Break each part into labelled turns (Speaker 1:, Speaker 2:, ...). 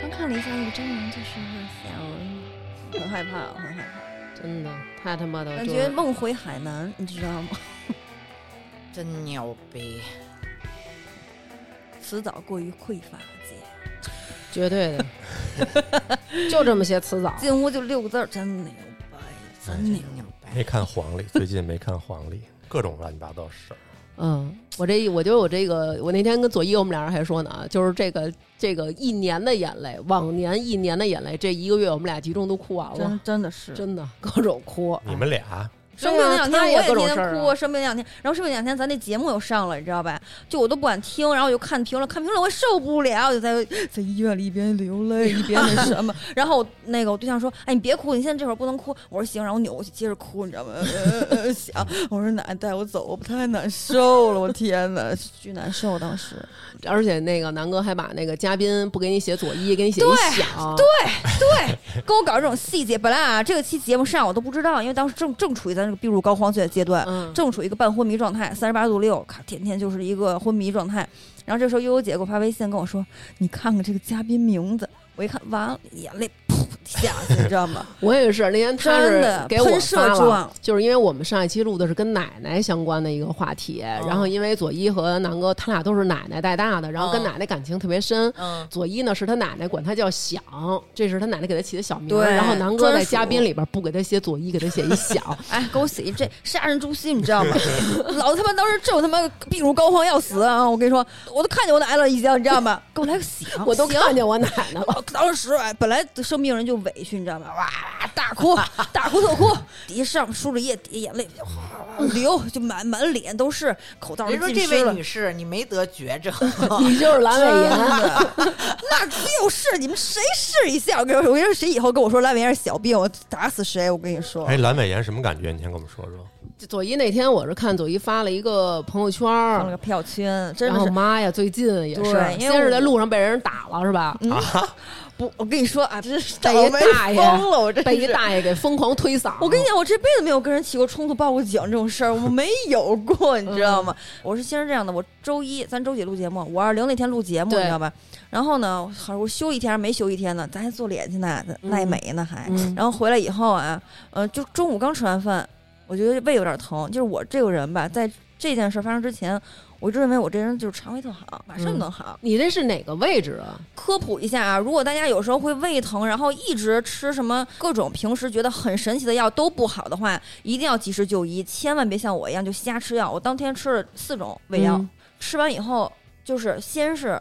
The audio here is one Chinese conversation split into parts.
Speaker 1: 刚看了一下那个真人，就是哇塞，我很害怕，很害怕，
Speaker 2: 真的太他妈的
Speaker 1: 感
Speaker 2: 就
Speaker 1: 觉梦回海南，你知道吗？
Speaker 3: 真牛逼！
Speaker 1: 迟早过于匮乏，姐，
Speaker 2: 绝对的， 就这么些词藻。
Speaker 1: 进屋就六个字儿，真牛掰，真牛。
Speaker 3: 牛
Speaker 4: 没
Speaker 3: 掰！
Speaker 4: 看 黄历，最近没看黄历，各种乱七八糟事儿。
Speaker 2: 嗯，我这我觉得我这个，我那天跟左一我们俩人还说呢啊，就是这个这个一年的眼泪，往年一年的眼泪，这一个月我们俩集中都哭完了
Speaker 1: 真，真的是
Speaker 2: 真的各种哭。
Speaker 4: 你们俩
Speaker 1: 生病那两天
Speaker 2: 啊他
Speaker 1: 我
Speaker 2: 也
Speaker 1: 也
Speaker 2: 各种
Speaker 1: 天
Speaker 2: 事儿
Speaker 1: 天
Speaker 2: 啊
Speaker 1: 哭，生病那两天，然后生病那两天咱那节目又上了，你知道吧？就我都不敢听，然后我就看评论，看评论我受不了，我就在在医院里一边流泪一边那 什么。然后我那个我对象说：“哎，你别哭，你现在这会儿不能哭。”我说：“行。”然后我扭过去接着哭，你知道吗？呃呃呃想我说：“奶，带我走，我太难受了，我天哪，巨难受。”当 时
Speaker 2: 而且那个南哥还把那个嘉宾不给你写左一，给你写一响，对，
Speaker 1: 跟我搞这种细节，本来啊这个期节目上我都不知道，因为当时正正处于咱这个病入膏肓的阶段，
Speaker 2: 嗯，
Speaker 1: 正处于一个半昏迷状态，三十八度六，咔，天天就是一个昏迷状态。然后这时候悠悠姐给我发微信跟我说：“你看看这个嘉宾名字。”我一看，完了，眼泪噗下去，你知道吗？
Speaker 2: 我也是，那天他
Speaker 1: 真
Speaker 2: 是
Speaker 1: 的
Speaker 2: 给我
Speaker 1: 喷射
Speaker 2: 发了
Speaker 1: 状，
Speaker 2: 就是因为我们上一期录的是跟奶奶相关的一个话题，
Speaker 1: 哦
Speaker 2: 然后因为左一和南哥他俩都是奶奶带大的，然后
Speaker 1: 哦
Speaker 2: 跟
Speaker 3: 嗯
Speaker 2: 奶奶感情特别深。
Speaker 3: 嗯，
Speaker 2: 左一呢是他奶奶管他叫响，这是他奶奶给他起的小名儿。
Speaker 1: 对
Speaker 2: 然后南哥在
Speaker 1: 专属
Speaker 2: 嘉宾里边不给他写左一，给他写一 响。
Speaker 1: 哎，给我写一这杀人诛心，你知道吗？老子他妈当时正他妈病入膏肓要死啊！我跟你说，我都看见我奶奶了，已经，你知道吗？给我来个响，
Speaker 2: 我都
Speaker 1: 哦行
Speaker 2: 看见我奶奶 了。
Speaker 1: 我当时哎，本来生病人就委屈，你知道吗？哇，大 哭，大哭特哭，底下上面输着液，底下眼泪哗哗哗流，就满满脸都是，口罩
Speaker 3: 人
Speaker 1: 都
Speaker 3: 说
Speaker 1: 浸湿
Speaker 3: 这位
Speaker 1: 了
Speaker 3: 女。士，你没得 绝症，
Speaker 2: 你就是阑尾炎，
Speaker 1: 那就是你们谁试一下？我跟你说，我跟你说，谁以后跟我说阑尾炎是小病，我打死谁！我跟你说，
Speaker 4: 哎，阑尾炎什么感觉？你先跟我们说说。
Speaker 2: 这 左一那天我是看左一发了一个朋友圈儿，
Speaker 1: 放了个票圈，真
Speaker 2: 然
Speaker 1: 的
Speaker 2: 后
Speaker 1: 是
Speaker 2: 妈呀，最近也是，
Speaker 1: 对因为
Speaker 2: 先是
Speaker 1: 我
Speaker 2: 在路上被人打了是吧？
Speaker 1: 不，我跟你说啊，真是倒
Speaker 2: 被一
Speaker 1: 霉
Speaker 2: 大爷
Speaker 1: 疯了，我真
Speaker 2: 被一
Speaker 1: 是
Speaker 2: 大爷给疯狂推搡。
Speaker 1: 我跟你讲，我这辈子没有跟人起过冲突、报过警这种事儿，我没有过，你知道吗？
Speaker 2: 嗯
Speaker 1: 我是先是这样的，我周一咱周几录节目？五二零那天录节目，
Speaker 2: 对
Speaker 1: 你知道吧？然后呢，我好像我休一天还没休一天呢，咱还做脸去呢，赖美呢还。
Speaker 2: 嗯
Speaker 1: 然后回来以后啊，呃，就中午刚吃完饭，我觉得胃有点疼，就是我这个人吧，在这件事发生之前。我一直认为我这人就是肠胃特好，马上
Speaker 2: 嗯
Speaker 1: 能好。
Speaker 2: 你这是哪个位置啊？
Speaker 1: 科普一下啊，如果大家有时候会胃疼，然后一直吃什么各种平时觉得很神奇的药都不好的话，一定要及时就医，千万别像我一样就瞎吃药。我当天吃了四种胃药，
Speaker 2: 嗯
Speaker 1: 吃完以后就是先是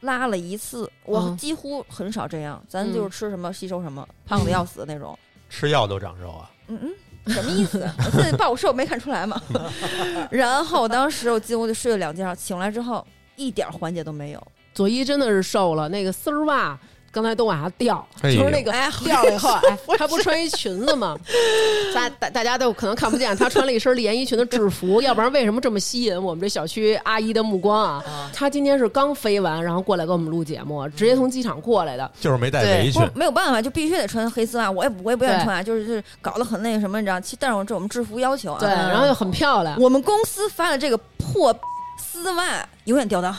Speaker 1: 拉了一次，我
Speaker 2: 嗯
Speaker 1: 几乎很少这样，咱就是吃什么吸收什么，胖的要死的那种。
Speaker 4: 吃药都长肉啊？
Speaker 1: 嗯嗯。什么意思？ 我自己报我瘦没看出来吗？ 然后当时我进屋就睡了两觉，醒来之后一点缓解都没有。
Speaker 2: 左一真的是瘦了，那个丝儿袜刚才都往下掉，
Speaker 4: 哎呦
Speaker 2: 就是那个
Speaker 1: 哎，
Speaker 2: 掉了以后， 哎，她不穿一裙子吗？ 大大大家都可能看 不见，她穿了一身连衣裙的制 服，要不然为什么这么吸引我们这小区阿姨的目光啊嗯
Speaker 3: 啊？
Speaker 2: 她今天是刚飞完，然后过来给我们录节目，直接从机场过来的。
Speaker 4: 就是没带围
Speaker 1: 不
Speaker 4: 裙
Speaker 1: 是。没有办法，就必须得穿黑丝袜。我也不我也不愿意穿啊，就是就是搞得很那个什么，你知道？其实但是我这我们制服要求啊，
Speaker 2: 对，然后又很漂亮。
Speaker 1: 我们公司发的这个破丝袜永远吊裆，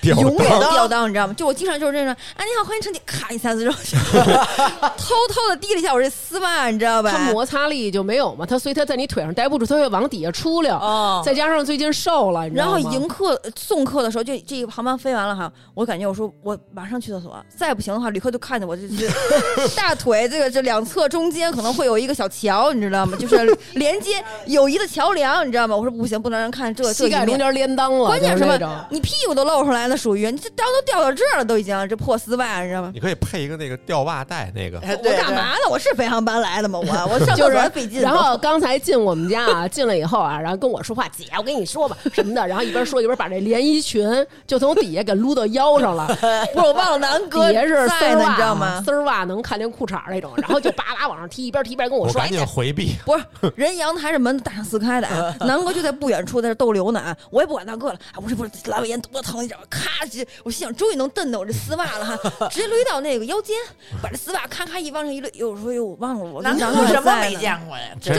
Speaker 4: 吊
Speaker 1: 永远吊
Speaker 4: 裆
Speaker 1: 裆，你知道吗？就我经常就是那种，哎，你好，欢迎陈姐，咔一下子就 偷偷的滴了一下我这丝袜，你知道吧？
Speaker 2: 它摩擦力就没有嘛，它所以它在你腿上待不住，它会往底下出溜。
Speaker 3: 哦
Speaker 2: 再加上最近瘦了，你知
Speaker 1: 然
Speaker 2: 道
Speaker 1: 后
Speaker 2: 吗？
Speaker 1: 迎客呃送客的时候，就这个航班飞完了哈，我感觉我说我马上去厕所，再不行的话，旅客就看见我这 这大腿这个这两侧中间可能会有一个小桥，你知道吗？就是连接友谊的桥梁，你知道吗？我说不行，不能让人看这这
Speaker 2: 膝盖
Speaker 1: 一
Speaker 2: 中
Speaker 1: 面。
Speaker 2: 间连裆了，
Speaker 1: 关键
Speaker 2: 就是是
Speaker 1: 什
Speaker 2: 那
Speaker 1: 么
Speaker 2: 种？
Speaker 1: 你屁股都露出来了，属于你这裆都掉到这儿了，都已经这破丝袜，你知道吗？
Speaker 4: 你可以配一个那个吊袜带，那个
Speaker 3: 哎
Speaker 1: 我
Speaker 3: 对
Speaker 1: 干嘛呢？我是飞航班来的吗？我 我上厕
Speaker 2: 就
Speaker 1: 所
Speaker 2: 是
Speaker 1: 还费劲呢。
Speaker 2: 然后刚才进我们家啊，进来以后啊，然后跟我说话，姐，我跟你说吧什么的，然后一边说一边把这连衣裙就从底下给撸到腰上了，
Speaker 1: 不是我忘了南哥
Speaker 2: 底下是丝
Speaker 1: 在
Speaker 2: 儿
Speaker 1: 呢，
Speaker 2: 袜，
Speaker 1: 你知道吗？
Speaker 2: 丝儿袜能看见裤衩儿那种，然后就叭叭往上踢，一边踢一边跟我
Speaker 4: 我
Speaker 2: 说，哎
Speaker 4: 赶紧回避。
Speaker 1: 不是，人阳台是门大哎敞四开的啊，南哥就在不远处在这逗留呢啊，我也不管大哥了，啊，我说不是阑尾炎多疼，你知道吗？咔咔，直接我心想终于能蹬蹬我这丝袜了哈，直接捋到那个腰间，把这丝袜咔咔一往上一捋，有时候哟我忘了我
Speaker 3: 南
Speaker 1: 跟 张
Speaker 3: 哥
Speaker 1: 哥
Speaker 3: 什么
Speaker 1: 在
Speaker 3: 没
Speaker 1: 呢，
Speaker 3: 见过呀？
Speaker 4: 真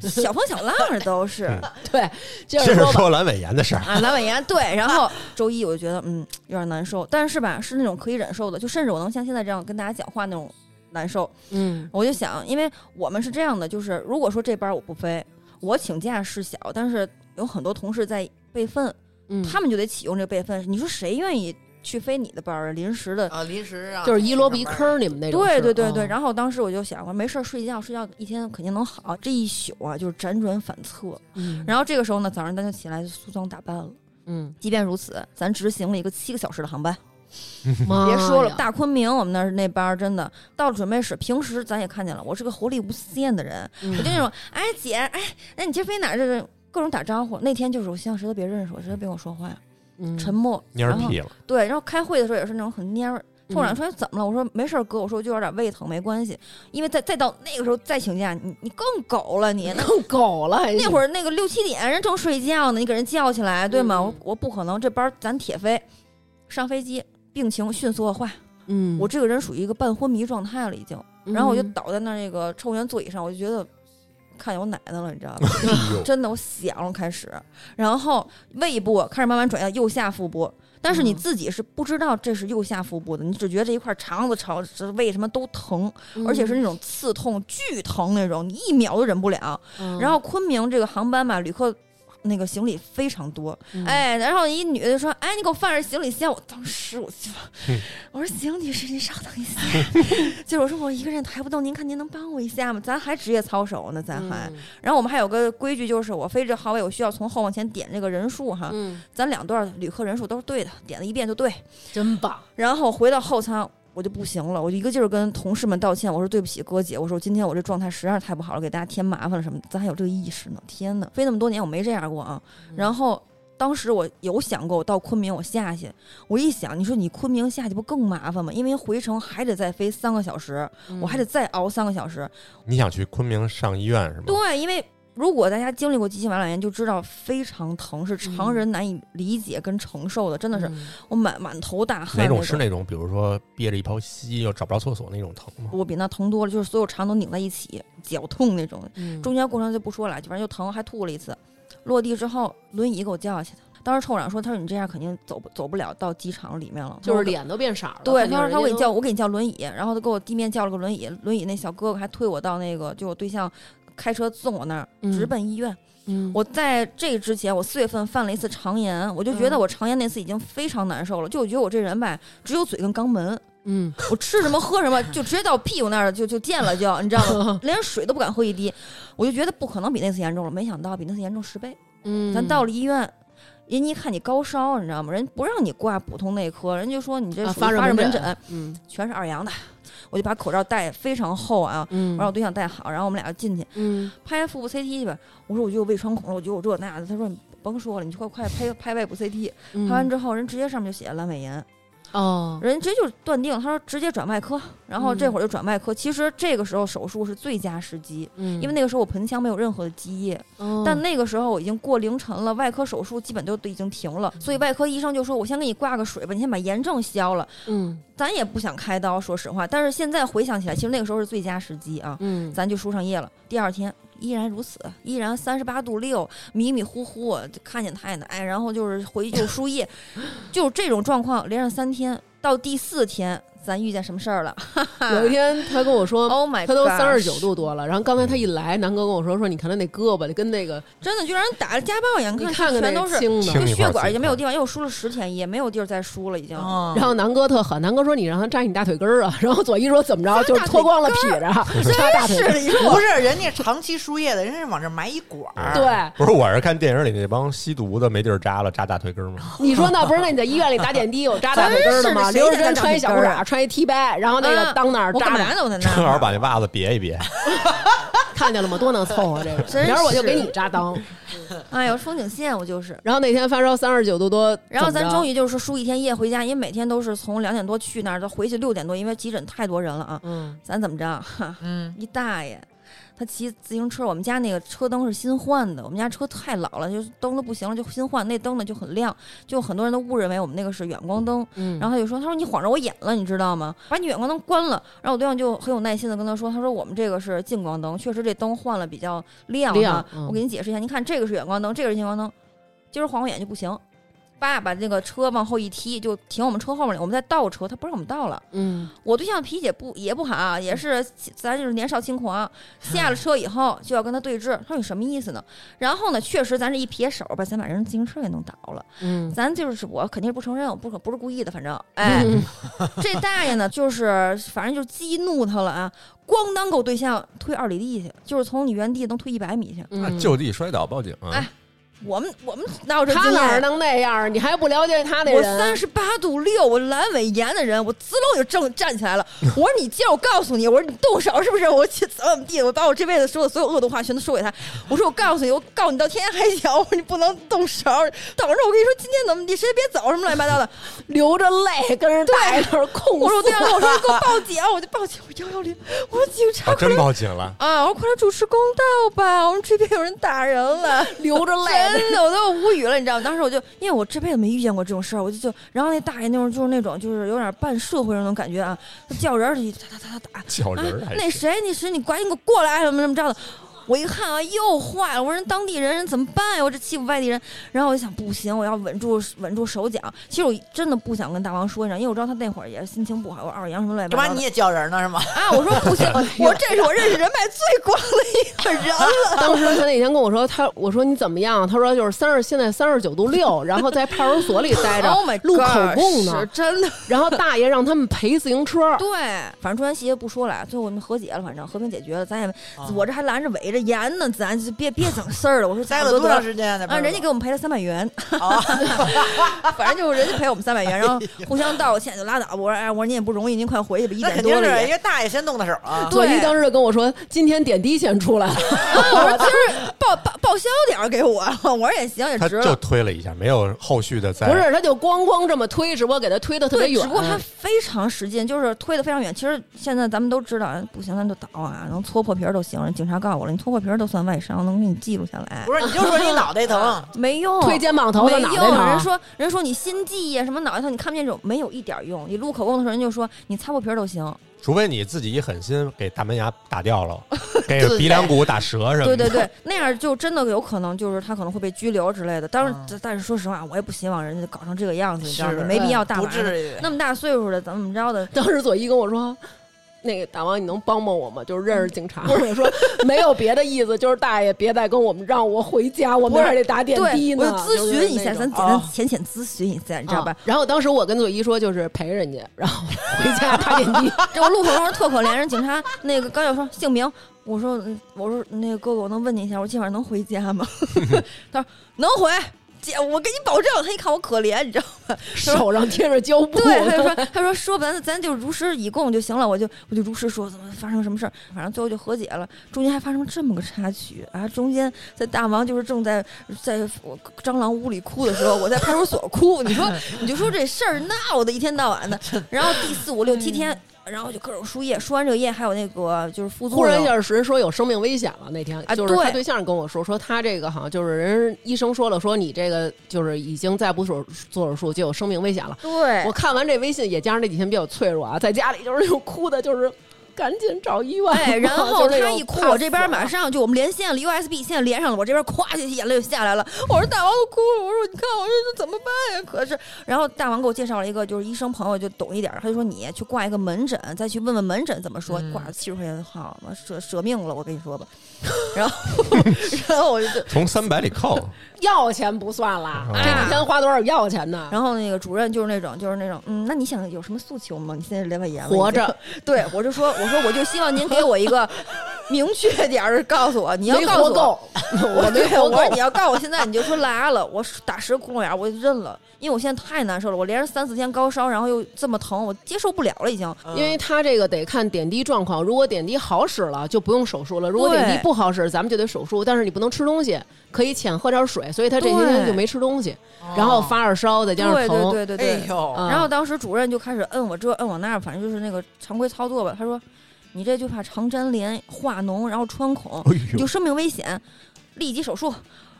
Speaker 3: 这
Speaker 4: 是，
Speaker 1: 小风小浪儿都是。
Speaker 4: 嗯
Speaker 2: 对，接着
Speaker 4: 接着
Speaker 2: 说吧。
Speaker 4: 说阑尾炎的事儿，
Speaker 1: 啊，阑尾炎对，然后周一我就觉得嗯有点难受，但是吧是那种可以忍受的，就甚至我能像现在这样跟大家讲话那种难受。
Speaker 2: 嗯，
Speaker 1: 我就想，因为我们是这样的，就是如果说这班我不飞，我请假事小，但是有很多同事在备份，
Speaker 2: 嗯
Speaker 1: 他们就得启用这备份。你说谁愿意去飞你的班儿啊？临时的。
Speaker 3: 啊，临时啊，
Speaker 2: 就是一萝卜一坑儿，你们那种
Speaker 1: 对
Speaker 2: 是。
Speaker 1: 对对对，
Speaker 2: 哦
Speaker 1: 然后当时我就想，我说没事儿睡觉，睡觉一天肯定能好。这一宿啊，就是辗转反侧。
Speaker 2: 嗯
Speaker 1: 然后这个时候呢，早上咱就起来就梳妆打扮了。
Speaker 2: 嗯，
Speaker 1: 即便如此，咱执行了一个七个小时的航班。
Speaker 2: 别
Speaker 1: 别说了，大昆明我们那儿那班儿真的到了准备室，平时咱也看见了，我是个活力无限的人，
Speaker 2: 嗯
Speaker 1: 我就那种哎姐哎，那你今儿飞哪儿？就是各种打招呼。那天就是我希望谁都别认识我，谁都别跟我说话，
Speaker 2: 嗯
Speaker 1: 沉默。
Speaker 4: 蔫儿
Speaker 1: 然后
Speaker 4: 屁了，
Speaker 1: 对，然后开会的时候也是那种很蔫儿。冲我
Speaker 2: 嗯
Speaker 1: 说怎么了？我说没事儿，哥，我说我就有点胃疼，没关系。因为再再到那个时候再请假，你你更狗了你，那
Speaker 2: 更狗了，还
Speaker 1: 那会
Speaker 2: 儿
Speaker 1: 儿那个六七点人正睡觉呢，你给人叫起来，对吗？
Speaker 2: 嗯
Speaker 1: 我我不可能，这班儿咱铁飞，上飞机病情迅速恶化，
Speaker 2: 嗯，
Speaker 1: 我这个人属于一个半昏迷状态了已经。然后我就倒在那儿那个抽烟座椅上，我就觉得看见我奶奶了，你知道吗？
Speaker 4: 哎 呦，
Speaker 1: 真的，我想了开始，然后胃部啊开始慢慢转向右下腹部。但是你
Speaker 2: 嗯
Speaker 1: 自己是不知道这是右下腹部的，你只觉得这一块肠子、肠子胃什么都疼，
Speaker 2: 嗯，
Speaker 1: 而且是那种刺痛、巨疼那种，你一秒都忍不了。
Speaker 2: 嗯，
Speaker 1: 然后昆明这个航班嘛，旅客那个行李非常多，
Speaker 2: 嗯，
Speaker 1: 哎，然后一女的就说：“哎，你给我放点行李箱。”我当时我就，我说：“行，女士，您稍等一下。”就是我说我一个人抬不动，您看您能帮我一下吗？咱还职业操守呢，咱还。
Speaker 2: 嗯
Speaker 1: 然后我们还有个规矩，就是我飞这号位，我需要从后往前点这个人数哈，
Speaker 2: 嗯，
Speaker 1: 咱两段旅客人数都是对的，点了一遍就对。
Speaker 2: 真棒，
Speaker 1: 然后回到后舱。我就不行了，我就一个劲儿跟同事们道歉，我说对不起，哥姐，我说今天我这状态实在是太不好了，给大家添麻烦了什么的，咱还有这个意识呢，天哪，飞那么多年我没这样过啊。然后当时我有想过，我到昆明我下去，我一想，你说你昆明下去不更麻烦吗？因为回程还得再飞三个小时，
Speaker 2: 嗯
Speaker 1: 我还得再熬三个小时。
Speaker 4: 你想去昆明上医院是吗？
Speaker 1: 对，啊因为如果大家经历过急性晚两炎，就知道非常疼，是常人难以理解跟承受的，真的是
Speaker 2: 嗯
Speaker 1: 我满满头大汗
Speaker 4: 哪
Speaker 1: 那
Speaker 4: 种是那种，比如说憋着一泡稀又找不着厕所那种疼吗？
Speaker 1: 我比那疼多了，就是所有肠都拧在一起，绞痛那种。
Speaker 2: 嗯
Speaker 1: 中间过程就不说了，反正就疼，还吐了一次。落地之后，轮椅给我叫下去的。当时臭长说：“他说你这样肯定走不走不了到机场里面了，
Speaker 2: 就是
Speaker 1: 脸。
Speaker 2: 脸都变色儿了，
Speaker 1: 对，
Speaker 2: 看见
Speaker 1: 他说他
Speaker 2: 人
Speaker 1: 给
Speaker 2: 家
Speaker 1: 你叫，我给你叫轮椅，然后他给我地面叫了个轮椅，轮椅那小哥哥还推我到那个，就我对象开车送我那儿，
Speaker 2: 嗯
Speaker 1: 直奔医院。
Speaker 2: 都，嗯
Speaker 1: 我在这之前，我四月份犯了一次肠炎，我就觉得
Speaker 2: 嗯
Speaker 1: 我肠炎那次已经非常难受了，就我觉得我这人吧，只有嘴跟肛门，
Speaker 2: 嗯，
Speaker 1: 我吃什么喝什么就直接到屁股那儿了就就见了就，你知道 吗？连水都不敢喝一滴，我就觉得不可能比那次严重了，没想到比那次严重十倍。
Speaker 2: 嗯
Speaker 1: 咱到了医院，人家一看你高烧，你知道吗？人不让你挂普通内科，人就说你这
Speaker 2: 啊
Speaker 1: 属于
Speaker 2: 发热
Speaker 1: 热
Speaker 2: 门
Speaker 1: 门
Speaker 2: 诊
Speaker 1: 诊，
Speaker 2: 嗯
Speaker 1: 全是二阳的。我就把口罩戴非常厚啊，
Speaker 2: 嗯
Speaker 1: 我让我对象戴好，然后我们俩就进去
Speaker 2: 嗯
Speaker 1: 拍腹部 CT 去吧。我说我就有胃穿孔了，我觉得我这那的。他说你甭说了，你就快快拍拍胃部 CT。
Speaker 2: 嗯
Speaker 1: 拍完之后，人直接上面就写阑尾炎，
Speaker 2: 哦，
Speaker 1: 人直接就断定，他说直接转外科，然后这会儿就转外科。其实这个时候手术是最佳时机，
Speaker 2: 因
Speaker 1: 因为那个时候我盆腔没有任何的积液，
Speaker 2: 嗯
Speaker 1: 但那个时候我已经过凌晨了，外科手术基本都都已经停了，所以外科医生就说：“我先给你挂个水吧，你先把炎症消了。
Speaker 2: 嗯”
Speaker 1: 咱也不想开刀，说实话。但是现在回想起来，其实那个时候是最佳时机啊，
Speaker 2: 嗯
Speaker 1: 咱就输上液了。第二天依然如此，依然三十八度六，迷迷糊糊，啊就看见太奶，哎然后就是回去就输液， 就是这种状况连上三天，到第四天咱遇见什么事儿了？
Speaker 2: 有一天他跟我说。
Speaker 1: ，Oh my，
Speaker 2: 他都
Speaker 1: gosh
Speaker 2: 三十九，度多了，然后刚才他一来，南哥跟我说说，你看他那胳膊跟那个，
Speaker 1: 真的居然打了家暴眼，
Speaker 2: 你
Speaker 1: 看
Speaker 2: 看看
Speaker 1: 全
Speaker 2: 那
Speaker 1: 都是。
Speaker 2: 青的
Speaker 4: 青，
Speaker 1: 这
Speaker 4: 那块
Speaker 1: 血
Speaker 4: 儿
Speaker 1: 管
Speaker 4: 自
Speaker 1: 已
Speaker 4: 己
Speaker 1: 经没有
Speaker 4: 看
Speaker 1: 地方，因为我输了十天液，没有地儿再输了，已经。
Speaker 3: 嗯，
Speaker 2: 然后南哥特狠，南哥说你让他扎你大腿根儿啊，然后左一说怎么着，就是脱光了劈着扎大腿根儿，
Speaker 1: 你说
Speaker 3: 不是人家长期输液的，人家往这埋一管儿，
Speaker 2: 对，
Speaker 4: 不是，我是看电影里那帮吸毒的没地儿扎了，扎大腿根儿吗？
Speaker 2: 你说那不是那你在医院里打点滴有扎大腿根儿的吗？
Speaker 1: 真是的谁
Speaker 2: 刘
Speaker 1: 家
Speaker 2: 志珍
Speaker 1: 扎
Speaker 2: 穿一小裤
Speaker 1: 大腿根儿
Speaker 2: 衩，穿一 T 呗，然后那个
Speaker 1: 啊
Speaker 2: 裆那儿
Speaker 1: 我干嘛
Speaker 2: 扎着，
Speaker 1: 呢？我在那
Speaker 4: 正好
Speaker 1: 儿。
Speaker 4: 把那袜子别一别，
Speaker 2: 看见了吗？多能凑合这个，
Speaker 1: 真
Speaker 2: 明儿我就是给你扎裆。
Speaker 1: 哎呦，风景线我就是。
Speaker 2: 然后那天发烧三十九度多，
Speaker 1: 然后咱终
Speaker 2: 于
Speaker 1: 于就是说输一天液回家，因为每天都是从两点多去那儿，到回去六点多，因为急诊太多人了啊。
Speaker 2: 嗯
Speaker 1: 咱怎么着？哈，
Speaker 3: 嗯，
Speaker 1: 一大爷他骑自行车，我们家那个车灯是新换的，我们家车太老了，就是灯都不行了，就新换，那灯呢就很亮，就很多人都误认为我们那个是远光灯，
Speaker 2: 嗯
Speaker 1: 然后他就说：“他说你晃着我眼了，你知道吗？把你远光灯关了。”然后我对象就很有耐心的跟他说：“他说我们这个是近光灯，确实这灯换了比较亮哈。
Speaker 2: 亮嗯
Speaker 1: 我给你解释一下，您看这个是远光灯，这个是近光灯，今儿晃我眼就不行。”爸把那个车往后一踢，就停我们车后面了。我们再倒车，他不让我们倒了。
Speaker 2: 嗯，
Speaker 1: 我对象脾气也不也不好啊，也是咱就是年少轻狂。下
Speaker 2: 嗯
Speaker 1: 了车以后就要跟他对峙，他说你什么意思呢？然后呢，确实咱这一撇手吧，咱把人自行车给弄倒了。
Speaker 2: 嗯
Speaker 1: 咱就是我肯定不承认，我不可不是故意的，反正 哎，这大爷呢，就是反正就激怒他了啊，咣当给我对象推二里地去，就是从你原地能推一百米去。
Speaker 4: 那
Speaker 2: 嗯，
Speaker 4: 就地摔倒报警啊
Speaker 1: 哎！我们我们哪有这
Speaker 2: 他
Speaker 1: 经
Speaker 2: 哪儿
Speaker 1: 验？
Speaker 2: 能那样儿？你还不了解他那
Speaker 1: 我
Speaker 2: 人？
Speaker 1: 三十八度六，我阑尾炎的人，我滋楞就正站起来了。我说你今儿我告诉你，我说你动手是不是？我去怎么怎么地？我把我这辈子说的所有恶毒话全都说给他。我说我告诉你，我告诉你到天涯海角，我说你不能动手。等着我跟你说今天怎么地，谁也别走什么乱七八糟的。
Speaker 2: 流着泪跟人大爷那儿控诉。
Speaker 1: 我说我对象跟我说你给我报警，我就报警，我幺幺零，我说警察快
Speaker 4: 啊，真
Speaker 1: 来
Speaker 4: 报警了，
Speaker 1: 啊！我说快来主持公道吧，我们这边有人打人了。
Speaker 2: 流着泪，
Speaker 1: 真的，我都无语了，你知道吗？当时我就，因为我这辈子没遇见过这种事儿，我就就，然后那大爷那种就是那种就是有点半社会那种感觉啊，他叫人儿就他他他他打，
Speaker 4: 叫人儿
Speaker 1: 哎
Speaker 4: 还
Speaker 1: 那
Speaker 4: 是
Speaker 1: 谁那谁你赶紧给我过来什么怎么着的。我一看啊，又坏了！我说人当地人人怎么办呀？我这欺负外地人。然后我就想，不行，我要稳住稳住手脚。其实我真的不想跟大王说，你知道，因为我知道他那会儿也是心情不好，我二阳什么乱七
Speaker 3: 这
Speaker 1: 八
Speaker 3: 玩
Speaker 1: 糟的
Speaker 3: 意儿你也叫人呢是吗？
Speaker 1: 啊，我说不行， 我这是我认识人脉最广的一个
Speaker 3: 啊
Speaker 1: 人了。
Speaker 2: 当时他那天跟我说，他我说你怎么样？他说就是三十，现在三十九度六，然后在派出所里待着
Speaker 1: Oh my
Speaker 2: 录口供
Speaker 1: gosh，
Speaker 2: 呢。
Speaker 1: 真的。
Speaker 2: 然后大爷让他们赔自行车，
Speaker 1: 对，反正中间细节不说了，最后我们和解了，反正和平解决了，咱也没、
Speaker 3: 啊
Speaker 1: 我这还拦着围着严呢，咱就别别整事儿了。我说
Speaker 3: 待
Speaker 1: 咱
Speaker 3: 了
Speaker 1: 多
Speaker 3: 多
Speaker 1: 得
Speaker 3: 长
Speaker 1: 了
Speaker 3: 时间啊？在
Speaker 1: 啊，
Speaker 3: 派出
Speaker 1: 人家给
Speaker 3: 所
Speaker 1: 我们赔了三百元，
Speaker 3: 啊，
Speaker 1: 反正就是人家赔我们三百元，然
Speaker 3: 哎
Speaker 1: 后互相道歉就拉倒。我说哎，我说您也不容易，您快回去吧，一
Speaker 3: 那
Speaker 1: 点
Speaker 3: 肯
Speaker 1: 多
Speaker 3: 定
Speaker 1: 了
Speaker 3: 是哎
Speaker 1: 也。
Speaker 3: 因为大爷先动的手啊。
Speaker 2: 左一
Speaker 1: 对
Speaker 2: 当时就跟我说，今天点滴先出来了。
Speaker 1: 我 说今儿报报报销点儿给我，我说也行，也
Speaker 4: 他
Speaker 1: 值
Speaker 4: 就
Speaker 1: 了。
Speaker 4: 推了一下，没有后续的再
Speaker 2: 不是，他就咣咣这么推，只不过给他推的特别
Speaker 1: 对，
Speaker 2: 远。嗯
Speaker 1: 只不过他非常使劲，就是推的非常远。其实现在咱们都知道，哎不行，咱就倒啊，能搓破皮儿都行。人警察告诉我了，你搓破皮儿都算外伤，能给你记录下来。
Speaker 3: 不是，你就说你脑袋疼，
Speaker 1: 没用，
Speaker 2: 推肩膀头
Speaker 1: 没
Speaker 2: 和
Speaker 1: 用，
Speaker 2: 脑袋疼。
Speaker 1: 人说人说你心悸呀，什么脑袋疼，你看不见这种没有一点用。你录口供的时候，人就说你擦破皮儿都行。
Speaker 4: 除非你自己一狠心给大门牙打 掉了，给鼻梁骨打折什么
Speaker 1: 对
Speaker 4: 的。
Speaker 1: 对对，那样就真的有可能就是他可能会被拘留之类的。当然
Speaker 3: 嗯，
Speaker 1: 但但是说实话，我也不希望人家搞成这个样子，你知道吗？
Speaker 3: 是
Speaker 1: 没必 要大
Speaker 3: 不
Speaker 1: 晚上
Speaker 3: 至于。
Speaker 1: 那么大岁数的怎么怎么着的。
Speaker 2: 当时左一跟我说。那个大王，你能帮帮我吗？就是认识警察。我说没有别的意思，就是大爷别再跟我们让我回家，我
Speaker 1: 不
Speaker 2: 们
Speaker 1: 是
Speaker 2: 还得打点滴
Speaker 1: 对，我
Speaker 2: 呢。
Speaker 1: 就咨询一下，
Speaker 2: 就是那
Speaker 1: 咱
Speaker 2: 种
Speaker 1: 简
Speaker 3: 啊
Speaker 1: 单浅浅咨询一下，你知道吧
Speaker 2: 啊？然后当时我跟左一说，就是陪人家，然后回家打点 滴。
Speaker 1: 这我录口供时特可怜，人警察那个刚要说姓名，我说嗯我说那个哥哥，我能问你一下，我今晚能回家吗？ 他说能回，姐，我给你保证。他一看我可怜，你知道吗？
Speaker 2: 手上贴着胶布，
Speaker 1: 对，他就 说他说说吧咱咱就如实以供就行了，我就我就如实说怎么发生什么事儿，反正最后就和解了。中间还发生了这么个插曲啊，中间在大王就是正在在我蟑螂屋里哭的时候，我在派出所哭，你 说你就说这事儿闹的一天到晚的，然后第四五六
Speaker 2: 嗯
Speaker 1: 七天。然后就各种输液，输完这个液还有那个就是副
Speaker 2: 忽
Speaker 1: 作
Speaker 2: 然一
Speaker 1: 用，
Speaker 2: 下人说有生命危险了。那天
Speaker 1: 啊
Speaker 2: 就是他
Speaker 1: 对
Speaker 2: 对象跟我说，说他这个好像就是人医生说了，说你这个就是已经再不手做手术就有生命危险了。
Speaker 1: 对
Speaker 2: 我，看完这微信，也加上这几天比较脆弱啊，在家里就是又哭的，就是赶紧找医 院吧。
Speaker 1: 哎，然后
Speaker 2: 就是那
Speaker 1: 他
Speaker 2: 种
Speaker 1: 一哭
Speaker 2: 怕，死
Speaker 1: 我这边
Speaker 2: 了
Speaker 1: 马上就我们连线了 USB 线连上了，我这边咵就眼泪就下来了。我说大王都哭了，我说你看我这怎么办呀？可是，然后大王给我介绍了一个就是医生朋友，就懂一点儿，他就说你去挂一个门诊，再去问问门诊怎么说，
Speaker 3: 嗯
Speaker 1: 挂了七十块钱好嘛，舍舍命了，我跟你说吧。然后，然后我就。
Speaker 4: 从三百里扣，
Speaker 2: 药钱不算啦，
Speaker 4: 啊
Speaker 2: 这几天花多少药钱呢？
Speaker 1: 然后那个主任就是那种，就是那种，嗯，那你想有什么诉求吗？你现在阑尾炎了，
Speaker 2: 活着
Speaker 1: 已经。对，我就说，我说我就希望您给我一个明确点儿，告诉我，你要
Speaker 2: 没
Speaker 1: 告诉
Speaker 2: 活
Speaker 1: 我，
Speaker 2: 够，我没
Speaker 1: 对，
Speaker 2: 活
Speaker 1: 我 说
Speaker 2: 够
Speaker 1: 你。要告我现在，你就说来了，我打十个窟窿眼儿，我就认了，因为我现在太难受了，我连着三四天高烧，然后又这么疼，我接受不了了已经。
Speaker 3: 嗯
Speaker 2: 因为他这个得看点滴状况，如果点滴好使了就不用手术了，如果
Speaker 1: 对
Speaker 2: 点滴不好使，咱们就得手术。但是你不能吃东西，可以浅喝点水，所以他这些天
Speaker 1: 对
Speaker 2: 就没吃东西，然后发着烧，再加上
Speaker 1: 对
Speaker 2: 疼，
Speaker 1: 对对对
Speaker 3: 哦哎
Speaker 1: 对。
Speaker 3: 呦，
Speaker 2: 啊
Speaker 1: 然后当时主任就开始摁我这摁我那，反正就是那个常规操作吧。他说：“你这就怕肠粘连、化脓，然后穿孔，
Speaker 4: 哎
Speaker 1: 你就
Speaker 4: 呦，
Speaker 1: 生命危险，立即手术。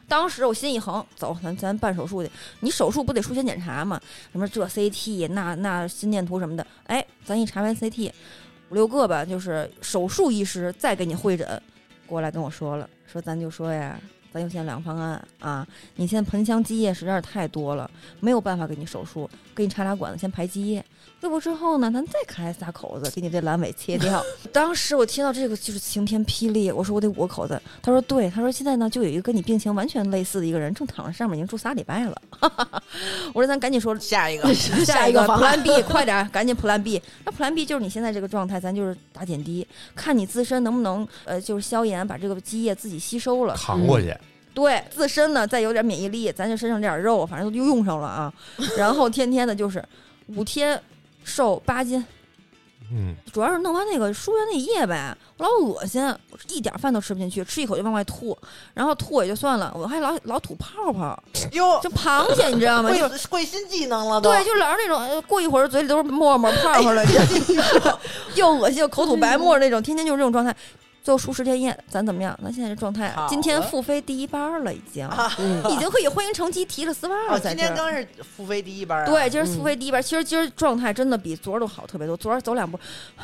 Speaker 1: 当时我心一横，走，咱咱办手术去。你手术不得术前检查吗？什么这 CT 那那心电图什么的。哎，咱一查完 CT，五六个吧，就是手术医师再给你会诊，过来跟我说了，说咱就说呀，咱就现两方案啊，你现在盆腔积液实在是太多了，没有办法给你手术，给你插俩管子先排积液，恢复之后呢，咱再开仨口子，给你这阑尾切掉。当时我听到这个就是晴天霹雳，我说我得五个口子，他说对，他说现在呢就有一个跟你病情完全类似的一个人正躺在上面，已经住仨礼拜 了。我说咱赶紧说
Speaker 3: 下
Speaker 2: 哦
Speaker 3: 一个
Speaker 1: 下一 个
Speaker 2: 方案
Speaker 1: Plan B，快点儿，赶紧 Plan B。那 Plan B 就是你现在这个状态，咱就是打点滴，看你自身能不能呃，就是消炎，把这个积液自己吸收了。
Speaker 4: 扛过去，
Speaker 1: 对自身呢，再有点免疫力，咱就身上这点肉，反正都用上了啊。然后天天的就是五天瘦八斤，
Speaker 4: 嗯，
Speaker 1: 主要是弄完那个输液那液呗，我老恶心，我一点饭都吃不进去，吃一口就往外吐，然后吐也就算了，我还老老吐泡泡，
Speaker 3: 哟，
Speaker 1: 就螃蟹你知 道吗？就是
Speaker 3: 会会新技能了都。
Speaker 1: 对，就老哎是那种呃过一会儿嘴里都是沫沫泡泡了，就又恶心又口吐白沫那种，天天就是这种状态。最后输十天液，咱怎么样？咱现在这状态啊，
Speaker 3: 好
Speaker 1: 今天
Speaker 3: 了啊
Speaker 1: 付费第一班了，已经、
Speaker 2: 嗯
Speaker 1: 已经可以欢迎乘机提了丝袜
Speaker 3: 哦
Speaker 1: 了，在
Speaker 3: 今
Speaker 1: 这
Speaker 3: 天
Speaker 1: 儿。
Speaker 3: 刚是付费第一班啊。
Speaker 1: 对，今儿付费第一班，其实今儿状态真的比昨儿都好特别多。昨儿走两步，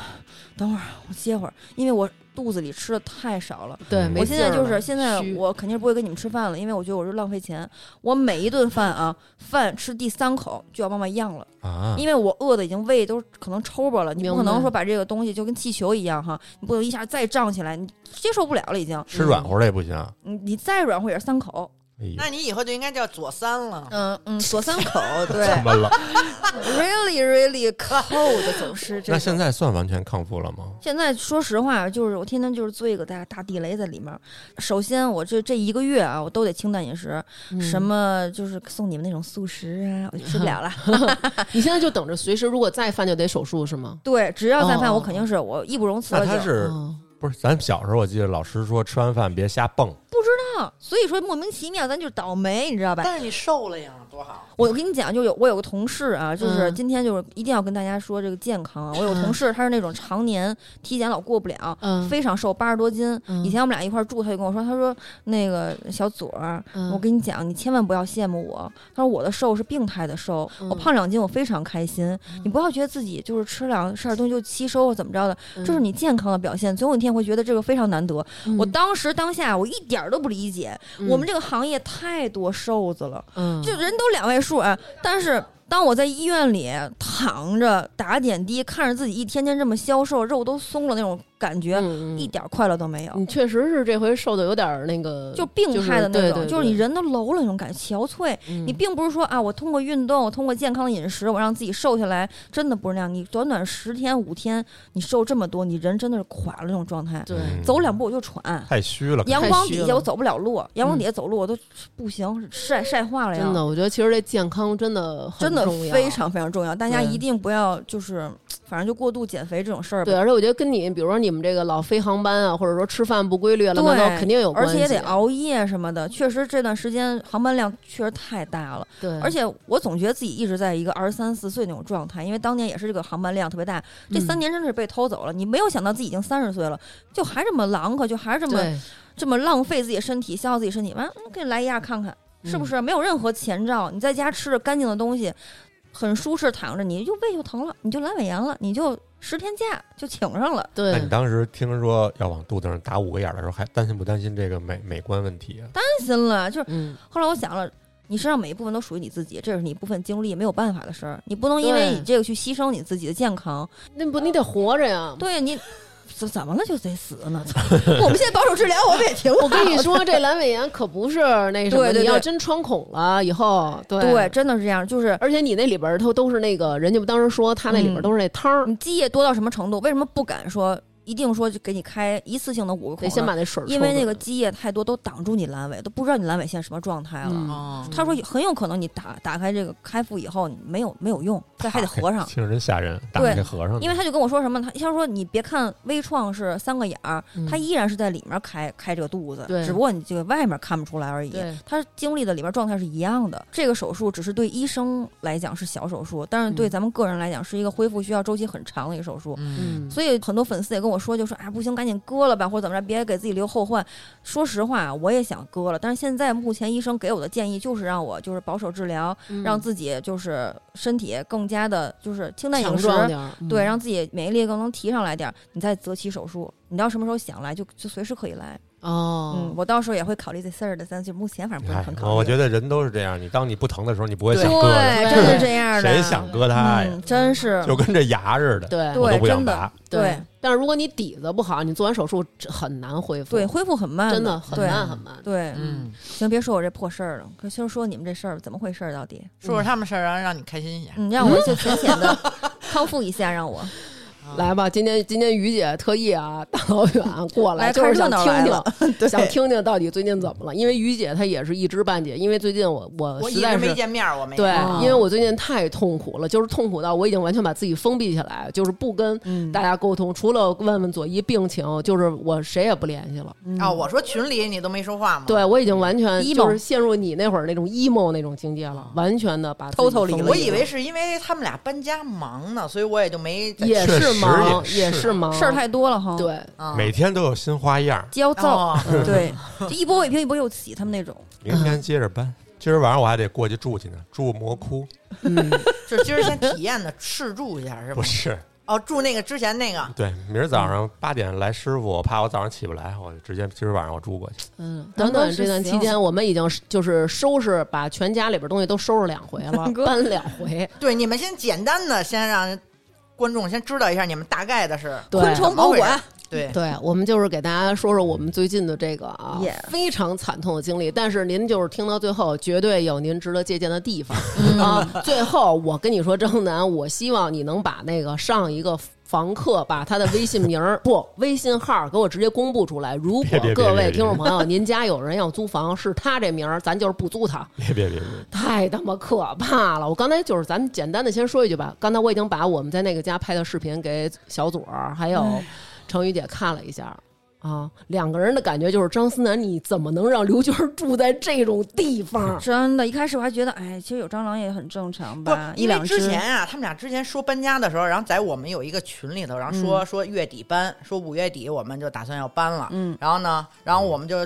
Speaker 1: 等会儿我歇会儿，因为我肚子里吃的太少了。
Speaker 2: 对，
Speaker 4: 嗯
Speaker 2: 没
Speaker 1: 我现在
Speaker 2: 劲儿
Speaker 1: 就
Speaker 2: 了
Speaker 1: 是现在
Speaker 2: 虚
Speaker 1: 我肯定不会跟你们吃饭了，因为我觉得我是浪费钱。我每一顿饭啊，饭吃第三口就要往外漾了。
Speaker 4: 啊，
Speaker 1: 因为我饿的已经胃都可能抽巴了，你不可
Speaker 2: 明
Speaker 1: 能
Speaker 2: 白
Speaker 1: 说把这个东西就跟气球一样哈，你不能一下再胀起来，你接受不了了已经。
Speaker 4: 吃软乎的也不行，啊
Speaker 1: 你你再软乎也是三口，
Speaker 4: 哎呦，
Speaker 3: 那你以后就应该叫左三了。
Speaker 1: 嗯 嗯，左三口，对
Speaker 4: 怎么了？
Speaker 1: ，really really cold 总是这
Speaker 4: 那
Speaker 1: 个。
Speaker 4: 现在算完全康复了吗？
Speaker 1: 现在说实话，啊就是我天天就是做一个大大地雷在里面。首先，我这这一个月啊，我都得清淡饮食，
Speaker 2: 嗯
Speaker 1: 什么就是送你们那种素食啊，我就吃不了了。
Speaker 2: 你现在就等着，随时如果再犯就得手术是吗？
Speaker 1: 对，只要再
Speaker 2: 哦
Speaker 1: 犯，
Speaker 2: 哦
Speaker 1: 我肯定是我义不容辞了
Speaker 4: 那
Speaker 1: 就。
Speaker 4: 他是
Speaker 2: 嗯
Speaker 4: 不是？咱小时候我记得老师说，吃完饭别瞎蹦，
Speaker 1: 啊所以说莫名其妙，咱就是倒霉，你知道吧？
Speaker 3: 但是你瘦了呀，多好！啊
Speaker 1: 我跟你讲，就有我有个同事啊，就是
Speaker 2: 嗯
Speaker 1: 今天就是一定要跟大家说这个健康啊。我有个同事，他是那种常年体检老过不了，
Speaker 2: 嗯，
Speaker 1: 非常瘦，八十多斤。
Speaker 2: 嗯
Speaker 1: 以前我们俩一块儿住，他就跟我说，他说那个小左儿，
Speaker 2: 嗯
Speaker 1: 我跟你讲，你千万不要羡慕我。他说我的瘦是病态的瘦，
Speaker 2: 嗯
Speaker 1: 我胖两斤我非常开心。你不要觉得自己就是吃两吃点东西就吸收或怎么着的，
Speaker 2: 嗯
Speaker 1: 这是你健康的表现。总有一天会觉得这个非常难得。
Speaker 2: 嗯
Speaker 1: 我当时当下我一点儿都不理解，我们这个行业太多瘦子了。
Speaker 2: 嗯
Speaker 1: 就人都两位数啊，但是当我在医院里躺着打点滴，看着自己一天天这么消瘦，肉都松了那种感觉，
Speaker 2: 嗯嗯嗯
Speaker 1: 一点快乐都没有，
Speaker 2: 你确实是这回瘦的有点儿那个，
Speaker 1: 就病态的那种，就是
Speaker 2: 对对对
Speaker 1: 你人都楼了那种感觉，憔悴。
Speaker 2: 嗯
Speaker 1: 你并不是说啊，我通过运动，我通过健康的饮食，我让自己瘦下来，真的不是那样。你短短十天五天，你瘦这么多，你人真的是垮了那种状态，
Speaker 2: 对
Speaker 4: 嗯
Speaker 1: 走两步我就喘。
Speaker 4: 太虚了。
Speaker 1: 阳光底
Speaker 2: 虚
Speaker 1: 下
Speaker 2: 了嗯
Speaker 1: 我走不了路，阳光底下走路我都不行，晒晒化哎了呀。
Speaker 2: 真的，我觉得其实这健康真的很
Speaker 1: 真的
Speaker 2: 重要
Speaker 1: 非常非常重要，大家
Speaker 2: 对
Speaker 1: 一定不要就是，反正就过度减肥这种事儿吧
Speaker 2: 对，。而且我觉得跟你，比如说你们这个老飞航班啊，或者说吃饭不规律了，
Speaker 1: 对
Speaker 2: 那肯定有关
Speaker 1: 而
Speaker 2: 系，
Speaker 1: 且也得熬夜什么的，确实这段时间航班量确实太大了，
Speaker 2: 对，
Speaker 1: 而且我总觉得自己一直在一个二十三四岁那种状态，因为当年也是这个航班量特别大，这
Speaker 2: 嗯
Speaker 1: 三年真是被偷走了。你没有想到自己已经三十岁了，就还这么狼狈，就还这么
Speaker 2: 对，
Speaker 1: 这么浪费自己身体，消耗自己身体，完了嗯给你来一压看看，是不
Speaker 2: 嗯
Speaker 1: 是没有任何前兆？你在家吃着干净的东西，很舒适躺着，你就胃就疼了，你就阑尾炎了，你就十天假就请上了。
Speaker 4: 那
Speaker 2: 对
Speaker 4: 你，当时听说要往肚子上打五个眼儿的时候，还担心不担心这个美美观问题啊？
Speaker 1: 担心了，就是
Speaker 2: 嗯，
Speaker 1: 后来我想了。你身上每一部分都属于你自己，这是你一部分经历，没有办法的事儿。你不能因为
Speaker 2: 对
Speaker 1: 你这个去牺牲你自己的健康。
Speaker 2: 那不你得活着呀。
Speaker 1: 对你，怎怎么了就得死呢？ 我们现在保守治疗，我们也挺好。
Speaker 2: 我跟你说，这阑尾炎可不是那什么，
Speaker 1: 对对对
Speaker 2: 你要真穿孔了以后，对
Speaker 1: 对，真的是这样，就是
Speaker 2: 而且你那里边儿都都是那个，人家不当时说他那里边
Speaker 1: 嗯
Speaker 2: 儿都是那汤儿，
Speaker 1: 你积液多到什么程度？为什么不敢说一定说就给你开一次性的五个孔
Speaker 2: 得
Speaker 1: 呢？
Speaker 2: 先把那水儿抽
Speaker 1: 因为那
Speaker 2: 走
Speaker 1: 个积液太多，都挡住你阑尾，都不知道你阑尾现在什么状态了。
Speaker 2: 嗯
Speaker 3: 哦，
Speaker 1: 他说很有可能你打打开这个开腹以后你没有没有用，这还得合上。
Speaker 4: 听着真吓人，打
Speaker 1: 对
Speaker 4: 开合上的，
Speaker 1: 因为他就跟我说什么，他他说你别看微创是三个眼儿，
Speaker 2: 嗯
Speaker 1: 他依然是在里面开开这个肚子，
Speaker 2: 对
Speaker 1: 只不过你这个外面看不出来而已。
Speaker 2: 对
Speaker 1: 他经历的里面状态是一样的。这个手术只是对医生来讲是小手术，但是对
Speaker 2: 嗯
Speaker 1: 咱们个人来讲是一个恢复需要周期很长的一个手术。
Speaker 3: 嗯，
Speaker 2: 嗯，
Speaker 1: 所以很多粉丝也跟我说就说啊不行，赶紧割了吧，或者怎么着，别给自己留后患。说实话，我也想割了，但是现在目前医生给我的建议就是让我就是保守治疗，
Speaker 2: 嗯
Speaker 1: 让自己就是身体更加的就是清淡饮
Speaker 2: 强
Speaker 1: 食，
Speaker 2: 壮点儿，嗯
Speaker 1: 对，让自己免疫力更能提上来点儿，你再择期手术。你到什么时候想来就就随时可以来。嗯
Speaker 2: 哦，，
Speaker 1: 我到时候也会考虑这事儿的，但是目前反正不是
Speaker 4: 哎
Speaker 1: 很考虑。
Speaker 4: 我觉得人都是这样，你当你不疼的时候，你不会想割的，
Speaker 1: 对，真是这样的。
Speaker 4: 谁想割它呀
Speaker 1: 嗯，？真是
Speaker 4: 就跟这牙似的，
Speaker 2: 对
Speaker 1: 对
Speaker 4: 我都不想
Speaker 1: 真的
Speaker 4: 拔。
Speaker 1: 对
Speaker 2: 但是如果你底子不好，你做完手术这很难恢复，
Speaker 1: 对，恢复很慢，
Speaker 2: 真的很
Speaker 1: 对
Speaker 2: 慢很慢。
Speaker 1: 对，
Speaker 3: 嗯，
Speaker 1: 行，别说我这破事儿了，可就说你们这事儿怎么回事儿到底？
Speaker 3: 说说他们事儿，让让你开心一下。
Speaker 1: 嗯，让我就浅浅的康复一下，让我
Speaker 3: 啊，
Speaker 2: 来吧，今天今天于姐特意啊大老远过来，
Speaker 1: 来
Speaker 2: 就是想
Speaker 1: 看热闹
Speaker 2: 听
Speaker 1: 来了
Speaker 2: 听，想听听到底最近怎么了。因为于姐她也是一知半解，因为最近我我
Speaker 3: 我
Speaker 2: 实
Speaker 3: 一
Speaker 2: 在
Speaker 3: 直
Speaker 2: 是
Speaker 3: 没见面儿，我没
Speaker 2: 对，
Speaker 1: 哦
Speaker 2: 因为我最近太痛苦了，就是痛苦到我已经完全把自己封闭起来，就是不跟
Speaker 1: 嗯
Speaker 2: 大家沟通，除了问问左一病情，就是我谁也不联系了。
Speaker 3: 啊，我说群里你都没说话吗？
Speaker 2: 对，我已经完全
Speaker 1: emo
Speaker 2: 就是陷入你那会儿那种 emo 那种境界了，完全的把自己
Speaker 1: Totally
Speaker 2: 封闭
Speaker 3: 我以为是因为他们俩搬家忙呢，所以我也就没在
Speaker 2: 也
Speaker 4: 确
Speaker 2: 是
Speaker 4: 实
Speaker 2: 忙，
Speaker 4: 也
Speaker 2: 也
Speaker 4: 是
Speaker 2: 是
Speaker 3: 哦
Speaker 2: 忙，
Speaker 1: 事儿太多嗯了哈，，
Speaker 2: 对。
Speaker 3: 啊
Speaker 4: 每天都有新花样，
Speaker 1: 焦躁，
Speaker 3: 哦
Speaker 1: 对，就一波未平一波又起，他们那种
Speaker 4: 明天接着搬。今儿晚上我还得过去住去呢，住魔窟
Speaker 2: 嗯，
Speaker 3: 就是今儿先体验的试住一下是
Speaker 4: 不
Speaker 3: 吧？
Speaker 4: 是？
Speaker 3: 哦，住那个之前那个
Speaker 4: 对，明儿
Speaker 1: 嗯
Speaker 4: 早上八点来师傅，我怕我早上起不来，我就直接今儿晚上我住过去。
Speaker 2: 嗯，
Speaker 1: 难
Speaker 2: 短
Speaker 1: 怪
Speaker 2: 短
Speaker 1: 是
Speaker 2: 这段期
Speaker 1: 行
Speaker 2: 间，我们已经是就是收拾，把全家里边东西都收拾两回 了，
Speaker 1: 哥
Speaker 2: 搬两回。
Speaker 3: 对，你们先简单的先让观众先知道一下你们大概的是
Speaker 2: 对
Speaker 1: 昆虫博物馆，
Speaker 3: 对，
Speaker 2: 对，我们就是给大家说说我们最近的这个啊
Speaker 1: Yeah
Speaker 2: 非常惨痛的经历。但是您就是听到最后，绝对有您值得借鉴的地方、啊。最后，我跟你说，郑楠，我希望你能把那个上一个。房客把他的微信名儿不微信号儿给我直接公布出来。如果
Speaker 4: 别别别
Speaker 2: 各位
Speaker 4: 别别
Speaker 2: 听众朋友，您家有人要租房，是他这名儿，咱就是不租他。
Speaker 4: 别别别别，
Speaker 2: 太他妈可怕了！我刚才就是咱们简单的先说一句吧，刚才我已经把我们在那个家拍的视频给小左儿还有
Speaker 1: 哎
Speaker 2: 程宇姐看了一下。啊，两个人的感觉就是张思楠，你怎么能让刘娟儿住在这种地方？
Speaker 1: 真的，一开始我还觉得，哎，其实有蟑螂也很正常
Speaker 3: 不
Speaker 1: 吧，，一
Speaker 3: 因为
Speaker 1: 两只
Speaker 3: 之，前啊，他们俩之前说搬家的时候，然后在我们有一个群里头，然后说、说月底搬，说五月底我们就打算要搬了，
Speaker 1: 嗯，
Speaker 3: 然后呢，然后我们就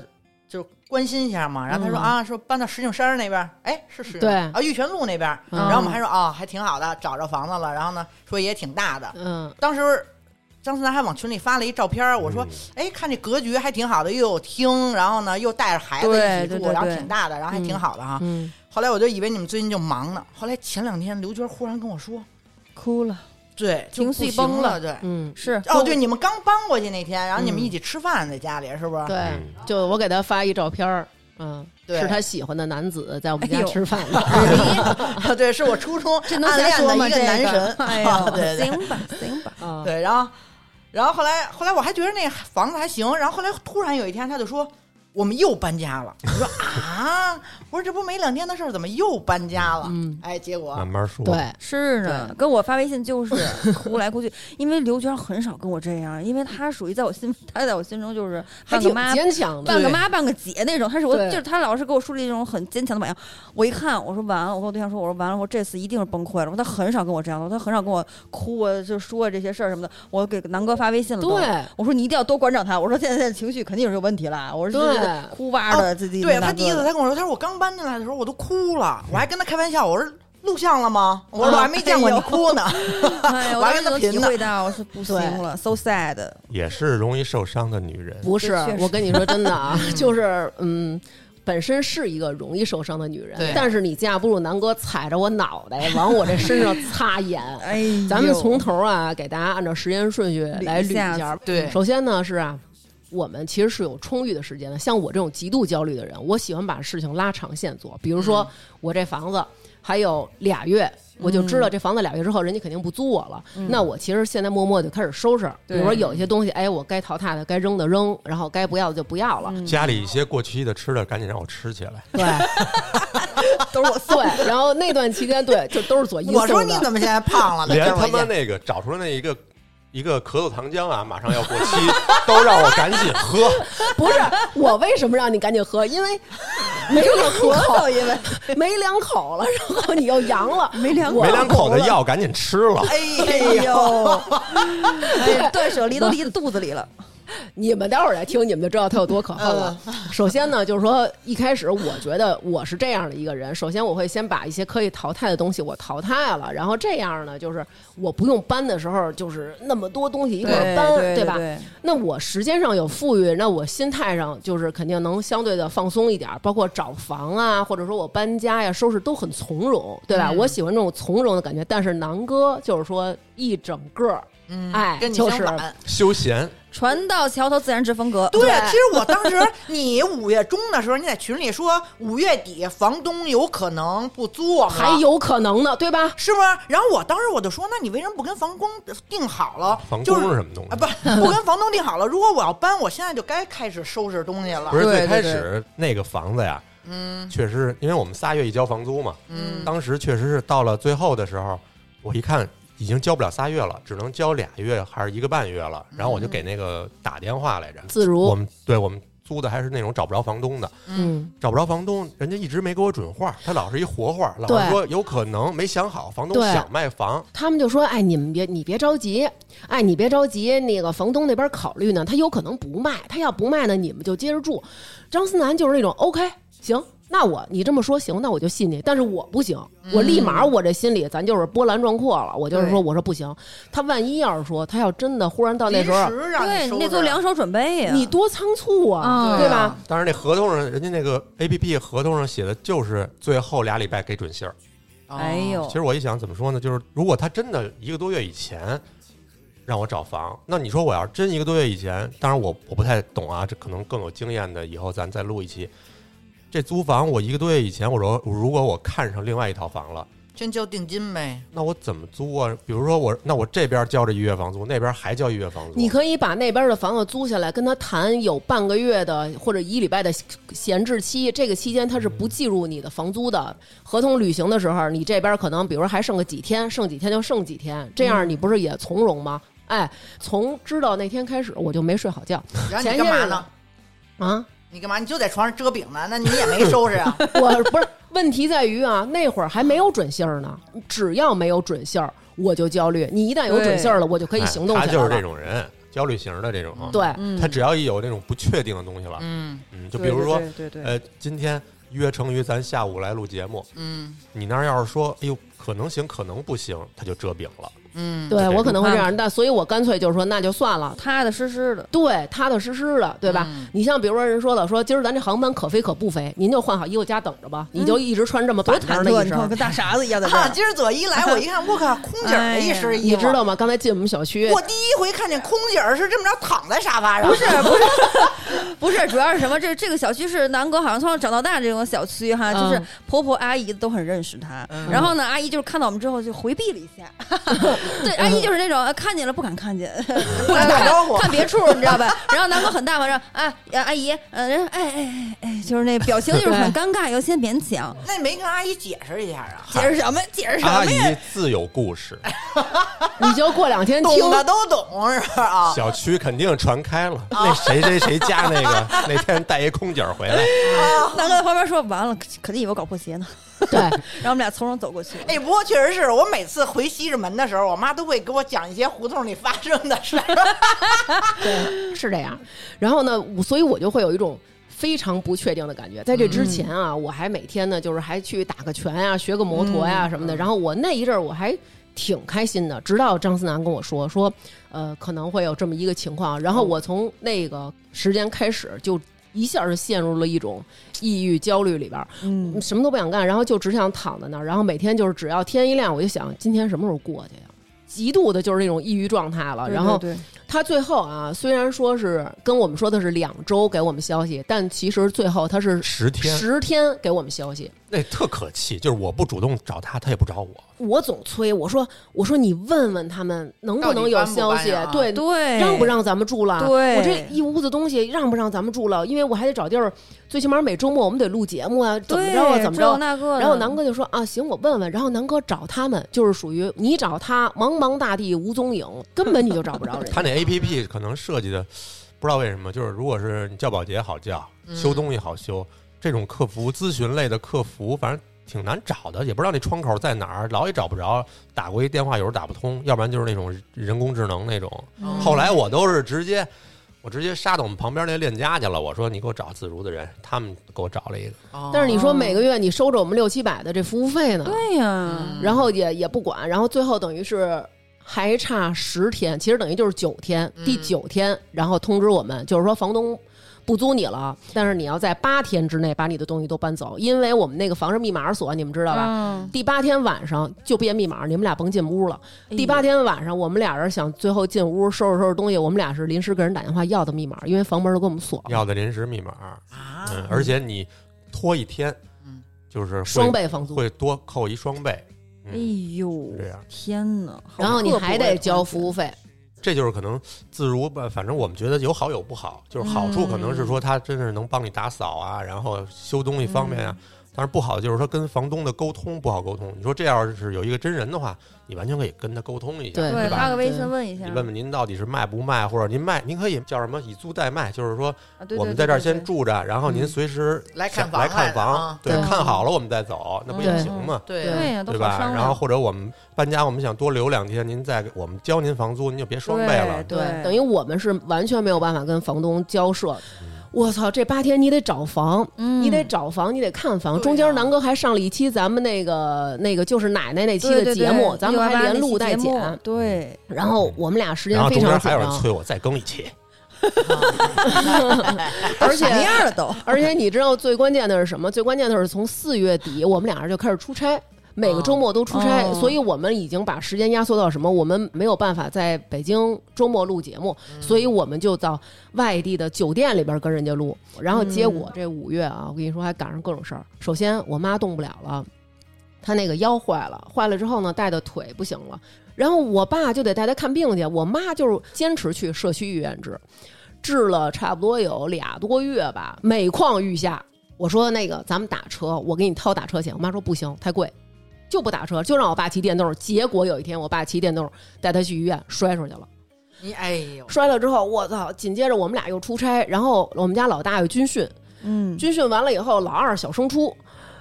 Speaker 3: 就关心一下嘛，然后他说、
Speaker 2: 嗯
Speaker 3: 啊，说搬到石景山儿那边儿，哎，是石景
Speaker 2: 对
Speaker 3: 啊，玉泉路那边儿，
Speaker 2: 嗯
Speaker 3: 然后我们还说啊、还挺好的，找着房子了，然后呢，说也挺大的，
Speaker 2: 嗯，
Speaker 3: 当时张思楠还往群里发了一照片儿，我说
Speaker 4: 嗯，
Speaker 3: 哎，看这格局还挺好的，又有厅，然后呢又带着孩子
Speaker 1: 对
Speaker 3: 一起
Speaker 1: 对
Speaker 3: 住，
Speaker 1: 对
Speaker 3: 然后
Speaker 1: 对
Speaker 3: 挺大的，然后还挺好的
Speaker 1: 啊
Speaker 3: 哈。
Speaker 2: 嗯，
Speaker 3: 后来我就以为你们最近就忙呢，后来前两天刘娟忽然跟我说，
Speaker 1: 哭了，
Speaker 3: 对，
Speaker 1: 情
Speaker 3: 就不
Speaker 1: 绪
Speaker 3: 行
Speaker 1: 崩
Speaker 3: 了，
Speaker 1: 了
Speaker 3: 对。
Speaker 2: 嗯，
Speaker 1: 是
Speaker 3: 哦，对，，你们刚搬过去那天，然后你们
Speaker 2: 嗯
Speaker 3: 一起吃饭在家里，是不是？
Speaker 2: 对
Speaker 4: 嗯，
Speaker 2: 就我给他发一照片儿，嗯，
Speaker 3: 对
Speaker 2: 是他喜欢的男子在我们
Speaker 1: 哎
Speaker 2: 家
Speaker 1: 呦
Speaker 2: 吃饭
Speaker 3: 对，对，是我初中
Speaker 1: 这能
Speaker 3: 暗
Speaker 1: 瞎
Speaker 3: 恋
Speaker 1: 说
Speaker 3: 的
Speaker 1: 吗？
Speaker 3: 一
Speaker 1: 这个
Speaker 3: 男神，
Speaker 1: 哎
Speaker 3: 对
Speaker 1: 呦，
Speaker 3: 对
Speaker 1: 行吧，行吧，
Speaker 2: 啊，
Speaker 3: 对，然后，然后后来后来我还觉得那房子还行，然后后来突然有一天他就说我们又搬家了，我说 啊，我说这不没两天的事儿，怎么又搬家了？
Speaker 2: 嗯
Speaker 3: 哎，结果
Speaker 4: 慢慢说。
Speaker 2: 对，
Speaker 1: 是呢，跟我发微信就是 哭来哭去，因为刘娟很少跟我这样，因为她属于在我心， 她在我心中就是
Speaker 2: 还
Speaker 1: 半个
Speaker 2: 挺
Speaker 1: 妈。
Speaker 2: 坚强的，
Speaker 1: 半个妈半个姐那种，她是我
Speaker 2: 对
Speaker 1: 就是她老是给我树立这种很坚强的榜样。我一看，我说完了，我跟我对象说，我说完了，我这次一定是崩溃了。我她很少跟我这样的，她很少跟我哭啊，就说这些事儿什么的。我给南哥发微信了，
Speaker 2: 对，，
Speaker 1: 我说你一定要多关照她。我说现在现在情绪肯定是有问题了，我说这
Speaker 2: 对哦
Speaker 1: 这哭哇的，自己
Speaker 3: 对
Speaker 1: 那
Speaker 3: 他
Speaker 1: 个
Speaker 3: 第一次他跟我说，他说我刚搬进来的时候我都哭了，我还跟他开玩笑，我说录像了吗？我说我还没见过你哭呢。
Speaker 1: 哎呀，
Speaker 3: 我
Speaker 1: 我
Speaker 3: 还
Speaker 1: 当时
Speaker 3: 跟她
Speaker 1: 能
Speaker 3: 贫
Speaker 1: 体
Speaker 3: 呢
Speaker 1: 会到，我说不行
Speaker 2: 对
Speaker 1: 了，so sad。
Speaker 4: 也是容易受伤的女人。
Speaker 2: 不是
Speaker 1: 这确，实
Speaker 2: 我跟你说真 的啊，就是嗯。本身是一个容易受伤的女人
Speaker 3: 对，
Speaker 2: 但是你架不住南哥踩着我脑袋往我这身上擦盐。
Speaker 1: 哎呦，
Speaker 2: 咱们从头啊，给大家按照时间顺序来
Speaker 1: 捋
Speaker 2: 捋
Speaker 1: 一
Speaker 2: 一
Speaker 1: 下
Speaker 2: 下。
Speaker 3: 对
Speaker 2: 首先呢是啊，我们其实是有充裕的时间的。像我这种极度焦虑的人，我喜欢把事情拉长线做。比如
Speaker 3: 嗯
Speaker 2: 说，我这房子还有俩月，我就
Speaker 3: 嗯
Speaker 2: 知道这房子俩月之后人家肯定不租我了。那我其实现在默默就开始收拾，比
Speaker 1: 对
Speaker 2: 如说有一些东西，哎，我该淘汰的该扔的扔，然后该不要的就不要
Speaker 3: 嗯
Speaker 2: 了。
Speaker 4: 家里一些过期的吃的，赶紧让我吃起来。
Speaker 2: 对
Speaker 1: 都是我送
Speaker 2: 对，然后那段期间，对，就都是左一
Speaker 3: 我说
Speaker 2: 送
Speaker 3: 你
Speaker 2: 的。
Speaker 3: 怎么现在胖了呢？
Speaker 4: 连
Speaker 3: 这
Speaker 4: 他
Speaker 3: 回
Speaker 4: 妈
Speaker 3: 见
Speaker 4: 那个找出来那一个一个咳嗽糖浆啊，马上要过 期，都让我赶紧喝。
Speaker 2: 不是我为什么让你赶紧喝？因为没了咳
Speaker 1: 嗽，因为
Speaker 2: 嗽，没两口了，然后你又阳了，
Speaker 1: 没两口
Speaker 4: 没两口的
Speaker 2: 我
Speaker 4: 药赶紧吃了。
Speaker 3: 哎
Speaker 1: 哎
Speaker 3: 呀，
Speaker 1: 呦， 哎断舍离都离肚子里了。
Speaker 2: 你们待会儿来听，你们就知道他有多可恨了。
Speaker 3: 嗯
Speaker 2: 首先呢，就是说一开始我觉得我是这样的一个人，首先我会先把一些可以淘汰的东西我淘汰了，然后这样呢，就是我不用搬的时候，就是那么多东西一块儿搬，
Speaker 1: 对
Speaker 2: 吧？
Speaker 1: 对
Speaker 2: 那我时间上有富裕，那我心态上就是肯定能相对的放松一点儿，包括找房啊，或者说我搬家呀、收拾都很从容，对
Speaker 3: 嗯
Speaker 2: 吧？我喜欢这种从容的感觉。但是南哥就是说一整个儿，
Speaker 3: 嗯
Speaker 2: 哎
Speaker 3: 跟你
Speaker 2: 就
Speaker 3: 相
Speaker 2: 是
Speaker 3: 反。
Speaker 4: 休闲，
Speaker 1: 船到桥头自然直风格。
Speaker 3: 对，其实我当时你五月中的时候，你在群里说五月底房东有可能不租我们了，
Speaker 2: 还有可能呢，对吧？
Speaker 3: 是不是？然后我当时我就说，那你为什么不跟房东定好了？
Speaker 4: 房
Speaker 3: 就是
Speaker 4: 工是什么东西
Speaker 3: 啊，不不跟房东定好了。如果我要搬，我现在就该开始收拾东西了
Speaker 4: 不。是
Speaker 1: 对
Speaker 4: 最开
Speaker 1: 对
Speaker 4: 始那个房子呀，
Speaker 3: 嗯
Speaker 4: 确实，因为我们仨月一交房租嘛，
Speaker 3: 嗯
Speaker 4: 当时确实是到了最后的时候，我一看已经交不了仨月了，只能交俩月还是一个半月了，然后我就给那个打电话来着，
Speaker 2: 自如，
Speaker 4: 我们对我们租的还是那种找不着房东的，
Speaker 2: 嗯，
Speaker 4: 找不着房东，人家一直没给我准话，他老是一活话，老
Speaker 2: 对
Speaker 4: 是说有可能没想好，房东
Speaker 2: 对
Speaker 4: 想卖房，
Speaker 2: 他们就说：“哎，你们别，你别着急，哎，你别着急，那个房东那边考虑呢，他有可能不卖，他要不卖呢，你们就接着住。”张思南就是那种 OK，行，那我你这么说行，那我就信你，但是我不行，我立马我这心里咱就是波澜壮阔了，我就是说，我说不行，他万一要是说他要真的忽然到那时候，
Speaker 3: 临时让
Speaker 1: 对，
Speaker 3: 收
Speaker 1: 你得
Speaker 3: 拾
Speaker 1: 做两手准备呀。
Speaker 2: 你多仓促啊，
Speaker 1: 啊
Speaker 2: 对吧？
Speaker 4: 但是那合同上，人家那个 A P P 合同上写的就是最后俩礼拜给准信儿。
Speaker 3: 哦
Speaker 1: 哎，呦
Speaker 2: 哦
Speaker 4: 其，实我一想，怎么说呢？就是如果他真的一个多月以前让我找房，那你说我要真一个多月以前，当然我我不太懂啊，这可能更有经验的，以后咱再录一期。这租房我一个多月以前，我说如果我看上另外一套房了，
Speaker 3: 真交定金呗。
Speaker 4: 那我怎么租啊？比如说我，那我这边交着一月房租，那边还交一月房租，
Speaker 2: 你可以把那边的房子租下来，跟他谈有半个月的或者一礼拜的闲置期，这个期间他是不计入你的房租的。合同履行的时候，你这边可能比如说还剩个几天，剩几天就剩几天，这样你不是也从容吗？
Speaker 4: 嗯
Speaker 2: 哎，从知道那天开始，我就没睡好觉
Speaker 3: 然后
Speaker 2: 前
Speaker 3: 你
Speaker 2: 些
Speaker 3: 干嘛
Speaker 2: 日子
Speaker 3: 呢？
Speaker 2: 啊！
Speaker 3: 你干嘛？你就在床上遮饼呢？那你也没收拾 啊？
Speaker 2: 我不是问题在于啊，那会儿还没有准信儿呢，只要没有准信儿，我就焦虑。你一旦有准信儿了，我就可以
Speaker 4: 哎
Speaker 2: 行动起
Speaker 4: 他
Speaker 2: 来了。
Speaker 4: 就是这种人，焦虑型的这种。啊
Speaker 2: 对，
Speaker 1: 嗯
Speaker 4: 他只要一有那种不确定的东西了，
Speaker 3: 嗯
Speaker 4: 嗯，就比如说
Speaker 1: 对对对，对
Speaker 4: 呃，今天约成于咱下午来录节目，
Speaker 3: 嗯
Speaker 4: 你那儿要是说，哎呦，可能行，可能不行，他就遮蔽 了。
Speaker 3: 嗯，
Speaker 2: 对
Speaker 4: 这
Speaker 2: 我
Speaker 4: 种
Speaker 2: 可能会这样，那所以我干脆就是说，那就算了，
Speaker 1: 踏踏实实的。
Speaker 2: 对，踏踏实实的，对吧？
Speaker 3: 嗯
Speaker 2: 你像比如说人说了，说今儿咱这航班可飞可不飞，您就换好衣服家等着吧，你就一直穿这么板
Speaker 1: 多
Speaker 2: 正
Speaker 1: 忐
Speaker 2: 的
Speaker 1: 忑，
Speaker 2: 一
Speaker 1: 你
Speaker 2: 身
Speaker 1: 看
Speaker 2: 儿。
Speaker 1: 跟大傻子一样在这
Speaker 3: 啊，
Speaker 1: 儿。
Speaker 3: 今儿左一来，我一看，我靠，空姐儿的一身衣
Speaker 2: 哎你
Speaker 3: 服，
Speaker 2: 知道吗？刚才进我们小区，
Speaker 3: 我第一回看见空姐儿是这么着躺在沙发上，
Speaker 1: 啊 不是不是不是，主要是什么？这这个小区是南哥，好像从小长到大这种小区哈，就是
Speaker 2: 嗯
Speaker 1: 婆婆阿姨都很认识他。
Speaker 3: 嗯
Speaker 1: 然后呢，阿姨就是看到我们之后就回避了一下。 对，阿姨就是那种呃看见了不敢看见，
Speaker 3: 不敢打招呼。
Speaker 1: 看别处，你知道吧？然后南哥很大方，说啊啊阿姨，嗯、人家哎哎哎哎，就是那表情就是很尴尬，有些勉强。
Speaker 3: 那你没跟阿姨解释一下啊？
Speaker 1: 解释什么？解释什
Speaker 4: 阿
Speaker 1: 么
Speaker 4: 姨
Speaker 1: 呀？
Speaker 4: 自有故事，
Speaker 2: 你就过两天 听
Speaker 3: 懂的都懂是吧？啊
Speaker 4: 小区肯定传开了。
Speaker 3: 哦
Speaker 4: 那谁谁谁家那 个那天带一空姐儿回来，
Speaker 1: 南哥在旁边说：“完了，肯定以为我搞破鞋呢。
Speaker 2: 对，”
Speaker 1: 然后我们俩从容走过去。
Speaker 3: 哎，不过确实是我每次回西直门的时候，我妈都会给我讲一些胡同里发生的事 儿。
Speaker 2: 对，是这样。 然后呢，我所以我就会有一种非常不确定的感觉。在这
Speaker 1: 嗯
Speaker 2: 之前啊，我还每天呢，就是还去打个拳呀、学个摩托
Speaker 1: 嗯
Speaker 2: 呀、什么的。然后我那一阵儿我还挺开心的，直到张思南跟我说说，呃，可能会有这么一个情况。啊然后
Speaker 1: 哦
Speaker 2: 我从那个时间开始就。一下就陷入了一种抑郁焦虑里边儿，
Speaker 1: 嗯，
Speaker 2: 什么都不想干，然后就只想躺在那儿，然后每天就是只要天一亮，我就想今天什么时候过去呀、极度的就是那种抑郁状态了，然后
Speaker 1: 对对
Speaker 2: 他最后啊，虽然说是跟我们说的是两周给我们消息，但其实最后他是
Speaker 4: 十天
Speaker 2: 十天给我们消息。
Speaker 4: 那特可气，就是我不主动找他，他也不找我。
Speaker 2: 我总催我说我说你问问他们能不能有消息，
Speaker 3: 到底搬不搬
Speaker 2: 对
Speaker 1: 对对，
Speaker 2: 让不让咱们住了？
Speaker 1: 对
Speaker 2: 我这一屋子东西让不让咱们住了？因为我还得找地儿，最起码每周末我们得录节目啊，怎么
Speaker 1: 对
Speaker 2: 着啊，怎么
Speaker 1: 这
Speaker 2: 着
Speaker 1: 个？那个的，
Speaker 2: 然后南哥就说啊，行，我问问。然后南哥找他们，就是属于你找他，茫茫大地无踪影，根本你就找不着人。
Speaker 4: 他那 A P P 可能设计的，不知道为什么，就是如果是你叫保洁好叫，修东西好修，这种客服咨询类的客服，反正挺难找的，也不知道那窗口在哪儿，老也找不着。打过一电话，有时候打不通，要不然就是那种人工智能那种。
Speaker 1: 嗯
Speaker 4: 后来我都是直接，我直接杀到我们旁边那链家去了。我说你给我找自如的人，他们给我找了一个。
Speaker 3: 哦
Speaker 2: 但是你说每个月你收着我们六七百的这服务费呢，
Speaker 1: 对呀、
Speaker 3: 嗯
Speaker 2: 然后也也不管，然后最后等于是还差十天，其实等于就是九天，
Speaker 1: 嗯
Speaker 2: 第九天，然后通知我们，就是说房东不租你了，但是你要在八天之内把你的东西都搬走，因为我们那个房是密码锁，你们知道吧？
Speaker 1: 嗯
Speaker 2: 第八天晚上就变密码，你们俩甭进屋了。
Speaker 1: 哎嗯
Speaker 2: 第八天晚上，我们俩人想最后进屋收拾收拾东西，我们俩是临时给人打电话要的密码，因为房门都给我们锁了，
Speaker 4: 要的临时密码，
Speaker 3: 啊，
Speaker 4: 嗯，而且你拖一天，
Speaker 3: 嗯
Speaker 4: 就是会
Speaker 2: 双倍房租。
Speaker 4: 会多扣一双倍，嗯
Speaker 1: 哎呦
Speaker 4: 是，这样。
Speaker 1: 天哪！
Speaker 2: 然后你还得交服务
Speaker 1: 务，
Speaker 2: 费，
Speaker 4: 这就是可能自如吧，反正我们觉得有好有不好，就是好处可能是
Speaker 1: 嗯
Speaker 4: 说它真是能帮你打扫啊，然后修东西方便啊。
Speaker 1: 嗯
Speaker 4: 但是不好的就是说跟房东的沟通不好沟通。你说这要是有一个真人的话，你完全可以跟他沟通一下，
Speaker 2: 对
Speaker 1: 对，
Speaker 4: 吧？
Speaker 1: 发个微信问一下
Speaker 4: 你。问问您到底是卖不卖，或者您卖，您可以叫什么以租代卖，就是说
Speaker 1: 啊对对
Speaker 4: 我们在这儿
Speaker 1: 对对嗯
Speaker 4: 先住着，然后您随时
Speaker 3: 来
Speaker 4: 想
Speaker 3: 看房
Speaker 4: 来看
Speaker 3: 啊
Speaker 4: 房，对，
Speaker 2: 对
Speaker 4: 看好了我们再走，那不也
Speaker 2: 嗯
Speaker 4: 行吗？
Speaker 3: 对
Speaker 1: 对呀，都
Speaker 4: 对
Speaker 1: 好
Speaker 4: 吧？
Speaker 1: 商量
Speaker 4: 然后或者我们搬家，我们想多留两天，您再给我们交您房租，您就别双倍了。
Speaker 1: 对
Speaker 2: 等于我们是完全没有办法跟房东交涉。
Speaker 4: 嗯
Speaker 2: 我操，这八天你得找房，
Speaker 1: 嗯
Speaker 2: 你得找房，你得看房。
Speaker 3: 对呀
Speaker 2: 中间南哥还上了一期咱们那个那个就是奶奶那期
Speaker 1: 对
Speaker 2: 的
Speaker 1: 对
Speaker 2: 节
Speaker 1: 对
Speaker 2: 目，咱们还
Speaker 1: 188
Speaker 2: 连录
Speaker 1: 那
Speaker 2: 带
Speaker 1: 期节目
Speaker 2: 剪。
Speaker 1: 对，
Speaker 2: 然后我们俩时间
Speaker 4: 然后
Speaker 2: 非
Speaker 4: 中
Speaker 2: 常
Speaker 4: 间
Speaker 2: 紧
Speaker 4: 还有人
Speaker 2: 张，
Speaker 4: 催我再更一期，
Speaker 3: 啊
Speaker 2: 而且
Speaker 1: 什么样了都？
Speaker 2: 而且你知道最关键的是什么？最关键的是从四月底，我们俩人就开始出差，每个周末都出差，
Speaker 1: 哦
Speaker 2: 所以我们已经把时间压缩到什么？我们没有办法在北京周末录节目，
Speaker 1: 嗯
Speaker 2: 所以我们就到外地的酒店里边跟人家录。然后结果这五月啊，我跟你说还赶上各种事儿。首先我妈动不了了，她那个腰坏了，坏了之后呢，带的腿不行了。然后我爸就得带她看病去，我妈就是坚持去社区医院治，治了差不多有俩多月吧，每况愈下。我说那个咱们打车，我给你掏打车钱。我妈说不行，太贵，就不打车，就让我爸骑电动。结果有一天我爸骑电动带她去医院摔出去了，
Speaker 3: 你哎呦，
Speaker 2: 摔了之后我操，紧接着我们俩又出差，然后我们家老大有军训，
Speaker 1: 嗯，
Speaker 2: 军训完了以后老二小升初。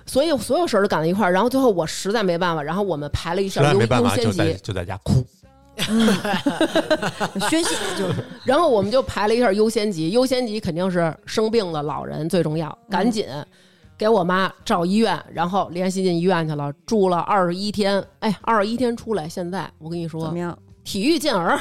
Speaker 2: 所以所有事儿都赶到一块儿，然后最后我实在没办法，然后我们排了一
Speaker 4: 实
Speaker 2: 下
Speaker 4: 在
Speaker 2: 优
Speaker 4: 没办
Speaker 2: 优
Speaker 4: 法就
Speaker 2: 先
Speaker 4: 在
Speaker 2: 级，
Speaker 4: 就在家哭。
Speaker 1: 宣泄 就是
Speaker 2: 然后我们就排了一下优先级，优先级肯定是生病了老人最重要，赶紧给我妈找医院，然后联系进医院去了，住了二十一天，哎，二十一天出来，现在我跟你
Speaker 1: 怎
Speaker 2: 说
Speaker 1: 么，样？
Speaker 2: 体育健儿，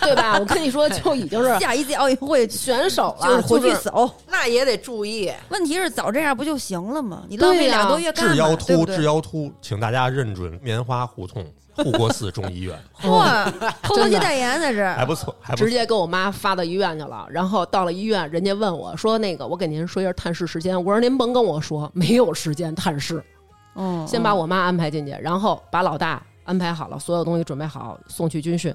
Speaker 2: 对吧？我跟你说，就已经是
Speaker 1: 下一届奥运会就
Speaker 2: 选手了，
Speaker 1: 是回去
Speaker 2: 就是
Speaker 1: 走。
Speaker 3: 那也得注意，
Speaker 1: 问题是早这样不就行了吗？你浪
Speaker 2: 对
Speaker 1: 费
Speaker 2: 呀
Speaker 1: 俩多月干嘛？
Speaker 4: 治腰
Speaker 1: 对
Speaker 4: 突，
Speaker 1: 不
Speaker 4: 治
Speaker 1: 对？
Speaker 4: 腰突，请大家认准棉花胡同护国寺中医院，
Speaker 1: 哇，偷偷
Speaker 2: 真
Speaker 1: 去
Speaker 2: 的
Speaker 1: 代言在这
Speaker 4: 还
Speaker 1: 儿，
Speaker 4: 不错，还不
Speaker 2: 直
Speaker 4: 错。
Speaker 2: 接跟我妈发到医院去了，然后到了医院，人家问我说：“那个，我给您说一下探视时间。”我说：“您甭跟我说，没有时间探视。”
Speaker 1: 嗯，
Speaker 2: 先把我妈安排进去，然后把老大安排好了，所有东西准备好，送去军训。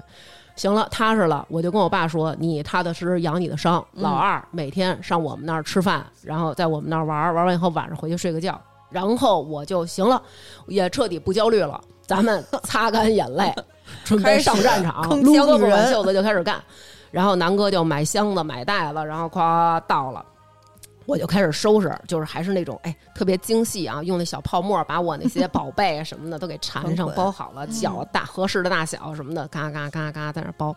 Speaker 2: 行了，踏实了，我就跟我爸说：“你踏踏实实养你的伤。”老
Speaker 1: 嗯
Speaker 2: 二每天上我们那儿吃饭，然后在我们那儿玩儿，玩完以后晚上回去睡个觉，然后我就行了，也彻底不焦虑了。咱们擦干眼泪，准备上战场
Speaker 1: 开，始
Speaker 2: 撸
Speaker 1: 铿锵
Speaker 2: 胳膊
Speaker 1: 女
Speaker 2: 挽
Speaker 1: 人
Speaker 2: 袖子就开始干。然后南哥就买箱子、买袋子，然后夸到了。我就开始收拾，就是还是那种哎特别精细啊，用那小泡沫把我那些 宝贝啊什么的都给缠上
Speaker 1: 捆，
Speaker 2: 包好了，脚大合适的大小什么的，嘎嘎嘎嘎在那包。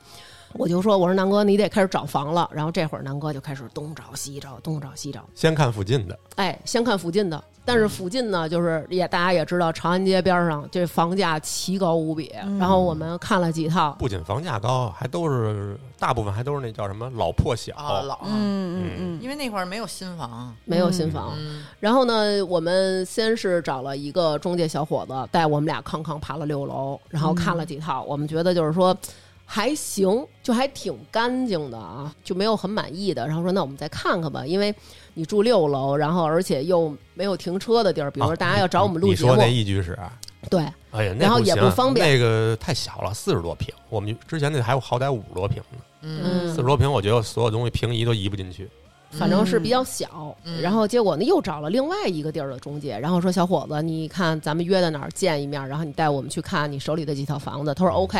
Speaker 2: 我就说，我说南哥，你得开始找房了。然后这会儿南哥就开始东找西找，东找西找。
Speaker 4: 先看附近的，
Speaker 2: 哎，先看附近的，但是附近呢，就是也大家也知道，长安街边上这房价奇高无比。然后我们看了几套，
Speaker 4: 不仅房价高，还都是大部分还都是那叫什么老破小，
Speaker 3: 啊，老，
Speaker 1: 嗯嗯
Speaker 3: 因为那会儿没有新房，
Speaker 2: 没有新房。
Speaker 3: 嗯，
Speaker 2: 然后呢，我们先是找了一个中介小伙子带我们俩康康爬了六楼，然后看了几套，我们觉得就是说还行，就还挺干净的啊，就没有很满意的。然后说那我们再看看吧，因为你住六楼，然后而且又没有停车的地儿，比如说
Speaker 4: 啊
Speaker 2: 大家要找我们录
Speaker 4: 你
Speaker 2: 节目，
Speaker 4: 说那一居室啊，
Speaker 2: 对，
Speaker 4: 哎呀，那
Speaker 2: 然后也
Speaker 4: 行
Speaker 2: 不方便
Speaker 4: 那个太小了，四十多平。我们之前那还有好歹五十多平呢，
Speaker 3: 嗯
Speaker 2: 嗯
Speaker 4: 四十多平，我觉得所有东西平移都移不进去。
Speaker 2: 反正是比较小。
Speaker 3: 嗯
Speaker 2: 然后结果呢，又找了另外一个地儿的中介，然后说：“小伙子，你看咱们约在哪儿见一面，然后你带我们去看你手里的几套房子。”他说：“OK。”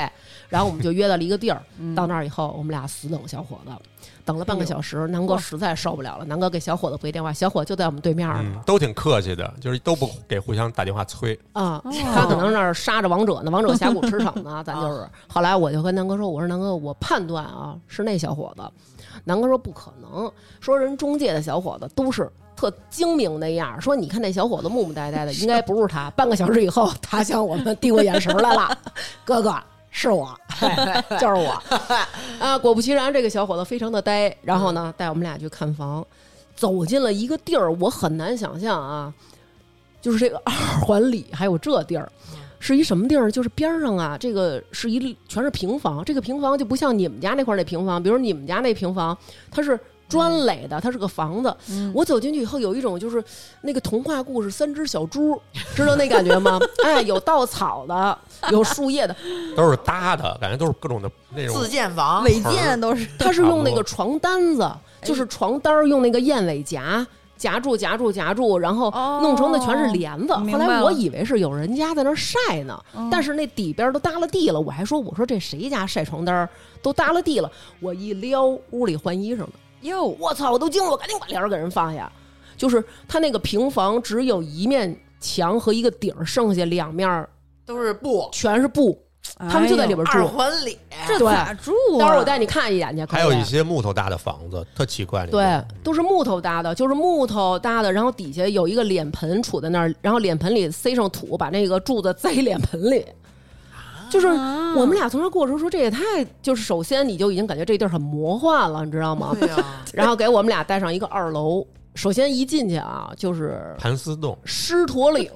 Speaker 2: 然后我们就约到了一个地儿。
Speaker 3: 嗯
Speaker 2: 到那儿以后，我们俩死等小伙子，等了半
Speaker 3: 哎
Speaker 2: 个小时，南哥实在受不了了，南哥给小伙子回电话，小伙就在我们对面呢。
Speaker 4: 嗯，都挺客气的，就是都不给互相打电话催。
Speaker 2: 啊，他可能那儿杀着王者呢，王者峡谷驰骋呢，咱就是。后来我就跟南哥说，我说南哥，我判断啊是那小伙子。南哥说不可能，说人中介的小伙子都是特精明那样儿，说你看那小伙子木木呆呆的，应该不是他。半个小时以后，他向我们递过眼神儿来了，哥哥。是我，就是我，啊！果不其然，这个小伙子非常的呆，然后呢，带我们俩去看房，走进了一个地儿，我很难想象啊，就是这个二环里还有这地儿，
Speaker 1: 嗯
Speaker 2: 是一什么地儿？就是边儿上啊，这个是一全是平房，这个平房就不像你们家那块儿那平房，比如你们家那平房，它是。砖垒的，它是个房子。
Speaker 1: 嗯
Speaker 2: 我走进去以后，有一种就是那个童话故事《三只小猪》，知道那感觉吗？ 哎，有稻草的，有树叶的，
Speaker 4: 都是搭的，感觉都是各种的那种
Speaker 3: 嗯自建房，
Speaker 1: 违建都是
Speaker 2: 它是用那
Speaker 4: 差不
Speaker 2: 个
Speaker 4: 多
Speaker 2: 床单子，
Speaker 1: 哎
Speaker 2: 就是床单儿用那个燕尾夹夹住、夹住、夹住，然后
Speaker 1: 哦
Speaker 2: 弄成的全是帘子。
Speaker 1: 明
Speaker 2: 后
Speaker 1: 白
Speaker 2: 来
Speaker 1: 了
Speaker 2: 我以为是有人家在那儿晒呢，
Speaker 1: 嗯
Speaker 2: 但是那底边儿都耷了地了，我还说我说这谁家晒床单儿都耷了地了。我一撩屋里换衣裳呢，
Speaker 1: 哟，
Speaker 2: 我操！我都惊了，我赶紧把帘儿给人放下。就是它那个平房只有一面墙和一个顶儿，剩下两面儿
Speaker 3: 都是布，
Speaker 2: 全是布，他们
Speaker 1: 哎
Speaker 2: 就在里边住。
Speaker 3: 二环里，
Speaker 1: 这咋住啊？
Speaker 2: 待会儿我带你看一眼去，可
Speaker 4: 还有
Speaker 2: 以啊
Speaker 4: 一些木头搭的房子，特奇怪。
Speaker 2: 对，都是木头搭的，就是木头搭的，然后底下有一个脸盆杵在那儿，然后脸盆里塞上土，把那个柱子栽脸盆里。就是我们俩从那过程说，这也太就是首先你就已经感觉这地儿很魔幻了，你知道
Speaker 4: 啊
Speaker 2: 吗？
Speaker 3: 对 呀，
Speaker 2: 然后给我们俩带上一个二楼，首先一进去啊，就是
Speaker 4: 盘丝洞，
Speaker 2: 狮驼岭，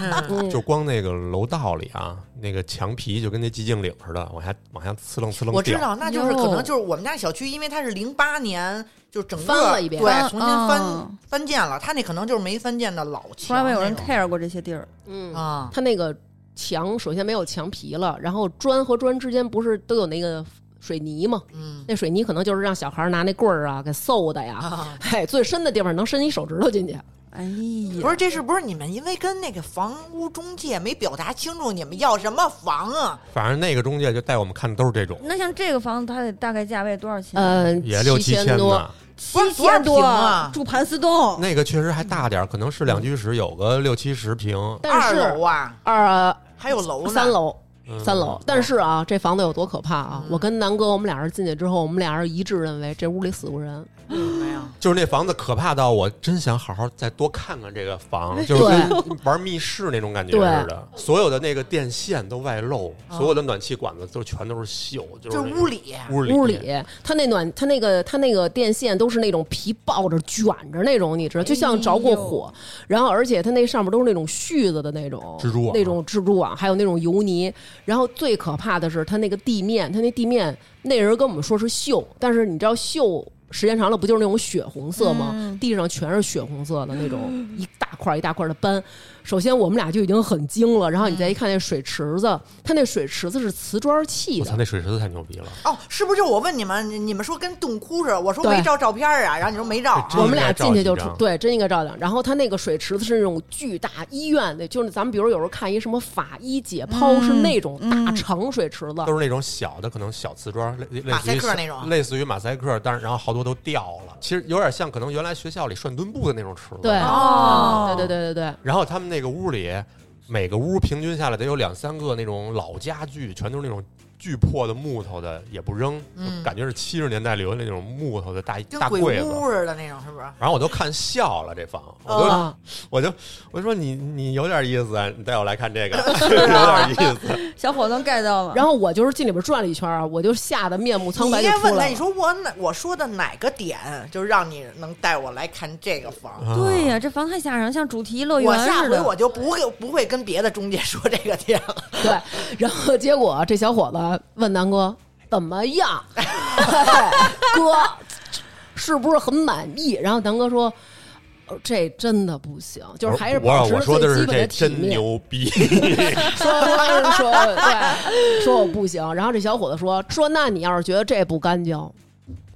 Speaker 2: 嗯
Speaker 4: 就光那个楼道里啊，那个墙皮就跟那寂静岭似的，往下往下呲楞呲楞
Speaker 3: 我知
Speaker 4: 掉。
Speaker 3: 道，那就是可
Speaker 2: 哟
Speaker 3: 能就是我们家小区，因为它是零八年就是整个
Speaker 2: 翻了一遍
Speaker 3: 对
Speaker 1: 翻，
Speaker 3: 重新翻、
Speaker 1: 嗯
Speaker 3: 翻建了，它那可能就是没翻建的老墙，
Speaker 1: 从来没有人 care 过这些地儿，
Speaker 2: 嗯
Speaker 3: 啊，
Speaker 2: 它那个墙首先没有墙皮了，然后砖和砖之间不是都有那个水泥吗？
Speaker 3: 嗯
Speaker 2: 那水泥可能就是让小孩儿拿那棍儿啊给搜的呀，
Speaker 3: 啊，
Speaker 2: 嘿，最深的地方能伸一手指头进去。
Speaker 1: 哎
Speaker 3: 不
Speaker 1: 呀，
Speaker 3: 是这是不是你们因为跟那个房屋中介没表达清楚你们要什么房啊？
Speaker 4: 反正那个中介就带我们看的都是这种，
Speaker 1: 那像这个房子，它得大概价位多少钱？
Speaker 3: 嗯
Speaker 2: 呃，
Speaker 4: 也六
Speaker 2: 七
Speaker 4: 七
Speaker 2: 千
Speaker 4: 千
Speaker 2: 多，
Speaker 4: 呢。
Speaker 3: 不
Speaker 1: 七
Speaker 3: 是多少
Speaker 1: 千
Speaker 3: 平啊
Speaker 1: 多，住盘丝洞，
Speaker 4: 那个确实还大点儿，可能是两居室，有个六七十平。
Speaker 2: 但嗯
Speaker 3: 二
Speaker 2: 是
Speaker 3: 楼啊，
Speaker 2: 二
Speaker 3: 还有楼呢，
Speaker 2: 三楼。
Speaker 4: 嗯
Speaker 2: 三楼，但是啊，这房子有多可怕啊！
Speaker 3: 嗯
Speaker 2: 我跟南哥，我们俩人进去之后，我们俩人一致认为这屋里死过人。
Speaker 3: 为什么呀？
Speaker 4: 就是那房子可怕到我真想好好再多看看这个房，就是
Speaker 2: 对
Speaker 4: 跟玩密室那种感觉
Speaker 2: 对
Speaker 4: 似的。所有的那个电线都外露，
Speaker 3: 啊
Speaker 4: 所有的暖气管子都全都是锈，就
Speaker 3: 就是是
Speaker 4: 那
Speaker 3: 屋里，
Speaker 4: 屋里
Speaker 2: 屋里，他那暖，他那个他那个电线都是那种皮抱着卷着那种，你知道，就像着过火。然后，而且它那上面都是那种絮子的那种
Speaker 4: 蜘蛛网
Speaker 2: 那种蜘蛛网，还有那种油泥。然后最可怕的是，它那个地面，它那地面那人跟我们说是锈，但是你知道锈时间长了不就是那种血红色吗？地上全是血红色的那种一大块一大块的斑。首先我们俩就已经很惊了，然后你再一看那水池子，它那水池子是瓷砖砌
Speaker 4: 我
Speaker 2: 的
Speaker 4: 操，，那水池子太牛逼了！
Speaker 2: 啊
Speaker 3: 哦，是不是？我问你们，你你们说跟洞窟似的，我说
Speaker 2: 对
Speaker 3: 没照照片啊，然后你说没照
Speaker 4: 哎，真
Speaker 2: 我们俩进去就
Speaker 4: 应该照几张
Speaker 2: 对，真应该照亮。然后它那个水池子是那种巨大医院的，就是咱们比如有时候看一什么法医解剖、
Speaker 3: 嗯
Speaker 2: 是那种大长水池子，
Speaker 4: 都是那种小的，可能小瓷砖，类类
Speaker 3: 马
Speaker 4: 似
Speaker 3: 赛
Speaker 4: 于
Speaker 3: 克那种
Speaker 4: 类似于马赛克，但是然后好多都掉了，其实有点像可能原来学校里涮墩布的那种池子。
Speaker 2: 对，啊
Speaker 3: 哦
Speaker 2: 对对对对对，
Speaker 4: 然后他们那个屋里，每个屋平均下来得有两三个那种老家具，全都是那种巨破的木头的，也不扔，
Speaker 3: 嗯
Speaker 4: 感觉是七十年代留的那种木头的大
Speaker 3: 跟
Speaker 4: 大
Speaker 3: 鬼
Speaker 4: 柜子。
Speaker 3: 屋似的那种，是不是？
Speaker 4: 然后我都看笑了，这房，我都、
Speaker 3: 嗯
Speaker 2: 啊，
Speaker 4: 我就我就说你你有点意思，啊，你带我来看 这个，有点意思。
Speaker 1: 小伙子能 get 到吗？
Speaker 2: 然后我就是进里边转了一圈啊，我就吓得面目苍白
Speaker 3: 你
Speaker 2: 就
Speaker 3: 应该
Speaker 2: 出
Speaker 3: 问他，哎
Speaker 2: 来
Speaker 3: 你
Speaker 2: 了。
Speaker 3: 说我哪我说的哪个点，就是让你能带我来看这个房？
Speaker 1: 对呀，这房太吓人，像主题乐
Speaker 3: 我
Speaker 1: 嗯园
Speaker 3: 下
Speaker 1: 似
Speaker 3: 回
Speaker 1: 的。
Speaker 3: 我就不会不会跟别的中介说这个点了。
Speaker 2: 对，然后结果这小伙子问南哥怎么样， 哥是不是很满意？然后南哥说。呃这真的不行，就是还是
Speaker 4: 我
Speaker 2: 保持
Speaker 4: 我说
Speaker 2: 最
Speaker 4: 的
Speaker 2: 基
Speaker 4: 是
Speaker 2: 本
Speaker 4: 这
Speaker 2: 的体
Speaker 4: 真
Speaker 2: 面。
Speaker 4: 牛 逼，
Speaker 2: 说说说对，说我不行。然后这小伙子说说，那你要是觉得这不干净，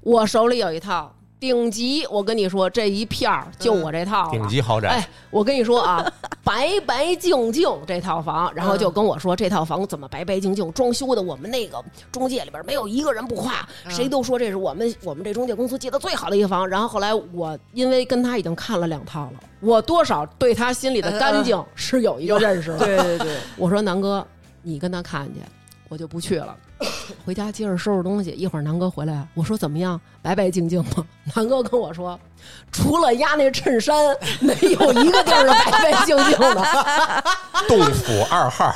Speaker 2: 我手里有一套。顶级，我跟你说，这一片儿就我这套了
Speaker 4: 顶级豪宅
Speaker 2: 哎，我跟你说啊， 白白净净这套房，然后就跟我说这套房怎么白白净净，装修的我们那个中介里边没有一个人不夸，谁都说这是我们我们这中介公司接的最好的一个房。然后后来我因为跟他已经看了两套了，我多少对他心里的干净是有一个认识了。
Speaker 3: 呃 对对对，
Speaker 2: 我说南哥，你跟他看去，我就不去了。回家接着收拾东西，一会儿南哥回来，我说怎么样，白白净净吗？ 南哥跟我说，除了压那衬衫，没有一个地儿是白白净净的。
Speaker 4: 洞府二号，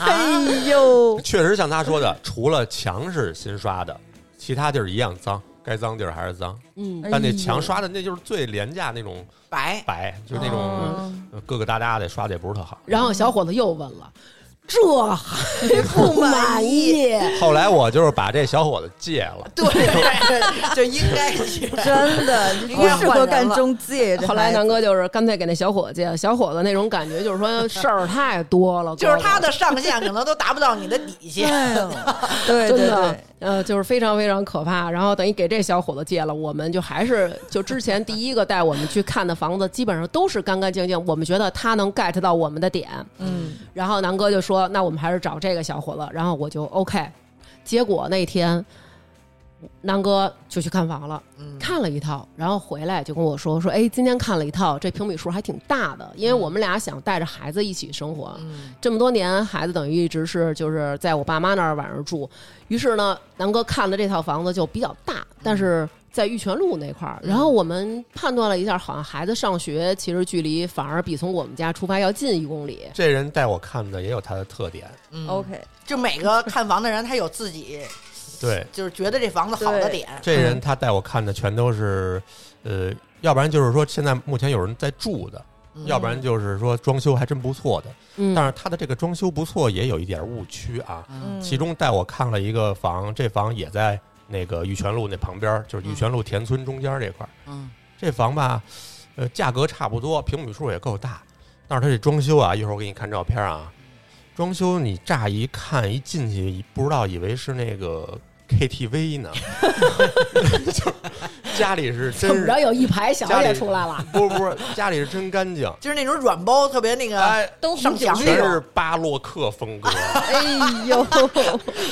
Speaker 1: 哎呦，
Speaker 4: 确实像他说的，除了墙是新刷的，其他地儿一样脏，该脏地儿还是脏。
Speaker 2: 嗯，
Speaker 1: 哎
Speaker 4: 但那墙刷的那就是最廉价那种
Speaker 3: 白
Speaker 4: 白，就是那种
Speaker 1: 哦
Speaker 4: 呃疙疙瘩瘩的，刷的也不是特好。
Speaker 2: 然后小伙子又问了，这 还不满意？
Speaker 4: 后来我就是把这小伙子戒了，
Speaker 3: 对，就应该起 来。
Speaker 1: 真的这不适合干中介。这
Speaker 2: 后来
Speaker 1: 孩子
Speaker 2: 南哥就是干脆给那小伙计，小伙子那种感觉就是说事儿太多了，
Speaker 3: 就是
Speaker 2: 哥
Speaker 3: 他的上限可能都达不到你的 底线，
Speaker 1: 哎呦 对
Speaker 2: 真
Speaker 1: 对
Speaker 2: 的
Speaker 1: 对，，
Speaker 2: 呃，就是非常非常可怕。然后等于给这小伙子借了，我们就还是就之前第一个带我们去看的房子，基本上都是干干净净。我们觉得他能 get 到我们的点，
Speaker 1: 嗯，
Speaker 2: 然后南哥就说：“那我们还是找这个小伙子。”然后我就 OK。结果那天，南哥就去看房了，看了一套，然后回来就跟我说：“说哎，今天看了一套，这平米数还挺大的，因为我们俩想带着孩子一起生活。
Speaker 3: 嗯
Speaker 2: 这么多年，孩子等于一直是就是在我爸妈那儿晚上住。于是呢，南哥看的这套房子就比较大，但是。”在玉泉路那块儿，然后我们判断了一下，好像孩子上学其实距离反而比从我们家出发要近一公里。
Speaker 4: 这人带我看的也有他的特点，
Speaker 1: 嗯 OK，
Speaker 3: 嗯就每个看房的人他有自己
Speaker 4: 对，
Speaker 3: 就是觉得这房子好的点，
Speaker 4: 这人他带我看的全都是，呃，要不然就是说现在目前有人在住的，要不然就是说装修还真不错的。
Speaker 2: 嗯
Speaker 4: 但是他的这个装修不错也有一点误区啊。
Speaker 1: 嗯
Speaker 4: 其中带我看了一个房，这房也在那个玉泉路那旁边儿，就是玉泉路田村中间这块儿。
Speaker 3: 嗯，
Speaker 4: 这房吧，呃，价格差不多，平米数也够大，但是它这装修啊，一会儿我给你看照片啊。装修你乍一看一进去，不知道以为是那个 KTV 呢，就是家里是
Speaker 2: 怎
Speaker 4: 真
Speaker 2: 么
Speaker 4: 是
Speaker 2: 着有一排小
Speaker 4: 家
Speaker 2: 姐
Speaker 4: 里
Speaker 2: 出来了？
Speaker 4: 不是不是家里是真干 净，
Speaker 3: 就是那种软包特别那个
Speaker 4: 哎，
Speaker 1: 都
Speaker 3: 上墙
Speaker 4: 全是巴洛克 风格，
Speaker 1: 哎呦，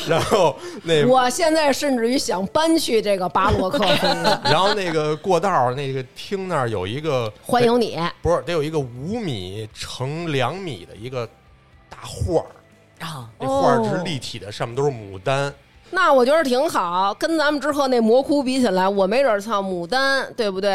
Speaker 4: 然后那
Speaker 2: 我现在甚至于想搬去这个巴洛克风格，
Speaker 4: 然后那个过道儿那个厅那儿有一个
Speaker 2: 欢迎你。
Speaker 4: 不是得有一个五米乘两米的一个大画儿，
Speaker 3: 啊，
Speaker 4: 那画儿
Speaker 1: 哦
Speaker 4: 是立体的，上面都是牡丹。
Speaker 2: 那我觉得挺好，跟咱们之后那魔窟比起来，我没准儿操牡丹，对不对？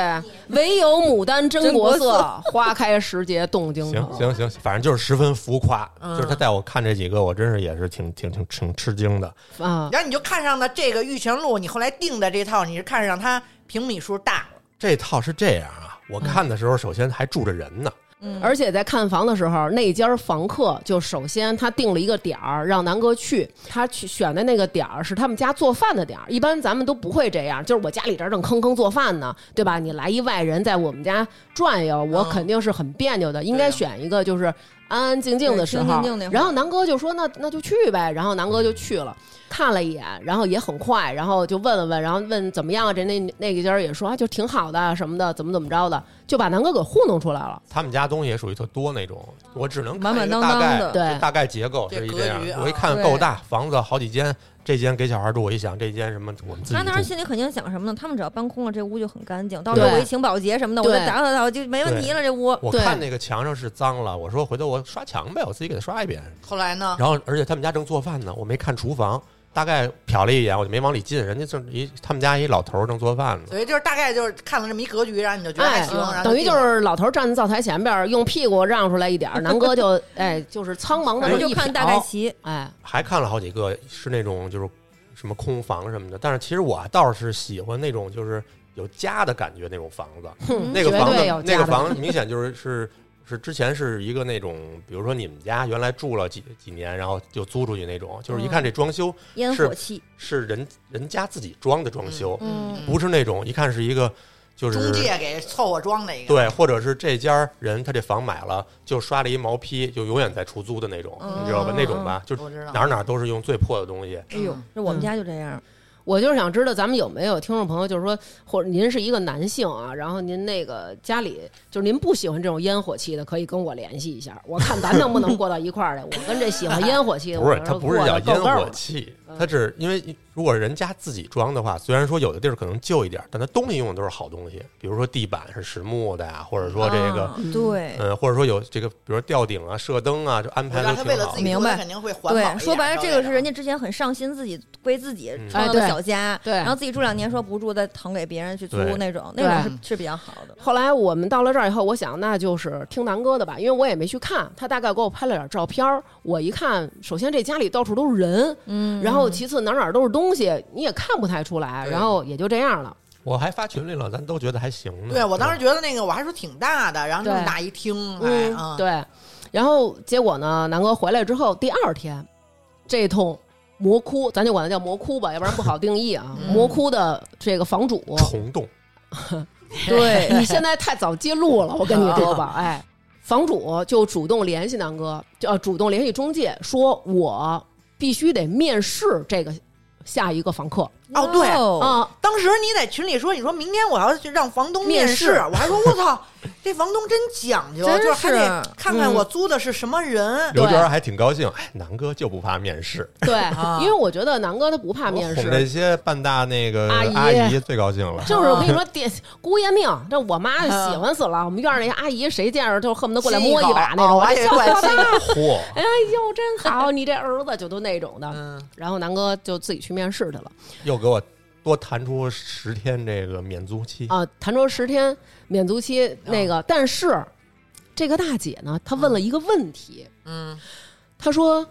Speaker 2: 唯有牡丹真国
Speaker 1: 真国
Speaker 2: 色，花开时节动京
Speaker 4: 行
Speaker 1: 哦
Speaker 2: 城。
Speaker 4: 行行，反正就是十分浮夸，
Speaker 1: 嗯
Speaker 4: 就是他带我看这几个，我真是也是挺挺挺挺吃惊的。
Speaker 2: 啊，
Speaker 3: 然后你就看上了这个玉泉路，你后来定的这套，你是看上它平米数大了，
Speaker 4: 这套是这样啊，我看的时候首先还住着人呢，
Speaker 1: 嗯
Speaker 2: 而且在看房的时候，那家房客就首先他定了一个点儿让南哥去，他去选的那个点儿是他们家做饭的点儿。一般咱们都不会这样，就是我家里这儿正坑坑做饭呢，对吧？你来一外人在我们家转悠，
Speaker 1: 嗯
Speaker 2: 我肯定是很别扭的。应该选一个就是安安静静的时候。
Speaker 1: 对清静静那会儿
Speaker 2: 然后南哥就说：“那那就去呗。”然后南哥就去了。看了一眼，然后也很快，然后就问了问，然后问怎么样啊？这那那个家儿也说啊，就挺好的啊什么的，怎么怎么着的，就把南哥给糊弄出来了。
Speaker 4: 他们家东西也属于特多那种，我只能看
Speaker 1: 满满
Speaker 4: 一个
Speaker 1: 当
Speaker 4: 大
Speaker 1: 当
Speaker 4: 概
Speaker 1: 的
Speaker 2: 对
Speaker 4: 就大概结构
Speaker 3: 这
Speaker 4: 是一
Speaker 3: 格
Speaker 4: 这样
Speaker 3: 局。啊
Speaker 4: 我一看够大，房子好几间，这间给小孩住，我一想这间什么我们自己
Speaker 1: 他当时
Speaker 4: 住。
Speaker 1: 心里肯定想什么呢？他们只要搬空了，这屋就很干净。到时候
Speaker 2: 对
Speaker 1: 我一请保洁什么的，我就
Speaker 2: 对
Speaker 1: 打扫打扫就没问题了。这屋
Speaker 4: 我
Speaker 2: 对
Speaker 4: 看那个墙上是脏了，我说回头我刷墙呗，我自己给它刷一遍。
Speaker 3: 后来
Speaker 2: 啊
Speaker 3: 呢，
Speaker 4: 然后而且他们家正做饭呢，我没看厨房，大概瞟了一眼，我就没往里进。人家正一他们家一老头儿正做饭呢，
Speaker 3: 所以就是大概就是看了这么一格局，然后你就觉得还行，然后
Speaker 2: 哎嗯等于就
Speaker 3: 定了
Speaker 2: 是老头站在灶台前边儿，用屁股让出来一点 儿，南哥就哎，就是苍茫
Speaker 1: 反
Speaker 2: 的
Speaker 1: 正
Speaker 2: 这
Speaker 1: 就
Speaker 2: 一
Speaker 1: 看
Speaker 2: 瞟
Speaker 1: 大概
Speaker 4: 哦
Speaker 1: 齐。
Speaker 2: 哎，
Speaker 4: 还看了好几个是那种就是什么空房什么的。但是其实我倒是喜欢那种就是有家的感觉那种房子，
Speaker 1: 嗯
Speaker 2: 哼，
Speaker 4: 那个房
Speaker 2: 嗯绝
Speaker 4: 子
Speaker 2: 对有
Speaker 4: 那个
Speaker 2: 家的
Speaker 4: 房子明显就是是。是之前是一个那种，比如说你们家原来住了几几年，然后就租出去那种，就是一
Speaker 2: 嗯
Speaker 4: 看这装修
Speaker 1: 烟火气，
Speaker 4: 是人人家自己装的装修，
Speaker 1: 嗯，
Speaker 4: 不是那种一看是一个就是
Speaker 3: 中介给凑合装的一个，
Speaker 4: 对，或者是这家人他这房买了，就刷了一毛坯，就永远在出租的那种，你知道吧？那种吧，就
Speaker 3: 哦我知道
Speaker 4: 哪儿哪儿都是用最破的东西。
Speaker 1: 嗯
Speaker 4: 嗯
Speaker 1: 哎呦，这我们家就这样。
Speaker 2: 我就是想知道咱们有没有听众朋友，就是说，或者您是一个男性啊，然后您那个家里就是您不喜欢这种烟火气的，可以跟我联系一下，我看咱能不能过到一块儿来。我跟这喜欢烟火气的，
Speaker 4: 不
Speaker 2: 我，
Speaker 4: 是它
Speaker 2: 说
Speaker 4: 不是
Speaker 2: 过
Speaker 4: 叫
Speaker 2: 得够
Speaker 4: 烟
Speaker 2: 够
Speaker 4: 火
Speaker 2: 了
Speaker 4: 气
Speaker 2: 嗯，
Speaker 4: 它是因为如果人家自己装的话，虽然说有的地儿可能旧一点，但它东西用的都是好东西，比如说地板是实木的呀，或者说这个
Speaker 3: 哦
Speaker 1: 啊，对，
Speaker 4: 嗯，或者说有这个，比如说吊顶啊、射灯啊，就安
Speaker 3: 我
Speaker 4: 排
Speaker 3: 知
Speaker 4: 的
Speaker 3: 道他为
Speaker 4: 挺
Speaker 3: 了
Speaker 4: 好
Speaker 3: 自。己
Speaker 1: 明
Speaker 3: 做的
Speaker 1: 白
Speaker 3: 肯定会环保一
Speaker 1: 对，
Speaker 3: 点。
Speaker 1: 说白了，这个是人
Speaker 3: 家
Speaker 1: 家之前很上心自己为自己
Speaker 4: 嗯
Speaker 1: 创造
Speaker 2: 哎对
Speaker 1: 的小家，
Speaker 2: 对
Speaker 1: 然后自己住两年，说不住再腾给别人去租
Speaker 4: 对
Speaker 1: 那种，
Speaker 2: 对
Speaker 1: 那种是是比较好的。
Speaker 2: 后来我们到了这儿以后，我想那就是听南哥的吧，因为我也没去看，他大概给我拍了点照片儿。我一看，首先这家里到处都是人，
Speaker 1: 嗯，
Speaker 2: 然后其次哪儿哪儿都是东西，你也看不太出来，
Speaker 3: 对
Speaker 2: 然后也就这样了。
Speaker 4: 我还发群里了，咱都觉得还行呢。嗯
Speaker 3: 嗯对我当时
Speaker 4: 吧
Speaker 3: 觉得那个我还说挺大的，然后这么
Speaker 2: 对
Speaker 3: 大一厅还
Speaker 2: 嗯，
Speaker 3: 啊，
Speaker 2: 对。然后结果呢，南哥回来之后，第二天，这通魔窟，咱就管它叫魔窟吧，要不然不好定义啊。
Speaker 3: 嗯
Speaker 2: 魔窟的这个房主，
Speaker 4: 虫洞，
Speaker 1: 对，
Speaker 2: 你现在太早揭露了，我跟你说 吧，哎，房主就主动联系南哥，就呃主动联系中介，说我必须得面试这个下一个房客
Speaker 3: 哦对
Speaker 1: 哦
Speaker 2: 啊，
Speaker 3: 当时你在群里说，你说明天我要去让房东
Speaker 2: 面
Speaker 3: 试，
Speaker 2: 试
Speaker 3: 我还说我操，这房东真讲究，
Speaker 1: 真
Speaker 3: 就是还得
Speaker 1: 是
Speaker 3: 看看我租的是什么人。
Speaker 4: 刘娟还挺高兴，哎，南哥就不怕面试，
Speaker 2: 对
Speaker 3: 啊，
Speaker 2: 因为我觉得南哥他不怕面
Speaker 4: 我们这
Speaker 2: 试。
Speaker 4: 些半大那个
Speaker 2: 阿姨
Speaker 4: 阿姨最高兴 了。
Speaker 2: 就是我跟你说，爹姑爷命，这我妈喜欢死了。我们院儿那些阿姨，谁见着就恨不得过来
Speaker 3: 啊亲一
Speaker 2: 摸一
Speaker 3: 口
Speaker 2: 把那
Speaker 3: 哦
Speaker 2: 种，
Speaker 3: 我
Speaker 2: 哎
Speaker 3: 也
Speaker 2: 笑
Speaker 3: 管
Speaker 2: 笑
Speaker 3: 亲
Speaker 2: 笑，
Speaker 4: 嚯，
Speaker 2: 哎呦，真好，你这儿子就都那种的。
Speaker 3: 嗯，
Speaker 2: 然后南哥就自己去面试去了。
Speaker 4: 又给我多弹出十天这个免租期，
Speaker 2: 啊，谈说十天免租期那个，但是这个大姐呢，她问了一个问题，
Speaker 3: 嗯，
Speaker 2: 她说：“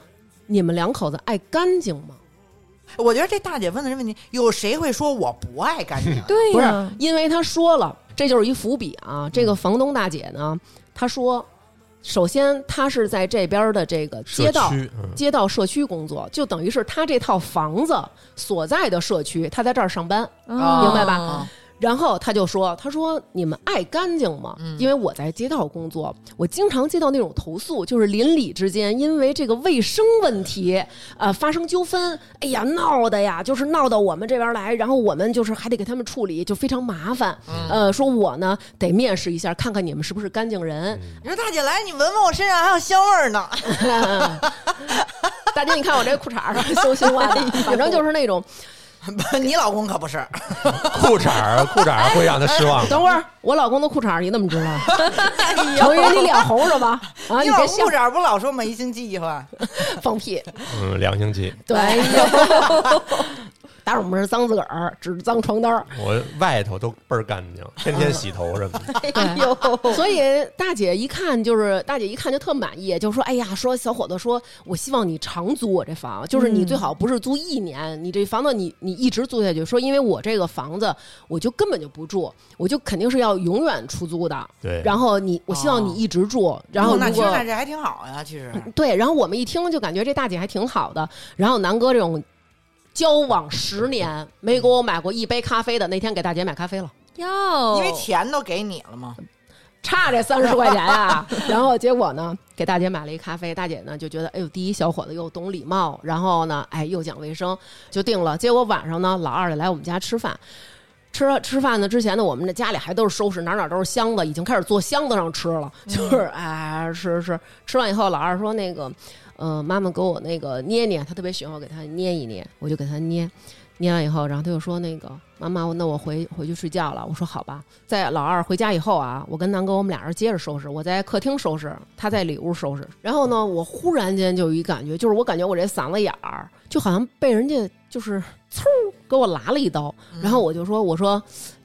Speaker 2: 你们两口子爱干净吗
Speaker 3: 我觉得这大姐问的这问题，有谁会说我不爱干净？
Speaker 1: 对？”
Speaker 2: 不是
Speaker 1: 呀，，
Speaker 2: 因为她说了，这就是一伏笔啊。这个房东大姐呢，她说，首先她是在这边的这个街
Speaker 4: 社
Speaker 2: 道。
Speaker 4: 区，嗯，
Speaker 2: 街道社区工作，就等于是她这套房子所在的社区，她在这儿上班，
Speaker 1: 啊
Speaker 2: 明白吧
Speaker 3: 啊
Speaker 2: 然后他就说：“他说你们爱干净吗？
Speaker 3: 嗯
Speaker 2: 因为我在街道工作，我经常接到那种投诉，就是邻里之间因为这个卫生问题，呃，发生纠纷。哎呀，闹的呀，就是闹到我们这边来，然后我们就是还得给他们处理，就非常麻烦。
Speaker 3: 嗯
Speaker 2: 呃，说我呢得面试一下，看看你们是不是干净人。
Speaker 3: 你说大姐来，你闻闻我身上还有香味儿呢。
Speaker 2: 大姐，你看我这裤衩儿 羞羞 啊，
Speaker 3: 哎
Speaker 2: 反正就是那种。
Speaker 3: 不你老公可不是，
Speaker 4: 裤衩儿裤衩儿会让他失 望的。
Speaker 2: 等会儿，我老公的裤衩儿你怎么知 道？成人你脸红是吧？啊，
Speaker 3: 哎
Speaker 2: 你
Speaker 3: 你老
Speaker 2: 别
Speaker 3: 公
Speaker 2: 笑
Speaker 3: 裤，衩不老说吗？一星期一 换，
Speaker 2: 放屁。”
Speaker 4: 嗯，良心期，
Speaker 2: 对，哎呦打我们是脏自个儿，只脏床单儿。
Speaker 4: 我外头都倍儿干净，天天洗头什么的。
Speaker 1: 哎呦，
Speaker 2: 所以大姐一看就是，大姐一看就特满意，就说：“哎呀，说小伙子说，我希望你长租我这房，就是你最好不是租一年，你这房子你你一直租下去。说因为我这个房子我就根本就不住，我就肯定是要永远出租的。
Speaker 4: 对，
Speaker 2: 然后你，我希望
Speaker 1: 哦
Speaker 2: 你一直住。然后
Speaker 3: 哦那
Speaker 2: 如
Speaker 3: 其实
Speaker 2: 果
Speaker 3: 那这还挺好呀，其实。
Speaker 2: 对，然后我们一听就感觉这大姐还挺好的。然后南哥这种交往十年没给我买过一杯咖啡的，那天给大姐买咖啡了，
Speaker 1: 哟，
Speaker 3: 因为钱都给你了嘛，
Speaker 2: 差这三十块钱啊。 然后结果呢，给大姐买了一咖啡，大姐呢就觉得，哎呦，第一小伙子又懂礼貌，然后呢，哎又讲卫生，就定了。结果晚上呢，老二就来我们家吃饭。吃吃饭呢之前呢，我们这家里还都是收拾，哪哪都是箱子，已经开始坐箱子上吃了。就是哎，吃吃吃完以后，老二说那个，呃，妈妈给我那个捏捏，他特别喜欢我给他捏一捏，我就给他捏，捏完以后，然后他就说那个妈妈，我那我回回去睡觉了。我说好吧，在老二回家以后啊，我跟南哥我们俩人接着收拾，我在客厅收拾，他在里屋收拾。然后呢，我忽然间就有一感觉，就是我感觉我这嗓子眼儿就好像被人家就是嗖给我拉了一刀，
Speaker 3: 嗯
Speaker 4: 嗯
Speaker 2: 然后我就说我说。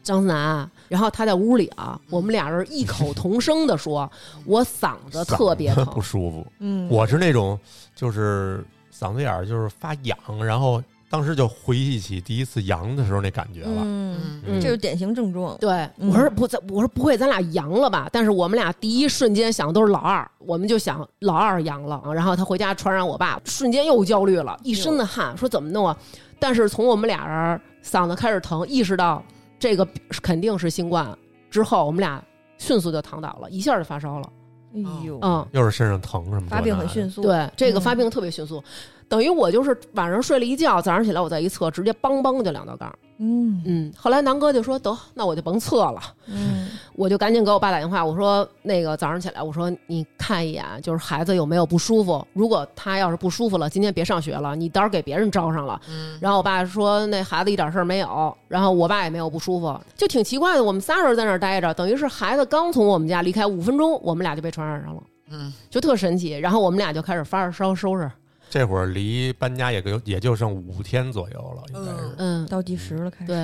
Speaker 2: 张思南啊，然后他在屋里啊，
Speaker 4: 嗯
Speaker 2: 我们俩人异口同声的说：“我嗓子特别
Speaker 4: 嗓
Speaker 2: 疼
Speaker 4: 子，不舒服。
Speaker 1: 嗯，
Speaker 4: 我是那种就是嗓子眼儿就是发痒，然后当时就回忆起第一次阳的时候那感觉了。
Speaker 1: 嗯，
Speaker 3: 嗯，
Speaker 2: 嗯
Speaker 1: 这是典型症状。
Speaker 2: 对，
Speaker 1: 嗯
Speaker 2: 我说不，咱我说不会，咱俩阳了吧？但是我们俩第一瞬间想的都是老二，我们就想老二阳了啊，然后他回家传染我爸，瞬间又焦虑了，一身的汗，说怎么弄啊？但是从我们俩人嗓子开始疼，意识到这个肯定是新冠之后，我们俩迅速就躺倒了，一下就发烧了。
Speaker 1: 哎呦，
Speaker 2: 嗯，
Speaker 4: 又是身上疼什么这那的？
Speaker 1: 发病很迅速，，
Speaker 2: 对，这个
Speaker 1: 嗯
Speaker 2: 发病特别迅速，等于我就是晚上睡了一觉，早上起来我再一测，直接梆梆就两道杠。
Speaker 1: 嗯
Speaker 2: 嗯，后来南哥就说得，那我就甭测了，
Speaker 1: 嗯
Speaker 2: 我就赶紧给我爸打电话，我说那个早上起来，我说你看一眼，就是孩子有没有不舒服，如果他要是不舒服了，今天别上学了，你到时候给别人招上了。
Speaker 3: 嗯，
Speaker 2: 然后我爸说那孩子一点事儿没有，然后我爸也没有不舒服，就挺奇怪的。我们仨人在那儿待着，等于是孩子刚从我们家离开五分钟，我们俩就被传染上了，
Speaker 3: 嗯，
Speaker 2: 就特神奇。然后我们俩就开始发着烧收拾，
Speaker 4: 这会儿离搬家也就也就剩五天左右了，应该是
Speaker 2: 嗯，
Speaker 1: 倒计时了，开始，
Speaker 2: 对，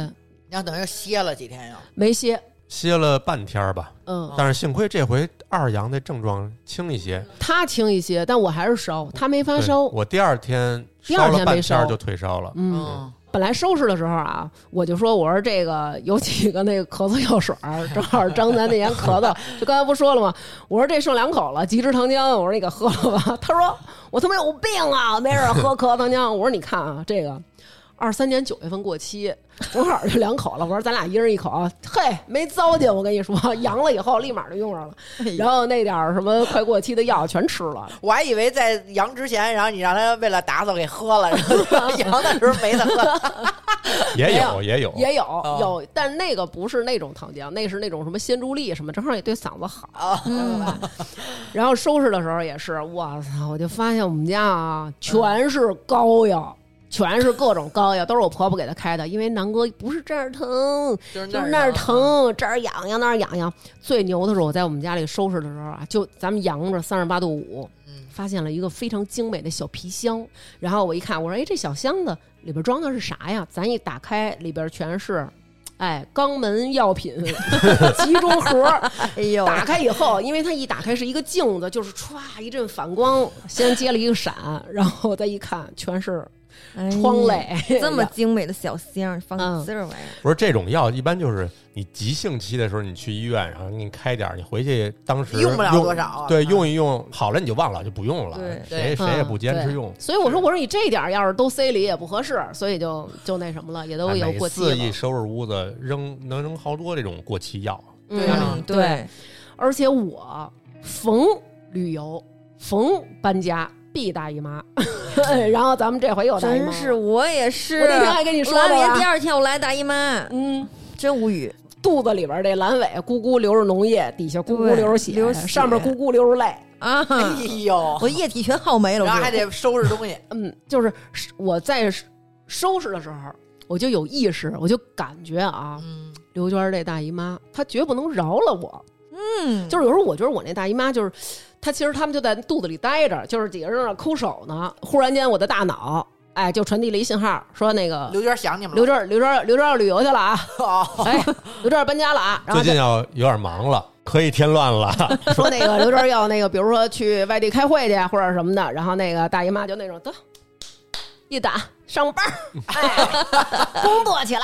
Speaker 3: 然后等于歇了几天呀，
Speaker 2: 没歇，
Speaker 4: 歇了半天儿吧。
Speaker 3: 哦
Speaker 2: 嗯，
Speaker 4: 但是幸亏这回二阳的症状轻一些，
Speaker 2: 他轻一些，但我还是烧，他没发
Speaker 4: 对
Speaker 2: 烧。
Speaker 4: 我第二天
Speaker 2: 第二
Speaker 4: 烧了
Speaker 2: 天没
Speaker 4: 半天儿
Speaker 2: 烧
Speaker 4: 就退烧了。
Speaker 2: 嗯，
Speaker 3: 嗯，
Speaker 2: 本来收拾的时候啊，我就说我说这个有几个那个咳嗽药水儿，正好张楠那年咳嗽， 就刚才不说了吗？我说这剩两口了，急支糖浆，我说你给喝了吧。他说我他妈有病啊，没事儿喝咳嗽糖浆。我说你看啊，这个 二三年九月份过期，正好就两口了。我说咱俩一人一口，嘿，没糟践。我跟你说，阳了以后立马就用上 了，
Speaker 1: 哎
Speaker 2: 然后那点儿什么快过期的药全吃了。
Speaker 3: 我还以为在阳之前，然后你让他为了打扫给喝 了，然后阳的时候没得喝，
Speaker 4: 也有
Speaker 2: 没
Speaker 4: 也有，
Speaker 2: 也有、
Speaker 3: 哦
Speaker 2: 有，但是那个不是那种糖浆，那是那种什么鲜竹沥什么，正好也对嗓子好。
Speaker 3: 哦
Speaker 1: 嗯，
Speaker 2: 然后收拾的时候也是，我操！我就发现我们家啊，全是膏药，全是各种膏药，都是我婆婆给她开的。因为南哥不是这儿疼，
Speaker 3: 就是
Speaker 2: 就是 那儿，啊疼，这儿痒痒，那儿痒痒。最牛的是我在我们家里收拾的时候啊，就咱们阳着三十八度五，
Speaker 3: 嗯
Speaker 2: 发现了一个非常精美的小皮箱。然后我一看，我说：“哎，这小箱子里边装的是啥呀？”咱一打开，里边全是。哎，肛门药品 集中盒儿，
Speaker 1: 哎呦，
Speaker 2: 打开以后，因为它一打开是一个镜子，就是歘一阵反光，先接了一个闪，然后再一看全是
Speaker 1: 哎
Speaker 2: 窗类，
Speaker 1: 这么精美的小箱，放这儿玩意儿，
Speaker 4: 不是这种药，一般就是你急性期的时候，你去医院，然后给你开点儿，你回去当时
Speaker 3: 用不了多少啊
Speaker 4: 对，
Speaker 3: 嗯
Speaker 4: 用一用好了你就忘了，就不用了，
Speaker 1: 对
Speaker 4: 谁
Speaker 2: 对
Speaker 4: 哎谁也
Speaker 2: 嗯
Speaker 4: 不坚持
Speaker 2: 对
Speaker 4: 用。
Speaker 2: 所以我说，我说你这点儿要是都塞里也不合适，所以就就那什么了，也都
Speaker 4: 哎
Speaker 2: 有
Speaker 4: 每
Speaker 2: 过期
Speaker 4: 次一
Speaker 2: 了。
Speaker 4: 收拾屋子扔能扔好多这种过期药，
Speaker 2: 嗯
Speaker 4: 家
Speaker 1: 嗯，对，
Speaker 2: 而且我逢旅游，逢搬家必大姨妈， 然后咱们这回又大姨
Speaker 1: 真
Speaker 2: 妈了，
Speaker 1: 是我也是，
Speaker 2: 我那天还跟你说
Speaker 1: 我来
Speaker 2: 的
Speaker 1: 完第
Speaker 2: 吧，
Speaker 1: 二天我来大姨妈，
Speaker 2: 嗯，
Speaker 1: 真无语，
Speaker 2: 肚子里边这阑尾咕咕流着脓液，底下咕咕
Speaker 1: 对
Speaker 2: 流着血，
Speaker 1: 流血
Speaker 2: 上面咕咕流着泪。
Speaker 1: 啊！
Speaker 3: 哎呦，
Speaker 1: 我液体全耗没了，
Speaker 3: 然后还
Speaker 1: 我
Speaker 3: 得收拾东西，
Speaker 2: 嗯，就是我在收拾的时候，我就有意识，我就感觉啊，
Speaker 3: 嗯，
Speaker 2: 刘娟儿这大姨妈，她绝不能饶了我。
Speaker 1: 嗯，
Speaker 2: 就是有时候我觉得我那大姨妈就是，她其实她们就在肚子里待着，就是几个人在那儿抠手呢。忽然间，我的大脑哎就传递了一信号，说那个
Speaker 3: 刘娟想你们
Speaker 2: 刘
Speaker 3: 了，
Speaker 2: 娟儿，刘娟儿，刘娟儿要旅游去了啊，
Speaker 3: 哦
Speaker 2: 哎，刘娟儿搬家了 啊，然
Speaker 4: 最
Speaker 2: 后
Speaker 4: 近要有点忙了，可以添乱了。
Speaker 2: 就说那个刘娟儿要那个，比如说去外地开会去或者什么的，然后那个大姨妈就那种得一打上班儿，哎，工作起来。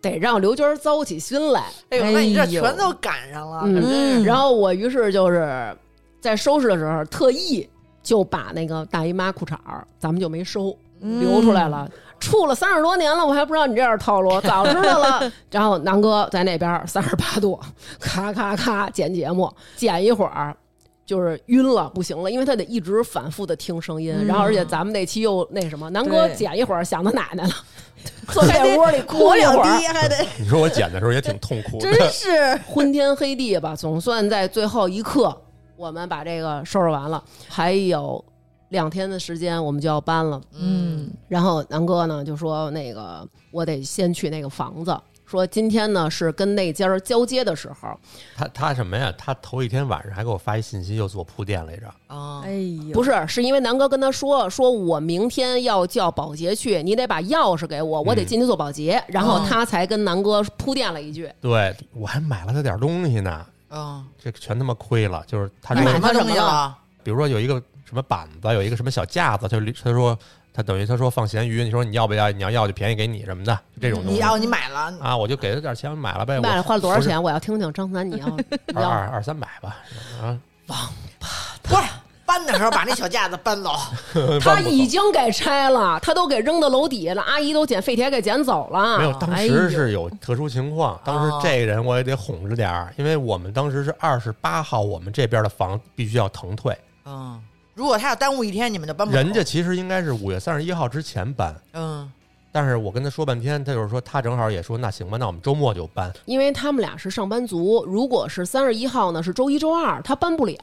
Speaker 2: 得让刘娟儿糟起心来，
Speaker 3: 哎呦，那你这
Speaker 1: 哎呦
Speaker 3: 全都赶上了，
Speaker 2: 嗯
Speaker 1: 嗯，
Speaker 2: 然后我于是就是在收拾的时候，特意就把那个大姨妈裤衩儿咱们就没收，
Speaker 1: 嗯
Speaker 2: 留出来了。处了三十多年了，我还不知道你这样套 路，早知道了。然后南哥在那边三十八度，咔咔咔剪节目，剪一会儿。就是晕了，不行了，因为他得一直反复的听声音，
Speaker 1: 嗯
Speaker 2: 然后而且咱们那期又那什么，南哥
Speaker 1: 对
Speaker 2: 剪一会儿想他奶 奶了，坐被窝里哭一会儿，
Speaker 1: 滴还得，
Speaker 4: 你说我剪的时候也挺痛苦的，
Speaker 1: 真是，
Speaker 2: 昏天黑地吧，总算在最后一刻，我们把这个收拾完了，还有两天的时间，我们就要搬了。
Speaker 1: 嗯，
Speaker 2: 然后南哥呢就说：“那个我得先去那个房子，说今天呢是跟那家儿交接的时候，
Speaker 4: 他他什么呀？他头一天晚上还给我发一信息，又做铺垫来着。
Speaker 3: 啊
Speaker 1: 哎，呦，
Speaker 2: 不
Speaker 1: 是，
Speaker 2: 是是因为南哥跟他说，说我明天要叫保洁去，你得把钥匙给我，我得进去做保洁。然后他才跟南哥铺垫了一句。”
Speaker 4: 对我还买了他点东西呢，
Speaker 3: 啊，
Speaker 4: 这全他妈亏了。就是他
Speaker 2: 哎
Speaker 4: 说
Speaker 2: 买
Speaker 3: 什么
Speaker 2: 什
Speaker 3: 东
Speaker 2: 么
Speaker 3: 西了？
Speaker 4: 比如说有一个什么板子，有一个什么小架子，他就他说他等于他说放咸鱼，你说你要不要？你要要就便宜给你什么的，就这种东
Speaker 3: 你
Speaker 4: 西
Speaker 3: 要你买了，
Speaker 4: 啊，我就给他点钱买了呗。
Speaker 2: 卖了花了多少
Speaker 4: 哎我是？
Speaker 2: 钱？我要听听张三，你要
Speaker 4: 二
Speaker 2: 要
Speaker 4: 二二三百吧，啊，
Speaker 3: 不是搬的时候把那小架子搬走。
Speaker 2: 他已经给拆了，他都给扔到楼底下了，阿姨都捡废铁给捡走了。
Speaker 4: 没有，当
Speaker 2: 哎呦哦
Speaker 4: 时是有特殊情况，当时这个人我也得哄着点儿，因为我们当时是二十八号，我们这边的房必须要腾退，
Speaker 3: 嗯， 如果他要耽误一天，你们就搬不走
Speaker 4: 人家其实应该是五月三十一号之前搬，
Speaker 3: 嗯
Speaker 4: 但是我跟他说半天，他就是说他正好也说那行吧，那我们周末就搬，
Speaker 2: 因为他们俩是上班族，如果是三十一号呢，是周一周二，他搬不了，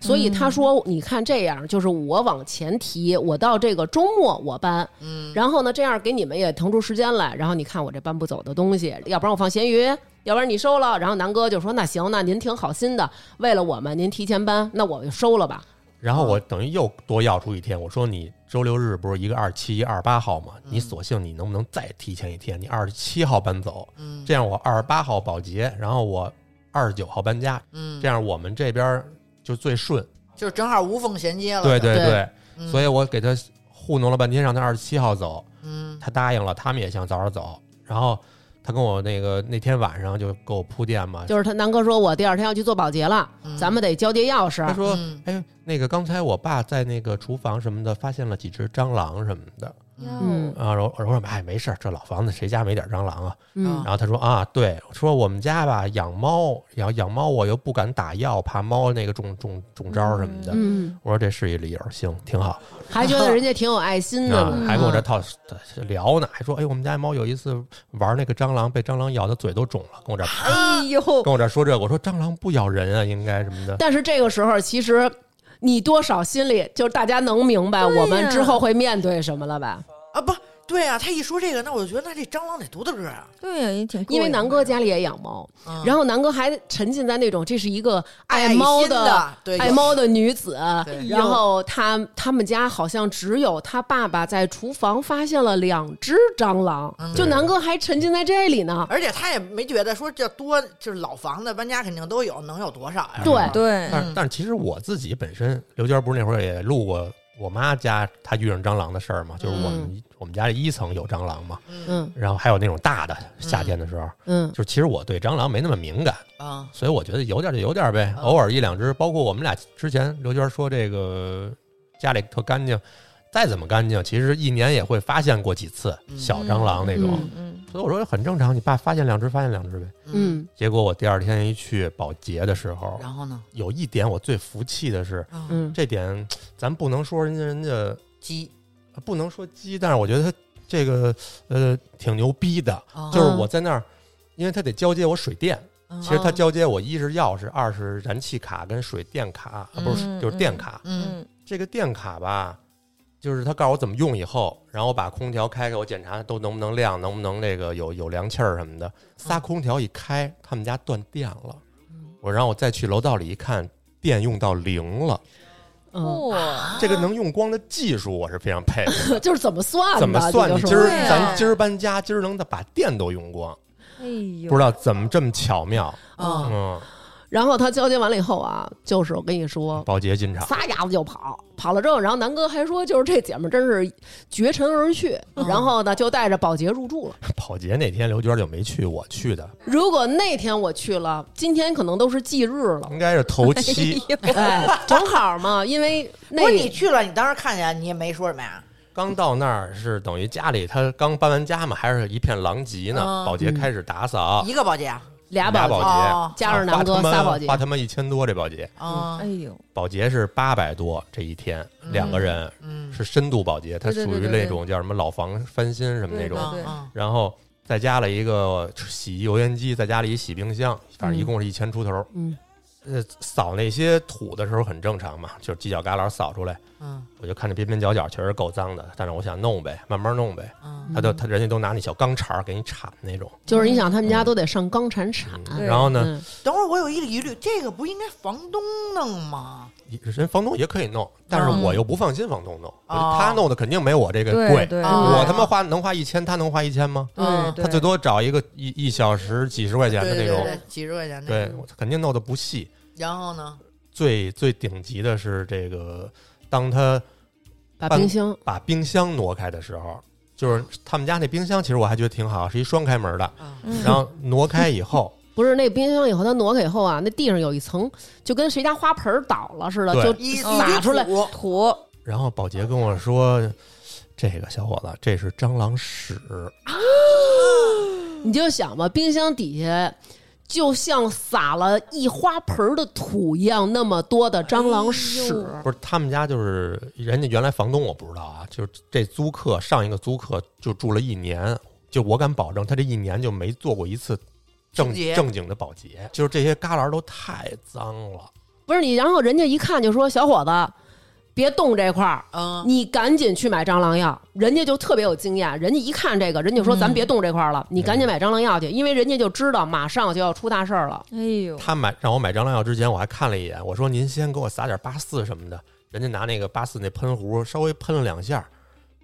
Speaker 2: 所以他说：“你看这样，就是我往前提，我到这个周末我搬，
Speaker 3: 嗯，
Speaker 2: 然后呢，这样给你们也腾出时间来。然后你看我这搬不走的东西，要不然我放闲鱼，要不然你收了。”然后南哥就说：“那行，那您挺好心的，为了我们您提前搬，那我就收了吧。
Speaker 4: 然
Speaker 3: 啊
Speaker 4: 后我等于又多要出一天，我说你周六日不是一个二七一二八号吗？
Speaker 3: 嗯
Speaker 4: 你索性你能不能再提前一天，你二十七号搬走，
Speaker 3: 嗯
Speaker 4: 这样我二十八号保洁，然后我二十九号搬家，
Speaker 3: 嗯，
Speaker 4: 这样我们这边就最顺。
Speaker 3: 就是正好无缝衔接了。
Speaker 4: 对对
Speaker 2: 对
Speaker 4: 对，
Speaker 3: 嗯
Speaker 4: 所以我给他糊弄了半天，让他二十七号走，
Speaker 3: 嗯
Speaker 4: 他答应了，他们也想早点走，然后。他跟我那个那天晚上就给我铺垫嘛，
Speaker 2: 就是他南哥说：“我第二天要去做保洁了，
Speaker 3: 嗯
Speaker 2: 咱们得交接钥匙。
Speaker 4: 他”说：“
Speaker 3: 嗯
Speaker 4: 哎，那个刚才我爸在那个厨房什么的发现了几只蟑螂什么的
Speaker 2: 嗯
Speaker 4: 啊。”然后我说：“哎，没事儿，这老房子谁家没点蟑螂啊？”
Speaker 2: 嗯
Speaker 4: 然后他说：“啊，对，说我们家吧养猫，然后养猫我又不敢打药，怕猫那个中中中招什么的。
Speaker 2: 嗯，
Speaker 4: 我说：“这是一理由，行，挺好。”
Speaker 2: 还觉得人家挺有爱心的
Speaker 4: 啊
Speaker 1: 嗯
Speaker 2: 呢，，嗯
Speaker 4: 还跟我这套聊呢，还说哎，我们家猫有一次玩那个蟑螂，被蟑螂咬的嘴都肿了，跟我这儿
Speaker 1: 哎呦，
Speaker 4: 跟我这儿说这，我说蟑螂不咬人啊，应该什么的。
Speaker 2: 但是这个时候，其实你多少心里就是大家能明白
Speaker 1: 对呀
Speaker 2: 我们之后会面对什么了吧？
Speaker 3: 啊，不对啊，他一说这个，那我就觉得那这蟑螂得多大个儿啊？
Speaker 1: 对呀，也挺
Speaker 2: 因为南
Speaker 1: 哥
Speaker 2: 哥家里也养猫，
Speaker 3: 嗯
Speaker 2: 然后南哥还沉浸在那种这是一个
Speaker 3: 爱
Speaker 2: 爱猫
Speaker 3: 心的对
Speaker 2: 爱猫的女子
Speaker 3: 对。
Speaker 2: 然后他他们家好像只有他爸爸在厨房发现了两只蟑螂，
Speaker 3: 嗯
Speaker 2: 就南哥还沉浸在这里呢。
Speaker 3: 而且他也没觉得说这多，就是老房子搬家肯定都有，能有多少呀？嗯
Speaker 2: 对
Speaker 1: 对，
Speaker 4: 但是但是其实我自己本身，刘娟不是那会儿也录过我妈家她遇上蟑螂的事儿嘛，就是
Speaker 1: 嗯
Speaker 4: 我们、我们家一层有蟑螂嘛，
Speaker 2: 嗯
Speaker 4: 然后还有那种大的，夏天的时候，
Speaker 2: 嗯，
Speaker 4: 就是其实我对蟑螂没那么敏感，
Speaker 3: 啊，
Speaker 4: 所以我觉得有点就有点呗，偶尔一两只。包括我们俩之前，刘娟说这个家里特干净，再怎么干净，其实一年也会发现过几次小蟑螂那种。
Speaker 2: 嗯
Speaker 1: 嗯，
Speaker 4: 所以我说很正常，你爸发现两只，发现两只呗。
Speaker 2: 嗯，
Speaker 4: 结果我第二天一去保洁的时候，
Speaker 3: 然后呢？
Speaker 4: 有一点我最服气的是，
Speaker 3: 啊
Speaker 2: 嗯
Speaker 4: 这点咱不能说人家人家
Speaker 3: 鸡
Speaker 4: 不能说鸡，但是我觉得他这个呃挺牛逼的，
Speaker 3: 啊
Speaker 4: 就是我在那儿，因为他得交接我水电。
Speaker 3: 嗯
Speaker 4: 其实它交接我一是钥匙，二是燃气卡跟水电卡，啊、不是
Speaker 1: 嗯
Speaker 4: 就是电卡。
Speaker 3: 嗯
Speaker 1: 嗯
Speaker 4: 这个电卡吧，就是他告诉我怎么用以后，然后我把空调开开，我检查都能不能亮，能不能那个有有凉气儿什么的。仨空调一开，他们家断电了。我然后我再去楼道里一看，电用到零了。
Speaker 3: 哦
Speaker 2: 嗯，
Speaker 1: 哇，
Speaker 4: 这个能用光的技术，我是非常佩服 的。
Speaker 2: 就是怎么算的？
Speaker 4: 怎么算？
Speaker 2: 这
Speaker 4: 你
Speaker 2: 就是
Speaker 4: 今儿
Speaker 1: 对啊
Speaker 4: 咱今儿搬家，今儿能把电都用光，
Speaker 1: 哎呦
Speaker 4: 不知，道怎么这么巧妙。
Speaker 3: 啊，
Speaker 4: 嗯，
Speaker 2: 然后他交接完了以后啊，就是我跟你说，
Speaker 4: 保洁进场。
Speaker 2: 撒丫子就跑，跑了之后，然后南哥还说，就是这姐们儿真是绝尘而去，然后呢就带着保洁入住了。
Speaker 4: 保洁那天刘娟就没去，我去的，
Speaker 2: 如果那天我去了，今天可能都是忌日了，
Speaker 4: 应该是头七。
Speaker 2: 哎，正好嘛，因为
Speaker 3: 不
Speaker 2: 那
Speaker 3: 是你去了，你当时看见你也没说什么呀？
Speaker 4: 刚到那儿是等于家里他刚搬完家嘛，还是一片狼藉呢。
Speaker 3: 嗯
Speaker 4: 保洁开始打扫，
Speaker 3: 一个保洁啊，
Speaker 2: 俩
Speaker 4: 俩
Speaker 2: 保
Speaker 4: 保
Speaker 2: 洁
Speaker 3: 哦
Speaker 4: 洁
Speaker 2: 加上南哥
Speaker 4: 花他妈
Speaker 2: 仨保洁
Speaker 4: 花他妈一千多这保
Speaker 2: 嗯
Speaker 4: 洁，
Speaker 3: 啊
Speaker 1: 哎呦，
Speaker 4: 保洁是八百多这一天，两个人
Speaker 3: 嗯
Speaker 4: 是深度保洁，它
Speaker 1: 对对
Speaker 4: 属于
Speaker 1: 对对
Speaker 4: 那种叫什么老房翻新什么那
Speaker 1: 对
Speaker 4: 种
Speaker 1: 对。
Speaker 3: 啊啊
Speaker 4: 然后再加了一个洗油烟机，再加了一洗冰箱，反正一共是一千出头。
Speaker 2: 嗯，
Speaker 4: 呃，扫那些土的时候很正常嘛，就是犄角旮旯扫出来。
Speaker 3: 嗯
Speaker 4: 我就看这边边角角确实够脏的，但是我想弄呗，慢慢弄呗。
Speaker 3: 嗯
Speaker 4: 他就他人家都拿那小钢铲儿给你铲那种，
Speaker 2: 就是你想他们家都得上钢铲铲，
Speaker 1: 对
Speaker 4: 然后呢，
Speaker 2: 嗯，
Speaker 3: 等会儿我有一个疑虑，这个不应该房东弄吗？
Speaker 4: 人房东也可以弄，但是我又不放心房东弄，我觉得他弄的肯定没我这个
Speaker 1: 对
Speaker 4: 贵。
Speaker 1: 对，
Speaker 3: 啊
Speaker 4: 我他妈花能花一千，他能花一千吗？
Speaker 1: 对对，
Speaker 4: 他最多找一个一一小时几十块钱的
Speaker 3: 嗯对
Speaker 4: 那
Speaker 3: 对
Speaker 4: 种
Speaker 3: 对，，几十块钱那
Speaker 4: 对
Speaker 3: 个。，
Speaker 4: 我肯定弄得不细。
Speaker 3: 然后呢？
Speaker 4: 最最顶级的是这个，当他
Speaker 2: 把
Speaker 4: 搬
Speaker 2: 冰箱
Speaker 4: 把冰箱挪开的时候，就是他们家那冰箱，其实我还觉得挺好，是一双开门的。
Speaker 3: 啊
Speaker 1: 嗯
Speaker 4: 然后挪开以后，
Speaker 2: 不是那冰箱以后，它挪开以后啊，那地上有一层，就跟谁家花盆儿倒了似的，
Speaker 4: 对
Speaker 2: 就
Speaker 3: 一一
Speaker 2: 撒
Speaker 3: 堆
Speaker 2: 出来
Speaker 3: 土
Speaker 2: 土。
Speaker 4: 然后保洁跟我说：“这个小伙子，这是蟑螂屎。
Speaker 2: 你就想吧，冰箱底下就像撒了一花盆儿的土一样，那么多的蟑
Speaker 4: 哎
Speaker 2: 螂屎。
Speaker 4: 不是他们家就是人家原来房东我不知道啊，就是这租客上一个租客就住了一年，就我敢保证他这一年就没做过一次正
Speaker 3: 清洁
Speaker 4: 正经的保洁，就是这些旮旯都太脏了。
Speaker 2: 不是你，然后人家一看就说：“小伙子，别动这块儿，
Speaker 3: 嗯，
Speaker 2: 你赶紧去买蟑螂药。”人家就特别有经验，人家一看这个，人
Speaker 4: 嗯
Speaker 2: 家就说：“咱别动这块儿了，你赶紧买蟑螂药去，因为人家就知道马上就要出大事儿了。
Speaker 1: 哎呦，
Speaker 4: 他买让我买蟑螂药之前，我还看了一眼，我说您先给我撒点八四什么的，人家拿那个八四那喷壶稍微喷了两下，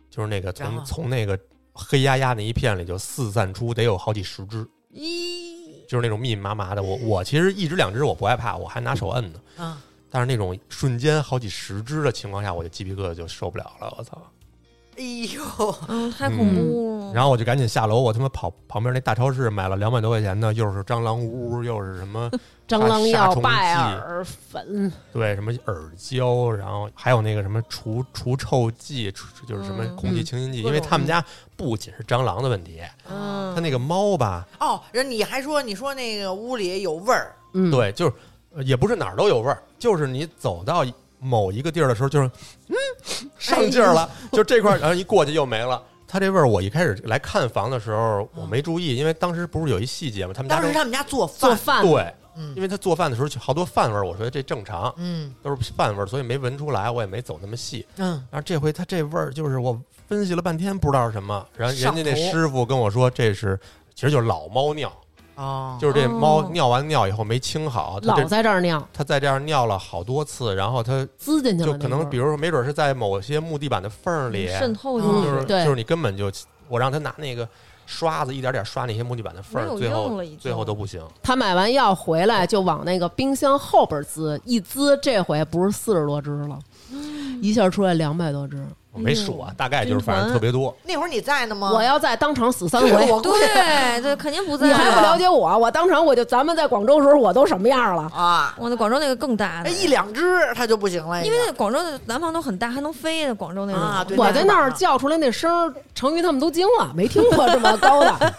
Speaker 4: 就是那个
Speaker 3: 然
Speaker 4: 从
Speaker 3: 后
Speaker 4: 从那个黑压压那一片里就四散出得有好几十只。
Speaker 1: 咦，
Speaker 4: 就是那种密密麻麻的。我我其实一只两只我不害怕，我还拿手摁呢。
Speaker 3: 嗯，
Speaker 4: 但是那种瞬间好几十只的情况下，我就鸡皮疙瘩就受不了了，我操！
Speaker 3: 哎呦，
Speaker 1: 嗯，太恐怖了。
Speaker 4: 然后我就赶紧下楼，我他妈跑旁边那大超市买了两百多块钱的，又是蟑螂屋，又是什么
Speaker 2: 蟑螂
Speaker 4: 杀
Speaker 2: 药、
Speaker 4: 虫剂
Speaker 2: 拜耳粉，
Speaker 4: 对什么耳胶，然后还有那个什么除除臭剂，除就是什么
Speaker 1: 嗯
Speaker 4: 空气清新剂。
Speaker 2: 各
Speaker 4: 因为
Speaker 2: 种
Speaker 4: 他们家不仅是蟑螂的问题，
Speaker 1: 嗯，
Speaker 4: 他那个猫吧，
Speaker 3: 哦，人你还说你说那个屋里有味儿，
Speaker 2: 嗯，，
Speaker 4: 对，就是呃也不是哪儿都有味儿，就是你走到某一个地儿的时候，就是嗯上劲儿了，就这块儿，然后一过去又没了。它这味儿，我一开始来看房的时候我没注意，因为当时不是有一细节嘛，他们家
Speaker 3: 当
Speaker 4: 都
Speaker 3: 时他们家做
Speaker 2: 嗯做
Speaker 3: 饭，
Speaker 2: 饭
Speaker 4: 对，
Speaker 3: 嗯
Speaker 4: 因为他做饭的时候就好多饭味儿，我觉得这正常，
Speaker 3: 嗯
Speaker 4: 都是饭味儿，所以没闻出来，我也没走那么细。
Speaker 3: 嗯，
Speaker 4: 然后这回他这味儿就是我分析了半天不知道是什么，然后人家那
Speaker 3: 上头
Speaker 4: 师傅跟我说这是其实就是老猫尿，
Speaker 3: 哦，
Speaker 4: 就是这猫
Speaker 1: 哦
Speaker 4: 尿完尿以后没清好，它
Speaker 2: 老
Speaker 4: 这
Speaker 2: 在这儿尿，
Speaker 4: 他再这样尿了好多次，然后他
Speaker 2: 滋进去了
Speaker 4: 就
Speaker 2: 那
Speaker 4: 可
Speaker 2: 味
Speaker 4: 能，
Speaker 2: 儿
Speaker 4: 比如说，没准是在某些木地板的缝儿里，
Speaker 1: 渗透进
Speaker 3: 嗯
Speaker 1: 去
Speaker 4: 就是
Speaker 1: 了，
Speaker 2: 对
Speaker 4: 就是你根本就我让他拿那个刷子一点点刷那些木地板的缝
Speaker 1: 没
Speaker 4: 儿，
Speaker 1: 有
Speaker 4: 最
Speaker 1: 用
Speaker 4: 后
Speaker 1: 了已经
Speaker 4: 最后都不行。
Speaker 2: 他买完药回来就往那个冰箱后边滋，一滋这回不是四十多只了，一下出来两百多只。
Speaker 4: 我没数啊，大概就是反正特别多。
Speaker 3: 那会儿你在呢吗？
Speaker 2: 我要再当场死三回，
Speaker 3: 我估计
Speaker 1: 对对，肯定不在。
Speaker 2: 你还不了？解我？我当场我就咱们在广州时候我都什么样了？
Speaker 3: 啊，
Speaker 1: 我那广州那个更大
Speaker 3: 那
Speaker 1: 的，
Speaker 3: 一两只它就不行了，
Speaker 1: 因为那广州的南方都很大，还能飞呢。广州那种
Speaker 3: 啊对
Speaker 2: 我在那儿叫出来那声儿，成语他们都惊了，没听过这么高 的，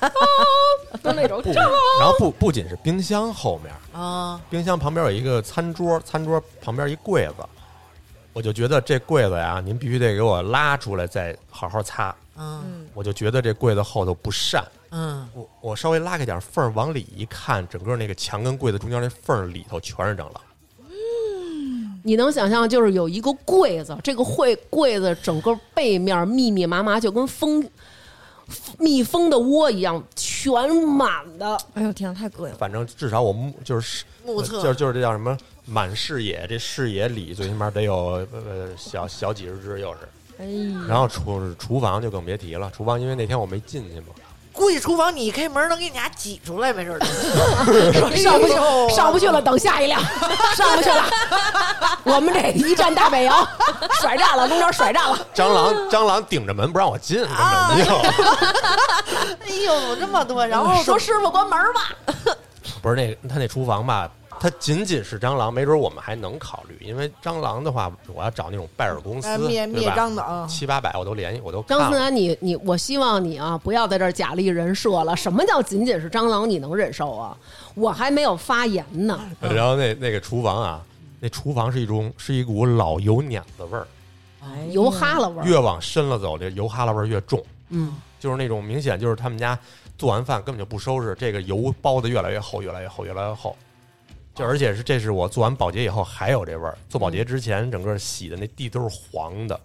Speaker 2: 就那种
Speaker 4: 不，然后不不仅是冰箱后面，
Speaker 3: 啊，
Speaker 4: 冰箱旁边有一个餐桌，餐桌旁边一柜子，我就觉得这柜子呀，您必须得给我拉出来再好好擦。
Speaker 3: 嗯
Speaker 4: 我就觉得这柜子后头不善，
Speaker 3: 嗯，
Speaker 4: 我我稍微拉开点缝儿往里一看，整个那个墙跟柜子中间那缝儿里头全是蟑螂。
Speaker 2: 你能想象，就是有一个柜子，这个柜柜子整个背面密密麻麻，就跟蜂蜜蜂的窝一样，全满的。
Speaker 1: 哎呦天哪，太膈应了！
Speaker 4: 反正至少我目就是
Speaker 3: 目测
Speaker 4: 就是就是这叫什么满视野，这视野里最起码得有呃小小几十只，又是。
Speaker 1: 哎呀，
Speaker 4: 然后厨厨房就更别提了，厨房因为那天我没进去嘛，
Speaker 3: 估计厨房你一开门能给你俩挤出来，没事儿就。哎
Speaker 2: 上不去，上不去了，等下一 辆，上不去了。我们这一站大北 洋，甩站了，中间甩站了。
Speaker 4: 蟑螂
Speaker 3: 啊
Speaker 4: 蟑螂顶着门不让我进，根本就
Speaker 3: 哎呦，这么多，然
Speaker 2: 然后
Speaker 3: 后
Speaker 2: 哦说师傅关门吧，
Speaker 4: 不是那个他那厨房吧。它仅仅是蟑螂，没准我们还能考虑，因为蟑螂的话，我要找那种拜耳公司，
Speaker 3: 哎灭
Speaker 4: 对
Speaker 3: 灭
Speaker 4: 吧？
Speaker 3: 蟑的啊，
Speaker 4: 七八百我都联系，我都看
Speaker 2: 张啊思
Speaker 4: 了。
Speaker 2: 楠，你你，我希望你啊，不要在这儿假立人设了。什么叫仅仅是蟑螂你能忍受啊？我还没有发言呢。
Speaker 4: 然后那那个厨房啊，那厨房是一种是一股老油碾子味儿，
Speaker 2: 油哈喇味儿，
Speaker 4: 越往深了走，这油哈喇味儿越重。
Speaker 2: 嗯，
Speaker 4: 就是那种明显就是他们家做完饭根本就不收拾，这个油包的越来越厚，越来越厚，越来越厚。就而且是这是我做完保洁以后还有这味儿，做保洁之前整个洗的那地都是黄的，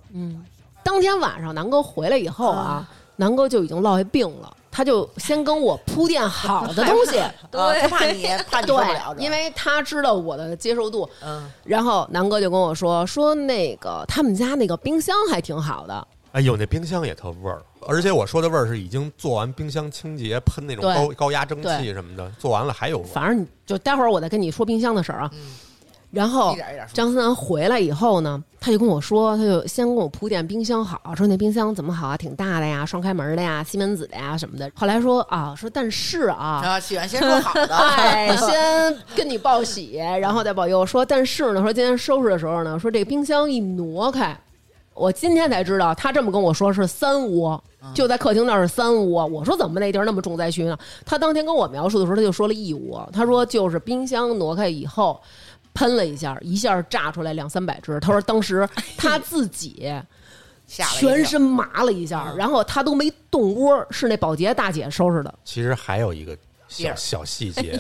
Speaker 2: 当天晚上南哥回来以后啊，南哥就已经落下病了，他就先跟我铺垫好的东 西，
Speaker 3: 啊他怕你怕你受不了，
Speaker 2: 对，因为他知道我的接受度。
Speaker 3: 嗯，
Speaker 2: 然后南哥就跟我说说那个他们家那个冰箱还挺好的，
Speaker 4: 哎呦那冰箱也特味儿，而且我说的味儿是已经做完冰箱清洁，喷那种
Speaker 2: 对
Speaker 4: 高高压蒸汽
Speaker 2: 对
Speaker 4: 什么的，做完了还有味儿。
Speaker 2: 反正你就待会儿我再跟你说冰箱的事儿啊。然后
Speaker 3: 嗯一点一点说。
Speaker 2: 张思楠回来以后呢，他就跟我说，他就先跟我铺垫冰箱好，说那冰箱怎么好啊，挺大的呀，双开门的呀，西门子的呀什么的。后来说啊，说但是啊。
Speaker 3: 啊，喜欢先说好的，
Speaker 2: 哎，先跟你报喜，然后再报忧。说，但是呢，说今天收拾的时候呢，说这个冰箱一挪开，我今天才知道他这么跟我说是三窝，就在客厅那儿是三窝。我说怎么那地儿那么重灾区呢？他当天跟我描述的时候，他就说了一窝，他说就是冰箱挪开以后。喷了一下，一下炸出来两三百只。他说当时他自己
Speaker 3: 吓了一跳
Speaker 2: 全身麻了一下，然后他都没动窝，是那保洁大姐收拾的。
Speaker 4: 其实还有一个
Speaker 3: 地
Speaker 4: 小
Speaker 3: 儿
Speaker 4: 小细节，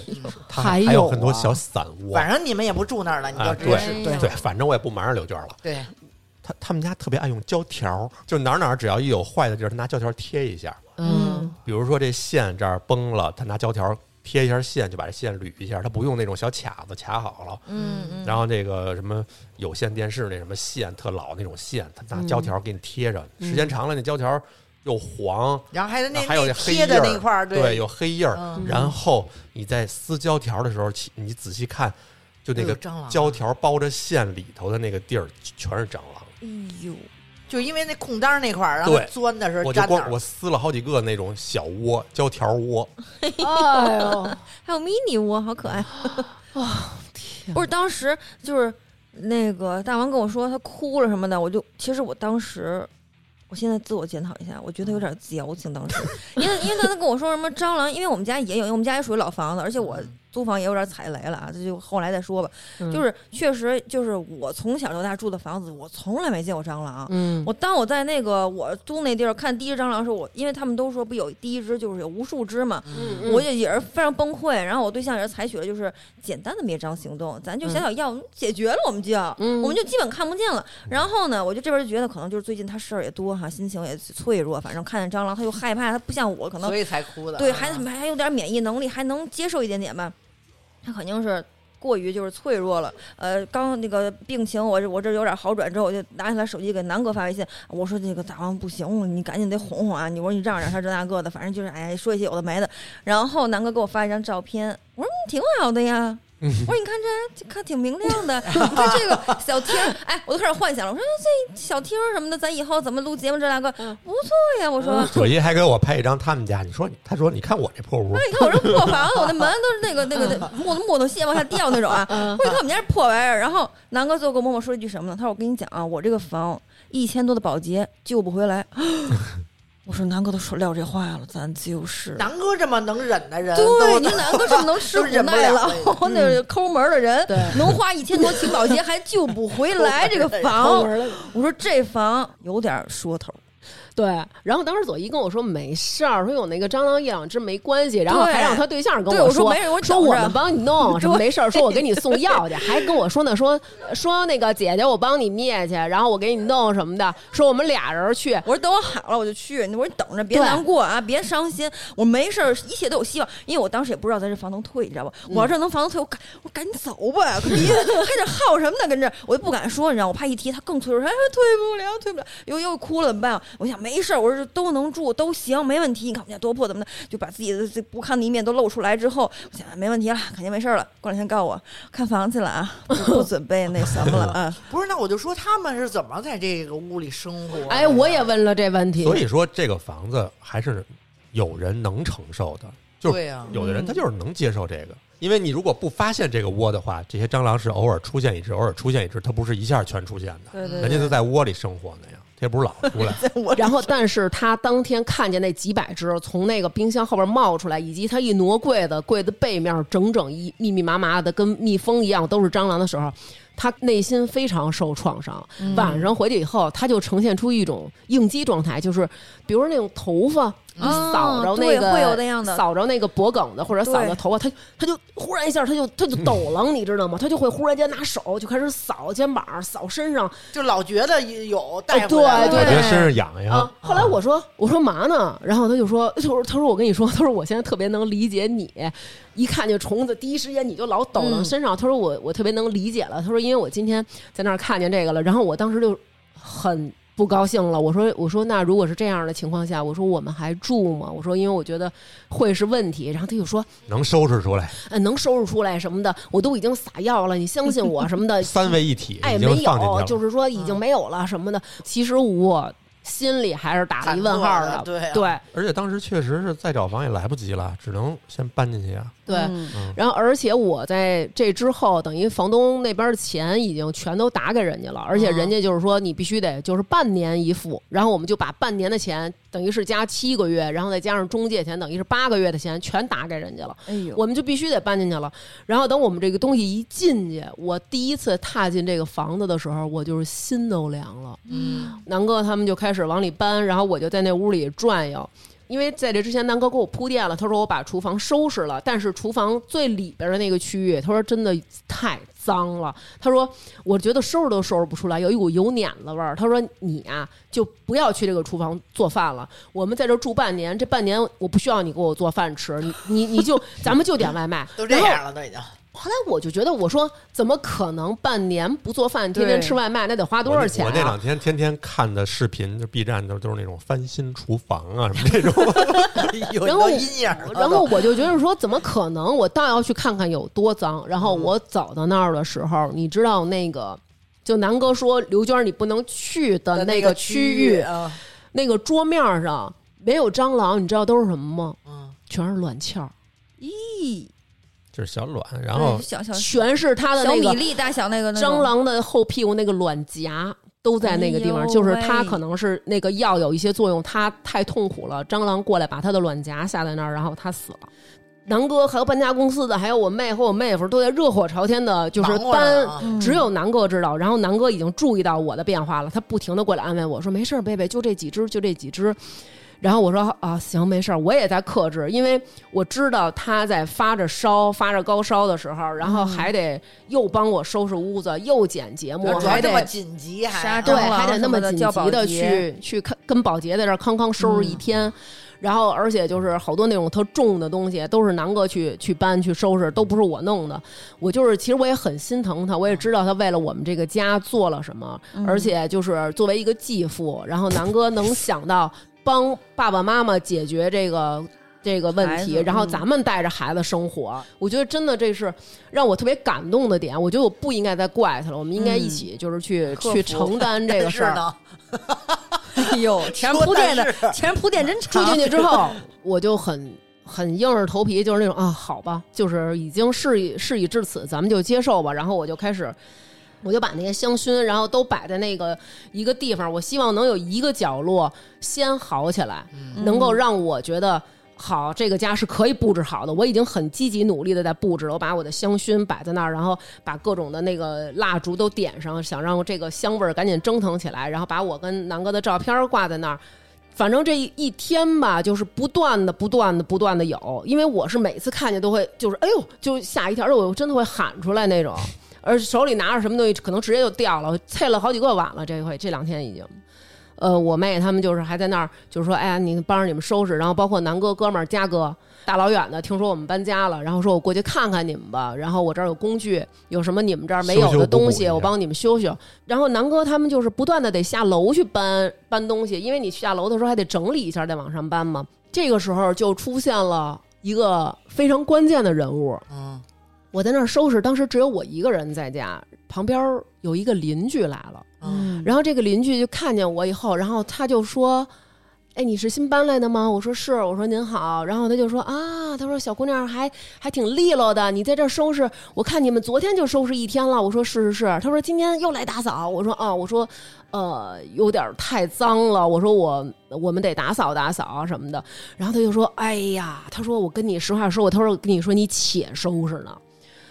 Speaker 4: 它
Speaker 2: 还
Speaker 4: 还
Speaker 2: 有
Speaker 4: 有很多
Speaker 2: 啊
Speaker 4: 小散窝。
Speaker 3: 反正你们也不住那儿了，你
Speaker 4: 啊，
Speaker 3: 就直接
Speaker 4: 对
Speaker 3: 是
Speaker 1: 对
Speaker 4: 对，反正我也不瞒着刘娟了。
Speaker 3: 对，
Speaker 4: 他他们家特别爱用胶条，就哪儿哪儿只要一有坏的地儿，他拿胶条贴一下。
Speaker 2: 嗯，
Speaker 4: 比如说这线这儿崩了，他拿胶条贴一下线，就把这线捋一下。他不用那种小卡子卡好了。
Speaker 1: 嗯嗯，
Speaker 4: 然后那个什么有线电视那什么线特老那种线，他拿胶条给你贴着，时间长了那胶条又黄，
Speaker 3: 然后还有嗯那
Speaker 4: 啊还有
Speaker 3: 那
Speaker 4: 那黑
Speaker 3: 贴的
Speaker 4: 印儿
Speaker 3: 那块儿，
Speaker 4: 对，有黑印儿。
Speaker 3: 嗯
Speaker 4: 然后你在撕胶条的时候，其你仔细看，就那
Speaker 3: 哎呦
Speaker 4: 个
Speaker 3: 蟑螂啊
Speaker 4: 胶条包着线里头的那个地儿全是蟑螂。
Speaker 1: 哎呦，
Speaker 3: 就因为那空当那块儿，然后
Speaker 4: 对
Speaker 3: 钻的时候
Speaker 4: 我就
Speaker 3: 粘那
Speaker 4: 光
Speaker 3: 儿
Speaker 4: 我撕了好几个那种小窝，胶条窝，
Speaker 2: 哎呦，
Speaker 1: 还有 mini 窝，好可爱啊！不是，当时就是那个大王跟我说他哭了什么的，我就其实我当时。我现在自我检讨一下，我觉得有点自矫情。当时，因为因为他跟我说什么蟑螂，因为我们家也有，因为我们家也属于老房子，而且我租房也有点踩雷了啊，这就后来再说吧。
Speaker 2: 嗯
Speaker 1: 就是确实，就是我从小到大住的房子，我从来没见过蟑螂。
Speaker 2: 嗯，
Speaker 1: 我当我在那个我租那地儿看第一只蟑螂的时候，我因为他们都说不有第一只就是有无数只嘛，
Speaker 3: 嗯
Speaker 1: 我也也是非常崩溃。然后我对象也是采取了就是简单的灭蟑行动，咱就
Speaker 2: 嗯
Speaker 1: 想想药解决了，我们就
Speaker 2: 嗯
Speaker 1: 我们就基本看不见了。然后呢，我就这边就觉得可能就是最近他事儿也多哈，心情也脆弱，反正看见蟑螂他又害怕，他不像我可能
Speaker 3: 所以才哭的。
Speaker 1: 对，
Speaker 3: 啊
Speaker 1: 还怎么还有点免疫能力，还能接受一点点吧。他肯定是过于就是脆弱了。呃，刚那个病情我这我这有点好转之后，我就拿起来手机给南哥发微信，我说这个大王不行，你赶紧得哄哄啊！你我说你让让他这那个的，反正就是哎说一些有的没的。然后南哥给我发一张照片，我说嗯挺好的呀。我说你看这看挺明亮的，你看这个小贴儿，哎，我都开始幻想了。我说这小贴儿什么的，咱以后怎么录节目这那个
Speaker 3: 嗯
Speaker 1: 不错呀。我说
Speaker 4: 左一还给我拍一张他们家，你说你他说你看我这破屋
Speaker 1: 那，你看我这破房子，我那门都是那个那个那
Speaker 3: 嗯
Speaker 1: 木木头屑往下掉那种啊。我一看我们家这破玩意儿，然后南哥最后跟我默默说一句什么呢？他说：“我跟你讲啊，我这个房一千多的保洁救不回 来。”我说：“南哥都说撂这话了，咱就是。”
Speaker 3: 南哥这么能忍的人，
Speaker 1: 对，
Speaker 3: 都
Speaker 1: 你南哥这么能吃
Speaker 3: 都
Speaker 1: 苦
Speaker 3: 忍不
Speaker 1: 耐
Speaker 3: 了
Speaker 1: 劳
Speaker 3: 了，嗯
Speaker 1: 那是抠门儿的人，
Speaker 2: 对
Speaker 1: 能花一千多请保洁还救不回来这个房。我说这房有点说头，
Speaker 2: 哦对，然后当时左一跟我说没事儿，说有那个蟑螂一两只没关系，然后还让他对象跟
Speaker 1: 对我说
Speaker 2: 说
Speaker 1: 没事我找
Speaker 2: 说我
Speaker 1: 着
Speaker 2: 们帮你 弄，什么
Speaker 1: 对
Speaker 2: 没事儿，说我给你送药去，还跟我说呢，说说那个姐姐我帮你灭去，然后我给你弄什么的，说我们俩人去，
Speaker 1: 我说等我好了我就去，我说你等着，别
Speaker 2: 对
Speaker 1: 难过啊，别伤心，我没事儿，一切都有希望。因为我当时也不知道咱这房能退，你知道吧？我
Speaker 2: 嗯
Speaker 1: 要是能房能退，我赶我赶紧走吧，可别还得耗什么呢？跟这儿我就不敢说，你知道，我怕一提他更脆弱，哎，退不了，退不了，又又哭了怎么办、啊？我想没事儿，我说都能住都行，没问题。你看我们家多破怎么的，就把自己的这不堪的一面都露出来之后，我想哎没问题了，肯定没事儿了。过两天告我看房去了啊，不不准备那什么了啊。
Speaker 3: 不是，那我就说他们是怎么在这个屋里生活的？
Speaker 2: 哎，我也问了这问题，
Speaker 4: 所以说这个房子还是有人能承受的，就
Speaker 3: 对
Speaker 4: 是
Speaker 2: 啊
Speaker 3: 呀，
Speaker 4: 有的人他就是能接受这个。因为你如果不发现这个窝的话，这些蟑螂是偶尔出现一只，偶尔出现一只，它不是一下全出现的，
Speaker 1: 对对
Speaker 4: 人家都在窝里生活呢呀，它也不是老出 来。
Speaker 2: 然后，但是他当天看见那几百只从那个冰箱后边冒出来，以及他一挪柜子，柜子背面整整一密密麻麻的，跟蜜蜂一样都是蟑螂的时候，他内心非常受创伤。
Speaker 1: 嗯
Speaker 2: 晚上回去以后，他就呈现出一种应激状态，就是比如说那种头发。你
Speaker 1: 哦
Speaker 2: 扫着那
Speaker 1: 对
Speaker 2: 个，
Speaker 1: 会有那样的
Speaker 2: 扫着那个脖梗子或者扫
Speaker 1: 对
Speaker 2: 着头发，他他就忽然一下，他就他就抖楞，你知道吗？他就会忽然间拿手就开始扫肩膀、扫身上，
Speaker 3: 就老觉得有带
Speaker 2: 对
Speaker 3: 回来
Speaker 2: 对
Speaker 4: 我
Speaker 2: 哎对
Speaker 4: 觉得身上痒痒
Speaker 2: 啊。，后来我说我说嘛呢？然后他就说，他说他说我跟你说，他说我现在特别能理解你，一看见虫子，第一时间你就老抖到身上。他说我我特别能理解了。他说因为我今天在那儿看见这个了，然后我当时就很不不高兴了。我说我说那如果是这样的情况下，我说我们还住吗？我说因为我觉得会是问题。然后他就说，
Speaker 4: 能收拾出来，。
Speaker 2: 呃，能收拾出来什么的，我都已经撒药了，你相信我什么的
Speaker 4: 三位一体
Speaker 2: 哎，
Speaker 4: 已
Speaker 2: 没
Speaker 4: 经放进去
Speaker 2: 有，
Speaker 4: 了。
Speaker 2: 就是说
Speaker 3: 嗯
Speaker 2: 已经没有了什么的。其实我心里还是打了一问号
Speaker 3: 忐忑的对啊
Speaker 2: 对
Speaker 4: 而且当时确实是再找房也来不及了，只能先搬进去啊。
Speaker 2: 对。
Speaker 1: 嗯
Speaker 2: 然后，而且我在这之后，等于房东那边的钱已经全都打给人家了，而
Speaker 3: 嗯
Speaker 2: 且人家就是说你必须得就是半年一付，然后我们就把半年的钱，等于是加七个月，然后再加上中介钱，等于是八个月的钱全打给人家了，
Speaker 1: 哎呦，
Speaker 2: 我们就必须得搬进去了。然后等我们这个东西一进去，我第一次踏进这个房子的时候，我就是心都凉了。
Speaker 3: 嗯，
Speaker 2: 南哥他们就开始往里搬，然后我就在那屋里转悠。因为在这之前，南哥给我铺垫了，他说我把厨房收拾了，但是厨房最里边的那个区域，他说真的太脏了。他说我觉得收拾都收拾不出来，有一股油碾子味儿。他说你啊，就不要去这个厨房做饭了。我们在这住半年，这半年我不需要你给我做饭吃，你你你就咱们就点外卖。
Speaker 3: 都这样了，都已经
Speaker 2: 后来我就觉得，我说怎么可能半年不做饭，天天
Speaker 1: 对
Speaker 2: 吃外卖，那得花多少钱、啊
Speaker 4: 我那？我那两天天天看的视频，就 B 站都都是那种翻新厨房啊什么这种。
Speaker 3: 有
Speaker 2: 然后
Speaker 3: 有阴影了都。
Speaker 2: 然后我就觉得说，怎么可能？我倒要去看看有多脏。然后我走到那儿的时候，你知道那个，就南哥说刘娟儿你不能去的那个区
Speaker 3: 域
Speaker 2: 域，嗯
Speaker 3: 啊，
Speaker 2: 那个桌面上没有蟑螂，你知道都是什么吗？
Speaker 3: 嗯，
Speaker 2: 全是卵鞘，
Speaker 1: 咦，
Speaker 4: 就是小卵，然后
Speaker 2: 嗯
Speaker 1: 哎小小
Speaker 2: 全是他的
Speaker 1: 小
Speaker 2: 那
Speaker 1: 米
Speaker 2: 个
Speaker 1: 粒大小那个那种
Speaker 2: 蟑，螂的后屁股那个卵夹。都在那个地
Speaker 1: 哎
Speaker 2: 方，
Speaker 1: 呦
Speaker 2: 就是它
Speaker 1: 喂
Speaker 2: 可能是那个药有一些作用，它太痛苦了，蟑螂过来把它的卵夹下在那儿，然后它死了。南哥还有搬家公司的，还有我妹和我妹夫都在热火朝天的，就是
Speaker 3: 忙活
Speaker 2: 搬
Speaker 3: 着呢啊
Speaker 1: 嗯
Speaker 2: 只有南哥知道，然后南哥已经注意到我的变化了，他不停的过来安慰我说：“没事儿，贝贝，就这几只，就这几只。”然后我说：“啊，行，没事儿，我也在克制，因为我知道他在发着烧、发着高烧的时候，然后还得又帮我收拾屋子，又剪节目，
Speaker 3: 主要
Speaker 2: 还
Speaker 3: 这
Speaker 2: 得
Speaker 3: 么紧急还，
Speaker 1: 杀
Speaker 2: 对，
Speaker 1: 蟑螂
Speaker 2: 还得那么
Speaker 1: 啊什么的
Speaker 2: 紧
Speaker 1: 叫
Speaker 2: 急的
Speaker 1: 保洁嗯
Speaker 2: 去去看跟保洁在这儿康康收拾一天，然后而且就是好多那种特重的东西都是南哥去去搬去收拾，都不是我弄的。我就是其实我也很心疼他，我也知道他为了我们这个家做了什么，
Speaker 1: 嗯
Speaker 2: 而且就是作为一个继父，然后南哥能想到帮爸爸妈妈解决这个。这个问
Speaker 1: 孩
Speaker 2: 题，
Speaker 1: 子
Speaker 2: 然后
Speaker 1: 嗯
Speaker 2: 咱们带着孩子生活，我觉得真的这是让我特别感动的点。我觉得我不应该再怪他了，我们
Speaker 1: 嗯
Speaker 2: 应该一起就是去、
Speaker 3: 克服
Speaker 2: 去承担这 个事
Speaker 3: 但是
Speaker 2: 儿。
Speaker 3: 呢，
Speaker 1: 哎呦，前面铺垫的，前面铺垫真
Speaker 2: 住
Speaker 1: 长，
Speaker 2: 进去之后，我就很很硬着头皮，就是那种啊，好吧，就是已经事已事已至此，咱们就接受吧。然后我就开始。我就把那些香薰，然后都摆在那个一个地方，我希望能有一个角落先好起来，能够让我觉得好，这个家是可以布置好的。我已经很积极努力的在布置了，我把我的香薰摆在那儿，然后把各种的那个蜡烛都点上，想让这个香味儿赶紧蒸腾起来，然后把我跟南哥的照片儿挂在那儿。反正这一天吧，就是不断的、不断的、不断的有，因为我是每次看见都会，就是哎呦，就吓一跳，哎呦，我真的会喊出来那种，而手里拿着什么东西，可能直接就掉了，碎了好几个碗了。这回这两天已经，呃，我妹他们就是还在那儿，就是说，哎呀，你帮着你们收拾，然后包括南哥、哥们儿、佳哥，大老远的听说我们搬家了，然后说我过去看看你们吧，然后我这儿有工具，有什么你们这儿没有
Speaker 4: 修修
Speaker 2: 的
Speaker 4: 补补
Speaker 2: 东
Speaker 4: 一
Speaker 2: 西，
Speaker 4: 下
Speaker 2: 我帮你们修修。然后南哥他们就是不断的得下楼去搬搬东西，因为你下楼的时候还得整理一下再往上搬嘛。这个时候就出现了一个非常关键的人物，
Speaker 3: 嗯，
Speaker 2: 我在那儿收拾，当时只有我一个人在家，旁边儿有一个邻居来了，
Speaker 3: 嗯，
Speaker 2: 然后这个邻居就看见我以后，然后他就说。哎，你是新搬来的吗？我说是，我说您好，然后他就说啊，他说小姑娘还还挺利落的，你在这儿收拾，我看你们昨天就收拾一天了。我说是是是，他说今天又来打扫，我说啊，我说呃有点儿太脏了，我说我我们得打扫打扫什么的。然后他就说，哎呀，他说我跟你实话说，我他说我跟你说你且收拾呢。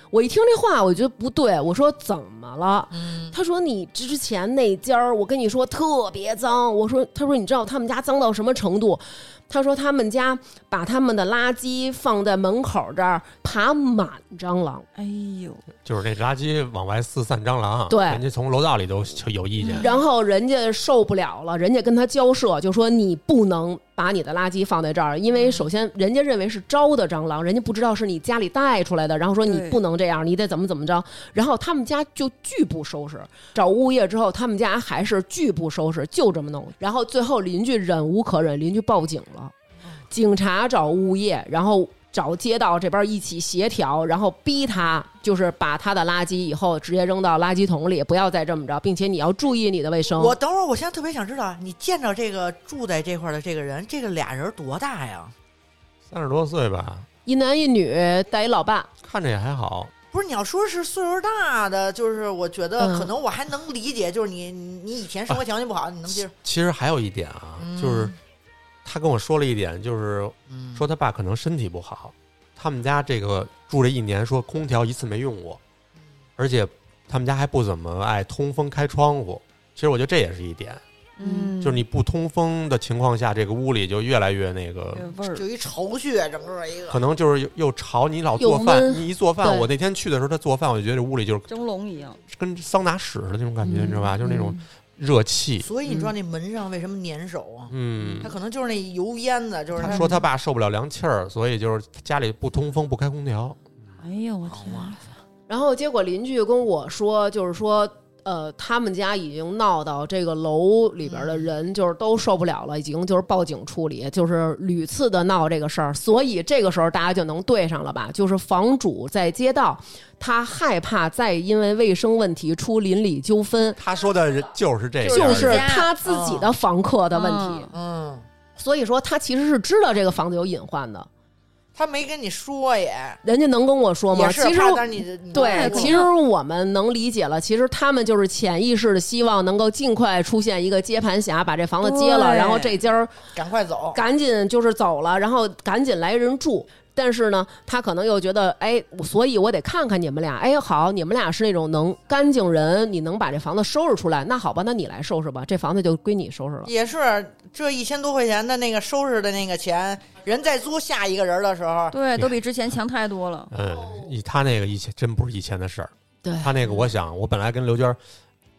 Speaker 2: 我一听这话，我觉得不对，我说怎么了？他说你之前那家儿，我跟你说特别脏。我说，他说你知道他们家脏到什么程度？他说他们家把他们的垃圾放在门口这儿，爬满蟑螂。
Speaker 1: 哎呦，
Speaker 4: 就是那垃圾往外四散蟑螂，
Speaker 2: 对
Speaker 4: 啊
Speaker 2: 嗯
Speaker 4: 人家从楼道里都有意见。
Speaker 2: 然后人家受不了了，人家跟他交涉，就说你不能把把你的垃圾放在这儿，因为首先人家认为是招的蟑螂，人家不知道是你家里带出来的，然后说你
Speaker 1: 对
Speaker 2: 不能这样，你得怎么怎么着，然后他们家就拒不收拾，找物业之后，他们家还是拒不收拾，就这么弄，然后最后邻居忍无可忍，邻居报警了，警察找物业，然后。找街道这边一起协调，然后逼他就是把他的垃圾以后直接扔到垃圾桶里，不要再这么着，并且你要注意你的卫生。
Speaker 3: 我等会儿，我现在特别想知道，啊你见着这个住在这块儿的这个人，这个俩人多大呀？
Speaker 4: 三十多岁吧，
Speaker 2: 一男一女带一老爸，
Speaker 4: 看着也还好。
Speaker 3: 不是你要说是岁数大的，就是我觉得
Speaker 2: 嗯啊
Speaker 3: 可能我还能理解，就是你你以前生活条件不好，你能接受。
Speaker 4: 其实还有一点啊，
Speaker 2: 嗯
Speaker 4: 就是他跟我说了一点，就是
Speaker 3: 嗯
Speaker 4: 说他爸可能身体不好，他们家这个住了一年，说空调一次没用过，
Speaker 2: 嗯
Speaker 4: 而且他们家还不怎么爱通风开窗户。其实我觉得这也是一点，
Speaker 1: 嗯，
Speaker 4: 就是你不通风的情况下，这个屋里就越来越那个，
Speaker 1: 有味儿
Speaker 3: 就一巢穴，整个一个
Speaker 4: 可能就是又又吵你老做
Speaker 2: 又
Speaker 4: 饭，
Speaker 2: 闷
Speaker 4: 你一做饭，
Speaker 2: 对
Speaker 4: 我那天去的时候他做饭，我就觉得这屋里就是
Speaker 1: 蒸笼一样，
Speaker 4: 跟桑拿室似的那种感觉，
Speaker 2: 嗯
Speaker 4: 你知道吧？就是那种
Speaker 2: 嗯
Speaker 4: 热气。
Speaker 3: 所以你知道那门上为什么粘手啊？
Speaker 4: 嗯
Speaker 3: 他，可能就是那油烟子，
Speaker 2: 嗯
Speaker 3: 就是
Speaker 4: 他说他爸受不了凉气儿，所以就是家里不通风不开空调。
Speaker 1: 哎呦我天，
Speaker 2: 然后结果邻居跟我说，就是说，呃，他们家已经闹到这个楼里边的人就是都受不了了，已经就是报警处理，就是屡次的闹这个事儿，所以这个时候大家就能对上了吧？就是房主在街道，他害怕再因为卫生问题出邻里纠纷，
Speaker 4: 他说的人就是这个，
Speaker 2: 就
Speaker 1: 就是是
Speaker 2: 他自己的房客的问题，
Speaker 3: 嗯，
Speaker 2: 所以说他其实是知道这个房子有隐患的。
Speaker 3: 他没跟你说也，
Speaker 2: 人家能跟我说吗？
Speaker 3: 也是
Speaker 2: 其实
Speaker 3: 怕，但是你你
Speaker 2: 对，
Speaker 3: 不
Speaker 2: 其实我们能理解了。其实他们就是潜意识的希望能够尽快出现一个接盘侠，把这房子接了，
Speaker 1: 对
Speaker 2: 然后这家儿
Speaker 3: 赶快走，
Speaker 2: 赶紧就是走了，然后赶紧来人住。但是呢，他可能又觉得，哎，我所以我得看看你们俩。哎，好，你们俩是那种能干净人，你能把这房子收拾出来，那好吧，那你来收拾吧，这房子就归你收拾了。
Speaker 3: 也是这一千多块钱的那个收拾的那个钱，人再租下一个人的时候，
Speaker 1: 对，都比之前强太多了。
Speaker 4: 嗯，以他那个以前真不是以前的事儿，
Speaker 2: 对
Speaker 4: 他那个我想，我本来跟刘娟儿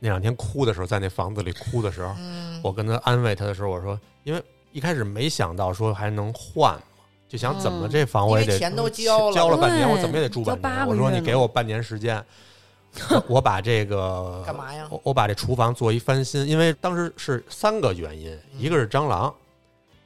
Speaker 4: 那两天哭的时候，在那房子里哭的时候，
Speaker 3: 嗯，
Speaker 4: 我跟她安慰她的时候，我说，因为一开始没想到说还能换嘛，就想怎么
Speaker 1: 嗯
Speaker 4: 这房我也
Speaker 3: 因为
Speaker 4: 得
Speaker 3: 钱都交了
Speaker 4: 交了半年，
Speaker 1: 对
Speaker 4: 我怎么也得住半
Speaker 1: 交八
Speaker 4: 年。
Speaker 1: 个
Speaker 4: 我说
Speaker 1: 月
Speaker 4: 你
Speaker 1: 呢
Speaker 4: 给我半年时间，我我把这个
Speaker 3: 干嘛呀？
Speaker 4: 我我把这厨房做一翻新，因为当时是三个原因，一个是蟑螂，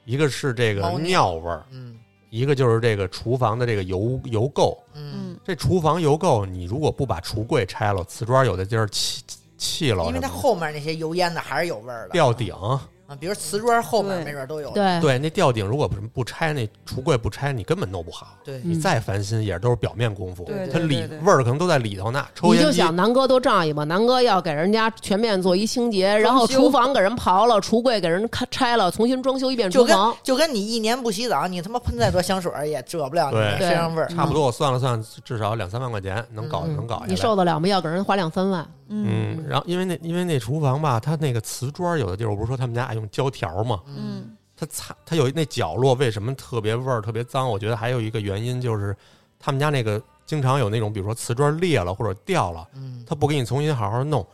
Speaker 4: 一个是这个
Speaker 3: 嗯猫
Speaker 4: 尿味儿，
Speaker 3: 嗯
Speaker 4: 一个就是这个厨房的这个油油垢。
Speaker 3: 嗯，
Speaker 1: 嗯，
Speaker 4: 这厨房油垢，你如果不把橱柜拆了，瓷砖有的地儿砌砌了
Speaker 3: 因为
Speaker 4: 什
Speaker 3: 它
Speaker 4: 么
Speaker 3: 后面那些油烟子还是有味儿的，
Speaker 4: 吊顶，
Speaker 3: 啊，比如瓷砖后面
Speaker 1: 对
Speaker 3: 没准都有，
Speaker 2: 对，
Speaker 4: 对，那吊顶如果不不拆，那橱柜不拆，你根本弄不好。
Speaker 3: 对
Speaker 2: 嗯
Speaker 4: 你再烦心也都是表面功夫，
Speaker 1: 对
Speaker 4: 它
Speaker 1: 对
Speaker 4: 里
Speaker 1: 对对
Speaker 4: 味儿可能都在里头呢。抽
Speaker 2: 你
Speaker 4: 烟
Speaker 2: 就
Speaker 4: 机
Speaker 2: 想南哥多仗义吧，南哥要给人家全面做一清洁，然后厨房给人刨了，橱柜给人开拆了，重新装修一遍
Speaker 3: 就
Speaker 2: 厨
Speaker 3: 跟
Speaker 2: 房。
Speaker 3: 就跟你一年不洗澡，你他妈喷再多香水儿也遮不了你的
Speaker 4: 对
Speaker 3: 身上味儿。
Speaker 4: 差不多，我算了算，至少两三万块钱能搞
Speaker 3: 嗯
Speaker 4: 能搞下
Speaker 2: 你
Speaker 4: 来。
Speaker 2: 受得了吗？要给人花两三万，
Speaker 4: 嗯，然后因为那因为那厨房吧，它那个瓷砖有的地儿，我不是说他们家爱用胶条嘛，
Speaker 1: 嗯，
Speaker 4: 它擦它有那角落为什么特别味儿特别脏？我觉得还有一个原因就是他们家那个经常有那种，比如说瓷砖裂了或者掉了，
Speaker 3: 嗯，
Speaker 4: 他不给你重新好好弄，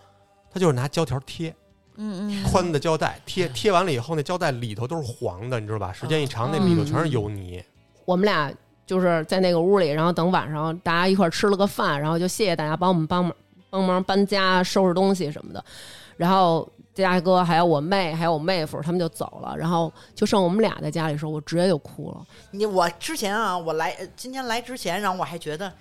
Speaker 4: 他就是拿胶条贴
Speaker 1: 嗯嗯，
Speaker 4: 宽的胶带贴贴完了以后，那胶带里头都是黄的，你知道吧？
Speaker 2: 哦
Speaker 4: 时间一长，那
Speaker 2: 嗯
Speaker 4: 里头全是油泥。
Speaker 2: 我们俩就是在那个屋里，然后等晚上大家一块儿吃了个饭，然后就谢谢大家帮我们帮忙帮忙搬家、收拾东西什么的。然后佳哥还有我妹还有我妹夫他们就走了，然后就剩我们俩在家里的时候，我直接就哭了。
Speaker 3: 你我之前啊，我来呃今天来之前，然后我还觉得，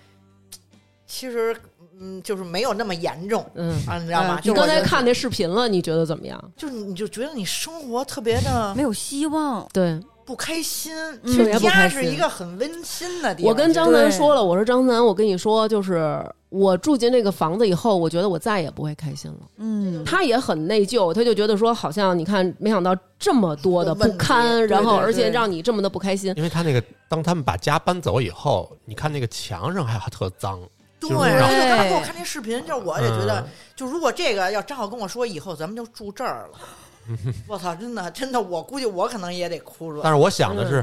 Speaker 3: 其实嗯，就是没有那么严重
Speaker 2: 嗯，
Speaker 3: 啊，你知道吗？
Speaker 2: 你
Speaker 3: 就
Speaker 2: 刚才
Speaker 3: 我觉得，
Speaker 2: 看那视频了，你觉得怎么样？
Speaker 3: 就是你就觉得你生活特别的
Speaker 1: 没有希望。
Speaker 2: 对，
Speaker 3: 不开心，
Speaker 1: 嗯
Speaker 3: 其
Speaker 2: 特别
Speaker 3: 实
Speaker 2: 不
Speaker 3: 家
Speaker 2: 开
Speaker 3: 是
Speaker 2: 心
Speaker 3: 一个很温馨的地方。
Speaker 2: 我跟
Speaker 3: 其实
Speaker 2: 张楠说了，我说张楠，我跟你说，就是我住进这个房子以后，我觉得我再也不会开心了。
Speaker 1: 嗯，
Speaker 2: 他也很内疚，他就觉得说，好像你看，没想到这么多的不
Speaker 3: 问
Speaker 2: 堪，然后
Speaker 1: 对对
Speaker 2: 而且
Speaker 1: 对
Speaker 2: 让你这么的不开心。
Speaker 4: 因为他那个当他们把家搬走以后，你看那个墙上还还特脏，
Speaker 2: 嗯
Speaker 3: 对，
Speaker 4: 就是
Speaker 3: 然后
Speaker 1: 让
Speaker 3: 刚才给我看那视频，就是我也觉得
Speaker 4: 嗯，
Speaker 3: 就如果这个要正好跟我说以后咱们就住 这儿了，我操，真的真的，我估计我可能也得哭出来
Speaker 4: 但。是我想的
Speaker 2: 嗯
Speaker 4: 是，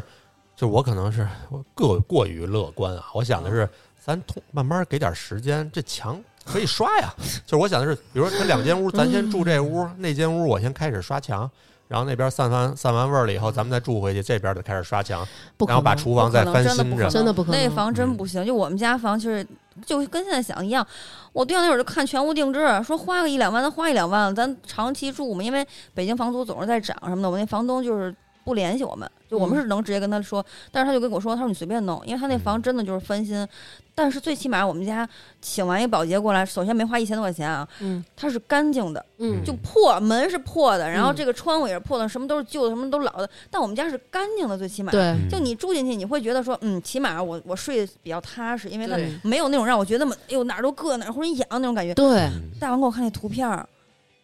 Speaker 4: 就是我可能是
Speaker 2: 嗯
Speaker 4: 我过过于乐观啊，我想的是，咱通慢慢给点时间，这墙可以 刷呀。就是我想的是，比如说这两间屋，咱先住这屋，
Speaker 2: 嗯
Speaker 4: 那间屋我先开始刷墙，然后那边散完散完味儿了以后，咱们再住回去，这边就开始刷墙，
Speaker 2: 不可
Speaker 4: 然后
Speaker 2: 能
Speaker 4: 把厨房再翻新着。嗯
Speaker 2: 真的不可能
Speaker 1: 那房真不行，就我们家房就是就跟现在想一样。我对象那会儿就看全屋定制，说花个一两万，咱花一两万，咱长期住嘛，因为北京房租总是在涨什么的。我那房东就是不联系我们，就我们
Speaker 2: 嗯
Speaker 1: 是能直接跟他说，但是他就跟我说，他说你随便弄，因为他那
Speaker 4: 嗯
Speaker 1: 房真的就是翻新。但是最起码我们家请完一保洁过来，首先没花一千多块钱啊，
Speaker 2: 嗯
Speaker 1: 它是干净的，
Speaker 2: 嗯，
Speaker 1: 就破门是破的，然后
Speaker 2: 嗯
Speaker 1: 这个窗户也是破的，什么都是旧的，什么都是老的。但我们家是干净的，最起码。
Speaker 2: 对，
Speaker 4: 嗯
Speaker 1: 就你住进去，你会觉得说，嗯，起码我我睡得比较踏实，因为它
Speaker 2: 对
Speaker 1: 没有那种让我觉得那么，哎呦哪儿都硌哪儿浑身痒那种感觉。
Speaker 2: 对
Speaker 4: 嗯
Speaker 1: 大王给我看那图片儿，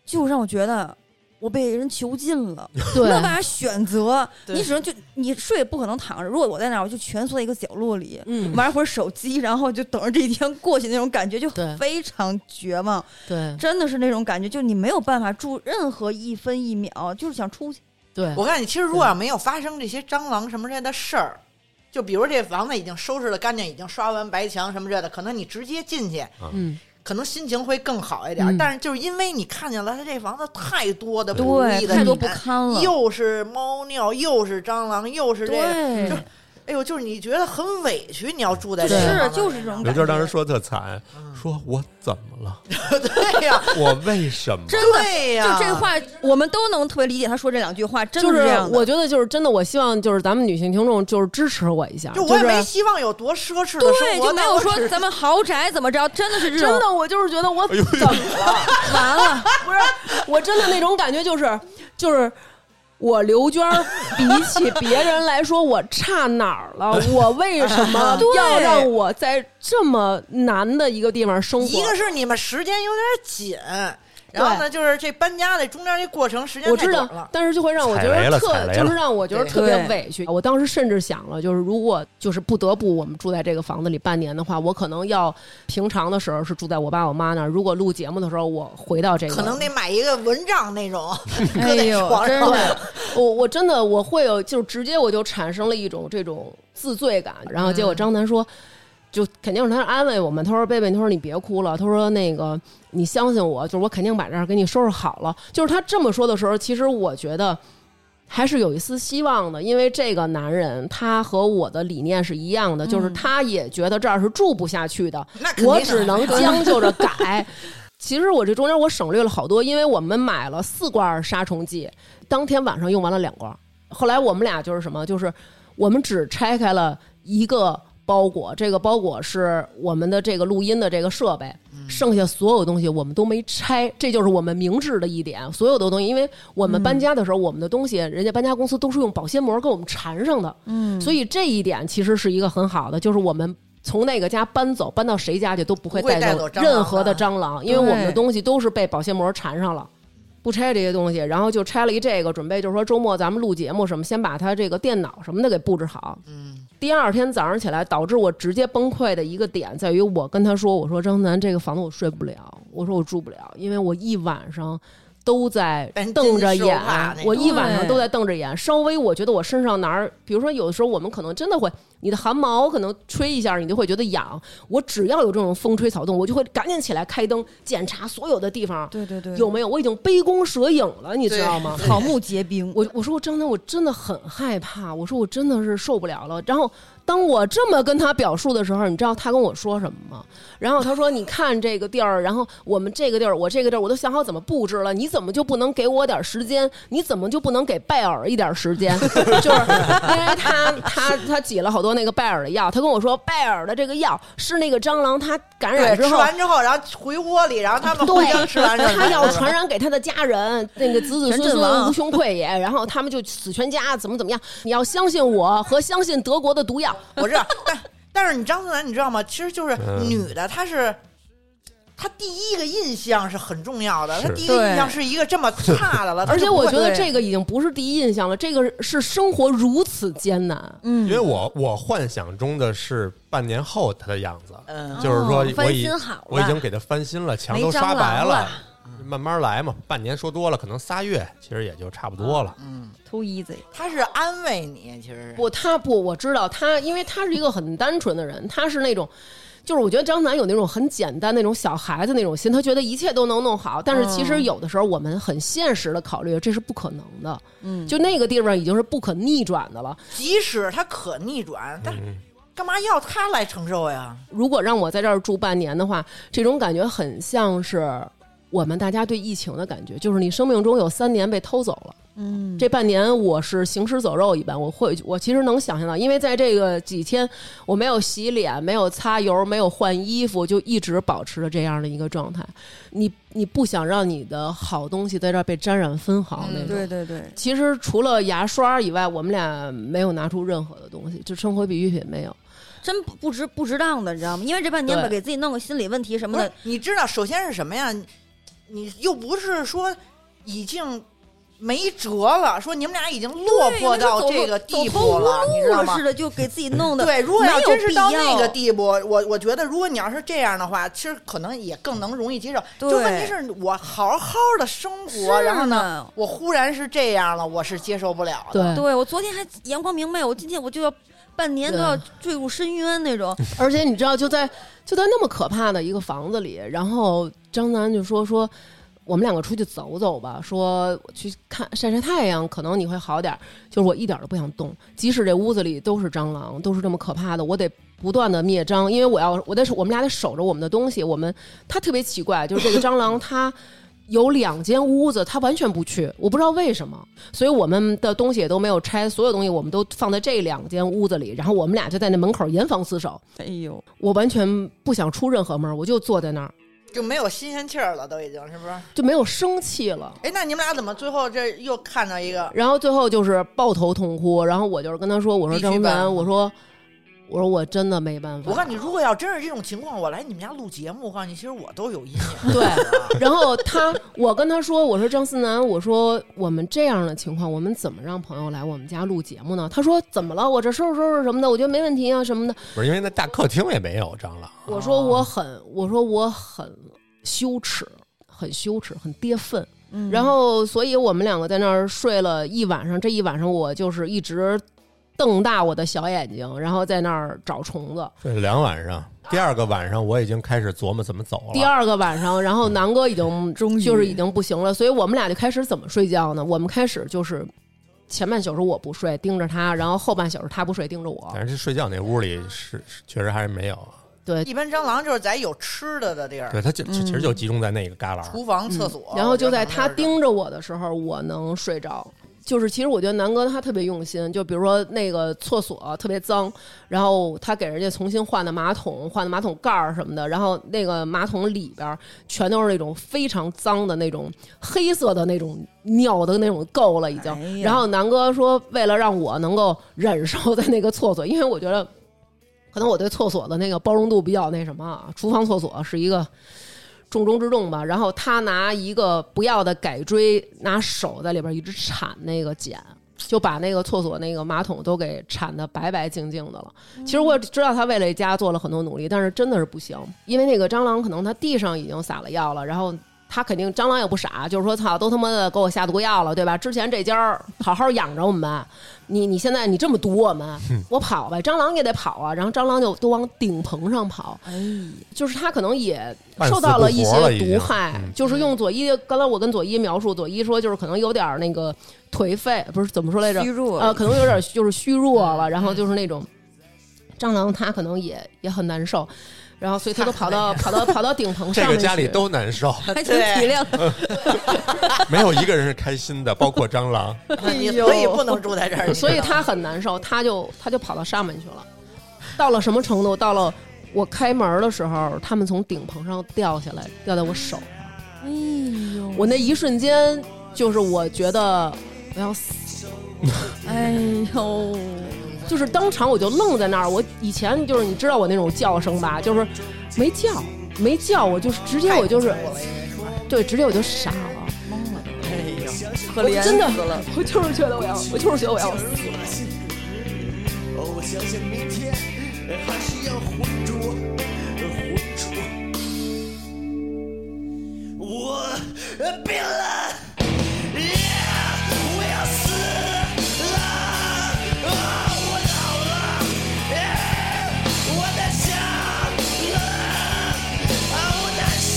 Speaker 1: 就让我觉得我被人囚禁了，没有
Speaker 2: 对，
Speaker 1: 办法选择，
Speaker 3: 对
Speaker 1: 你只能就你睡也不可能躺着，如果我在那儿，我就蜷缩在一个角落里。
Speaker 2: 嗯，
Speaker 1: 玩会儿手机，然后就等着这一天过去，那种感觉就
Speaker 2: 对
Speaker 1: 非常绝望，
Speaker 2: 对
Speaker 1: 真的是那种感觉，就你没有办法住任何一分一秒，就是想出去。
Speaker 2: 对，
Speaker 3: 我告诉你，其实如果要没有发生这些蟑螂什么之类的事儿，就比如这房子已经收拾的干净，已经刷完白墙什么之类的，可能你直接进去，
Speaker 2: 嗯，
Speaker 3: 可能心情会更好一点。
Speaker 2: 嗯
Speaker 3: 但是就是因为你看见了它这房子太多的不如意
Speaker 1: 对，
Speaker 3: 的
Speaker 1: 太多
Speaker 3: 你
Speaker 1: 不堪了。
Speaker 3: 又是猫尿，又是蟑螂，又是这个，
Speaker 1: 对，
Speaker 3: 就哎呦，就是你觉得很委屈，你要住在这
Speaker 2: 就是
Speaker 3: 个房子里
Speaker 1: 就是这种
Speaker 4: 刘娟当时说的特惨，说我怎么了？
Speaker 3: 对呀、
Speaker 4: 我为什么？
Speaker 1: 真的，
Speaker 3: 对呀、
Speaker 1: 就这话我们都能特别理解他说这两句话，真的
Speaker 2: 就是
Speaker 1: 这样的。
Speaker 2: 我觉得就是真的，我希望就是咱们女性听众就是支持我一下，
Speaker 3: 就
Speaker 2: 就
Speaker 3: 我也没
Speaker 2: 是
Speaker 3: 希望有多奢侈的
Speaker 1: 对，
Speaker 3: 生活，
Speaker 1: 就没
Speaker 3: 但
Speaker 1: 有
Speaker 3: 我
Speaker 1: 说
Speaker 3: 只
Speaker 1: 咱们豪宅怎么着，真的是这
Speaker 2: 真
Speaker 1: 种
Speaker 2: 的，我就是觉得我
Speaker 4: 啊哎呦
Speaker 2: 怎么了？
Speaker 1: 完了，
Speaker 2: 不是，我真的那种感觉就是，就是我刘娟儿比起别人来说，我差哪儿 了？我为什么
Speaker 1: 对
Speaker 2: 要让我在这么难的一个地方生活？
Speaker 3: 一个是你们时间有点紧，然后呢，就是这搬家的中间这过程时间
Speaker 2: 我
Speaker 3: 太
Speaker 2: 知
Speaker 3: 短
Speaker 2: 道
Speaker 3: 了，。
Speaker 2: 但是就会让我觉
Speaker 4: 踩雷
Speaker 2: 得
Speaker 4: 了
Speaker 2: 特
Speaker 4: 踩，雷了
Speaker 2: 就是让我觉得
Speaker 3: 对
Speaker 2: 特别
Speaker 1: 对
Speaker 2: 委屈。我当时甚至想了，就是如果就是不得不我们住在这个房子里半年的话，我可能要平常的时候是住在我爸我妈那儿，如果录节目的时候我回到这个，
Speaker 3: 可能得买一个蚊帐那种，
Speaker 1: 哎
Speaker 3: 搁在
Speaker 1: 呦
Speaker 3: 床
Speaker 1: 真
Speaker 3: 上。
Speaker 1: 的
Speaker 2: 我我真的我会有，就是直接我就产生了一种这种自罪感。然后结果张楠说，就肯定是他安慰我们，他说：“贝贝，他说你别哭了，他说那个你相信我，就是我肯定把这儿给你收拾好了。”就是他这么说的时候，其实我觉得。还是有一丝希望的，因为这个男人他和我的理念是一样的，就是他也觉得这儿是住不下去的，
Speaker 3: 那肯定
Speaker 2: 我
Speaker 3: 的
Speaker 2: 只 能将就着改。其实我这中间我省略了好多，因为我们买了四罐杀虫剂，当天晚上用完了两罐。后来我们俩就是什么，就是我们只拆开了一个包裹，这个包裹是我们的这个录音的这个设备，
Speaker 3: 嗯
Speaker 2: 剩下所有东西我们都没拆，这就是我们明智的一点。所有的东西，因为我们搬家的时候，我们的东西人家搬家公司都是用保鲜膜给我们缠上的，
Speaker 1: 嗯，
Speaker 2: 所以这一点其实是一个很好的，就是我们从那个家搬走，搬到谁家去都不会
Speaker 3: 不会带
Speaker 2: 走
Speaker 3: 走蟑螂嗯
Speaker 2: 任何的蟑螂，因为
Speaker 1: 对
Speaker 2: 我们的东西都是被保鲜膜缠上了。不拆这些东西，然后就拆了一这个，准备就是说周末咱们录节目什么，先把他这个电脑什么的给布置好。
Speaker 3: 嗯，
Speaker 2: 第二天早上起来，导致我直接崩溃的一个点在于，我跟他说：“我说张楠，这个房子我睡不了，我说我住不了，因为我一晚上都在
Speaker 3: 担惊
Speaker 2: 瞪着
Speaker 3: 受
Speaker 2: 眼
Speaker 3: 怕那，种
Speaker 2: 我一晚上
Speaker 1: 对
Speaker 2: 都在瞪着眼。稍微我觉得我身上哪儿，比如说有的时候我们可能真的会，你的汗毛可能吹一下，你就会觉得痒。我只要有这种风吹草动，我就会赶紧起来开灯检查所有的地方
Speaker 1: 对对对，
Speaker 2: 有没有。我已经杯弓蛇影了，你知道 吗？
Speaker 1: 草木皆兵，
Speaker 2: 我我说我真的我真的很害怕，我说我真的是受不了了。然后当我这么跟他表述的时候，你知道他跟我说什么吗？然后他说：“你看这个地儿，然后我们这个地儿，我这个地儿，我都想好怎么布置了，你怎么就不能给我点时间？你怎么就不能给拜耳一点时间？ 就是因为他他他挤了好多那个拜耳的药，他跟我说拜耳的这个药是那个蟑螂它感染之
Speaker 3: 对，吃
Speaker 2: 后
Speaker 3: 完之后，然后回窝里，然 后他们互相吃完之后，
Speaker 2: 他 要传染给他的家人，那个子子孙
Speaker 1: 全阵
Speaker 2: 孙
Speaker 1: 亡
Speaker 2: 无穷匮也，然后他们就死全家，怎么怎么样？你要相信我和相信德国的毒药，
Speaker 3: 我知道，但但是你张思楠，你知道吗？其实就是
Speaker 4: 嗯
Speaker 3: 女的，她是。她第一个印象是很重要的，
Speaker 4: 是
Speaker 3: 她第一个印象是一个这么差 的了，
Speaker 2: 而且我觉得
Speaker 1: 对
Speaker 2: 这个已经不是第一印象了，这个是生活如此艰难。
Speaker 1: 嗯
Speaker 4: 因为我我幻想中的是半年后他的样子，
Speaker 3: 嗯，
Speaker 4: 就是说
Speaker 1: 哦
Speaker 4: 我
Speaker 1: 翻
Speaker 4: 已
Speaker 1: 新好了
Speaker 4: 我已经给他翻新了，墙
Speaker 1: 没
Speaker 4: 都
Speaker 1: 蟑
Speaker 4: 刷白
Speaker 1: 螂了，
Speaker 4: 慢慢来嘛，半年说多了，可能仨月其实也就差不多了。
Speaker 3: 嗯，
Speaker 1: ，too easy。
Speaker 3: 他是安慰你，其实是
Speaker 2: 不，他不，我知道他，因为他是一个很单纯的人，他是那种。就是我觉得张楠有那种很简单那种小孩子那种心，他觉得一切都能弄好，但是其
Speaker 1: 嗯
Speaker 2: 实有的时候我们很现实的考虑，这是不可能的。嗯，就那个地方已经是不可逆转的了。
Speaker 3: 即使他可逆转，但
Speaker 4: 嗯
Speaker 3: 干嘛要他来承受呀？
Speaker 2: 如果让我在这儿住半年的话，这种感觉很像是我们大家对疫情的感觉，就是你生命中有三年被偷走了。
Speaker 1: 嗯，
Speaker 2: 这半年我是行尸走肉一般，我会我其实能想象到，因为在这个几天我没有洗脸，没有擦油，没有换衣服，就一直保持着这样的一个状态。你你不想让你的好东西在这儿被沾染分毫那种。
Speaker 1: 嗯对对对，
Speaker 2: 其实除了牙刷以外，我们俩没有拿出任何的东西，就生活必需品没有。
Speaker 1: 真不不值不值当的，你知道吗？因为这半年
Speaker 2: 对
Speaker 1: 吧，给自己弄个心理问题什么
Speaker 3: 不是
Speaker 1: 的，，
Speaker 3: 你知道，首先是什么呀？你你又不是说已经没辙了，说你们俩已经落
Speaker 1: 对
Speaker 3: 魄到
Speaker 1: 走
Speaker 3: 这
Speaker 1: 投
Speaker 3: 个地
Speaker 1: 走投
Speaker 3: 步
Speaker 1: 无
Speaker 3: 了，你知
Speaker 1: 路
Speaker 3: 道
Speaker 1: 了
Speaker 3: 吗
Speaker 1: 似？的，就给自己弄的。
Speaker 3: 对，如果要
Speaker 1: 没有
Speaker 3: 真是到
Speaker 1: 必要
Speaker 3: 那个地步，我我觉得，如果你要是这样的话，其实可能也更能容易接受。就
Speaker 1: 对
Speaker 3: 问题是我好好的生活，
Speaker 1: 是
Speaker 3: 然后呢
Speaker 1: 呢，
Speaker 3: 我忽然是这样了，我是接受不了的。
Speaker 2: 对，
Speaker 1: 对我昨天还阳光明媚，我今天我就要半年都要
Speaker 2: 对
Speaker 1: 坠入深渊那种。
Speaker 2: 而且你知道，就在就在那么可怕的一个房子里，然后张楠就说说。我们两个出去走走吧，说去看晒晒太阳，可能你会好点儿。就是我一点儿都不想动，即使这屋子里都是蟑螂，都是这么可怕的，我得不断的灭蟑，因为我要我得我们俩得守着我们的东西。我们它特别奇怪，就是这个蟑螂它有两间屋子，它完全不去，我不知道为什么。所以我们的东西也都没有拆，所有东西我们都放在这两间屋子里，然后我们俩就在那门口严防死守。
Speaker 1: 哎呦，
Speaker 2: 我完全不想出任何门儿，我就坐在那儿，
Speaker 3: 就没有新鲜气儿了，都已经是不是？
Speaker 2: 就没有生气了。
Speaker 3: 哎，那你们俩怎么最后这又看到一个？
Speaker 2: 然后最后就是抱头痛哭，然后我就是跟他说：“我说
Speaker 3: 必须
Speaker 2: 张
Speaker 3: 吧
Speaker 2: 楠，我说我说我真的没办法。”
Speaker 3: 我告诉你，如果要真是这种情况，我来你们家录节目，我告诉你，其实我都有阴影。
Speaker 2: 对，然后他，我跟他说，我说张思楠，我说我们这样的情况，我们怎么让朋友来我们家录节目呢？他说怎么了？我这收拾收拾什么的，我觉得没问题啊什么的。
Speaker 4: 不是因为那大客厅也没有蟑螂，
Speaker 2: 我说
Speaker 1: 哦
Speaker 2: 我很，我说我很羞耻，很羞耻，很跌份。
Speaker 1: 嗯
Speaker 2: 然后，所以我们两个在那儿睡了一晚上。这一晚上，我就是一直瞪大我的小眼睛，然后在那儿找虫子。
Speaker 4: 这两晚上，第二个晚上我已经开始琢磨怎么走了。
Speaker 2: 第二个晚上，然后南哥已经
Speaker 1: 嗯 终于
Speaker 2: 就是已经不行了，所以我们俩就开始怎么睡觉呢？我们开始就是前半小时我不睡，盯着他，然后后半小时他不睡，盯着我
Speaker 4: 反。正是睡觉那屋里是是确实还是没有啊，
Speaker 2: 对，
Speaker 3: 一般蟑螂就是在有吃的的地儿，
Speaker 4: 对，它就其实就集中在那个旮旯。
Speaker 3: 厨房、厕所。
Speaker 2: 嗯然后就在他
Speaker 3: 他
Speaker 2: 盯着我的时候，我能睡着。就是其实我觉得南哥他特别用心，就比如说那个厕所特别脏，然后他给人家重新换的马桶、换的马桶盖儿什么的，然后那个马桶里边儿全都是那种非常脏的那种黑色的那种尿的那种垢了已经。
Speaker 1: 哎呀
Speaker 2: 然后南哥说，为了让我能够忍受在那个厕所，因为我觉得可能我对厕所的那个包容度比较那什么啊，厨房厕所是一个重中之重吧。然后他拿一个不要的改锥，拿手在里边一直铲那个碱，就把那个厕所那个马桶都给铲得白白净净的了。其实我知道他为了家做了很多努力，但是真的是不行，因为那个蟑螂可能它地上已经撒了药了，然后。他肯定蟑螂也不傻，就是说，操，都他妈的给我下毒药了，对吧？之前这家儿好好养着我们，你你现在你这么毒我们，我跑吧，蟑螂也得跑啊，然后蟑螂就都往顶棚上跑，
Speaker 1: 哎呀，
Speaker 2: 就是他可能也
Speaker 4: 半死
Speaker 2: 受到了一
Speaker 4: 不活了已
Speaker 2: 些
Speaker 4: 经
Speaker 2: 毒害，
Speaker 4: 嗯
Speaker 2: 就是用左一，刚才我跟左一描述，左一说就是可能有点儿那个颓废，不是怎么说来着
Speaker 1: 虚？弱
Speaker 2: 呃，可能有点儿就是虚弱了，然后就是那种蟑螂，它可能也也很难受，然后所以它都跑到跑到跑到顶棚
Speaker 4: 这
Speaker 2: 上
Speaker 4: 个
Speaker 2: 面去。
Speaker 4: 家里都难受，
Speaker 1: 还挺体谅的。
Speaker 4: 没有一个人是开心 的，包括蟑螂。
Speaker 3: 你
Speaker 1: 哎
Speaker 3: 所以
Speaker 1: 呦
Speaker 3: 不能住在这儿。你知道
Speaker 2: 所
Speaker 3: 吗
Speaker 2: 以他很难受，他就他就跑到上面去了。到了什么程度？到了我开门的时候，他们从顶棚上掉下来，掉在我手上。
Speaker 1: 哎呦，
Speaker 2: 我那一瞬间，就是我觉得我要死，
Speaker 1: 哎呦，
Speaker 2: 就是当场我就愣在那儿。我以前就是你知道我那种叫声吧，就是没叫，没叫，我就是直接我就是对，直接我就傻了。
Speaker 1: 可
Speaker 2: 我
Speaker 1: 怜
Speaker 2: 真的
Speaker 1: 死了。，
Speaker 2: 我就是觉得我要，我就是觉得我要死。
Speaker 5: 哦，我相信明天呃还是要浑浊，呃浑浊。我病了，耶，我要死了，啊，我老了，耶，我在想了，啊，我难受，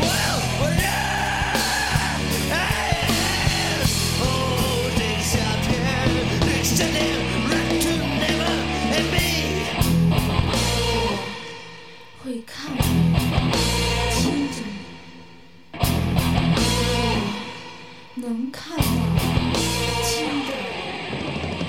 Speaker 5: 我我热，哎。Oh, this happened, this happened, right to never and me.
Speaker 6: 会看你，听着你，能看到，听着你。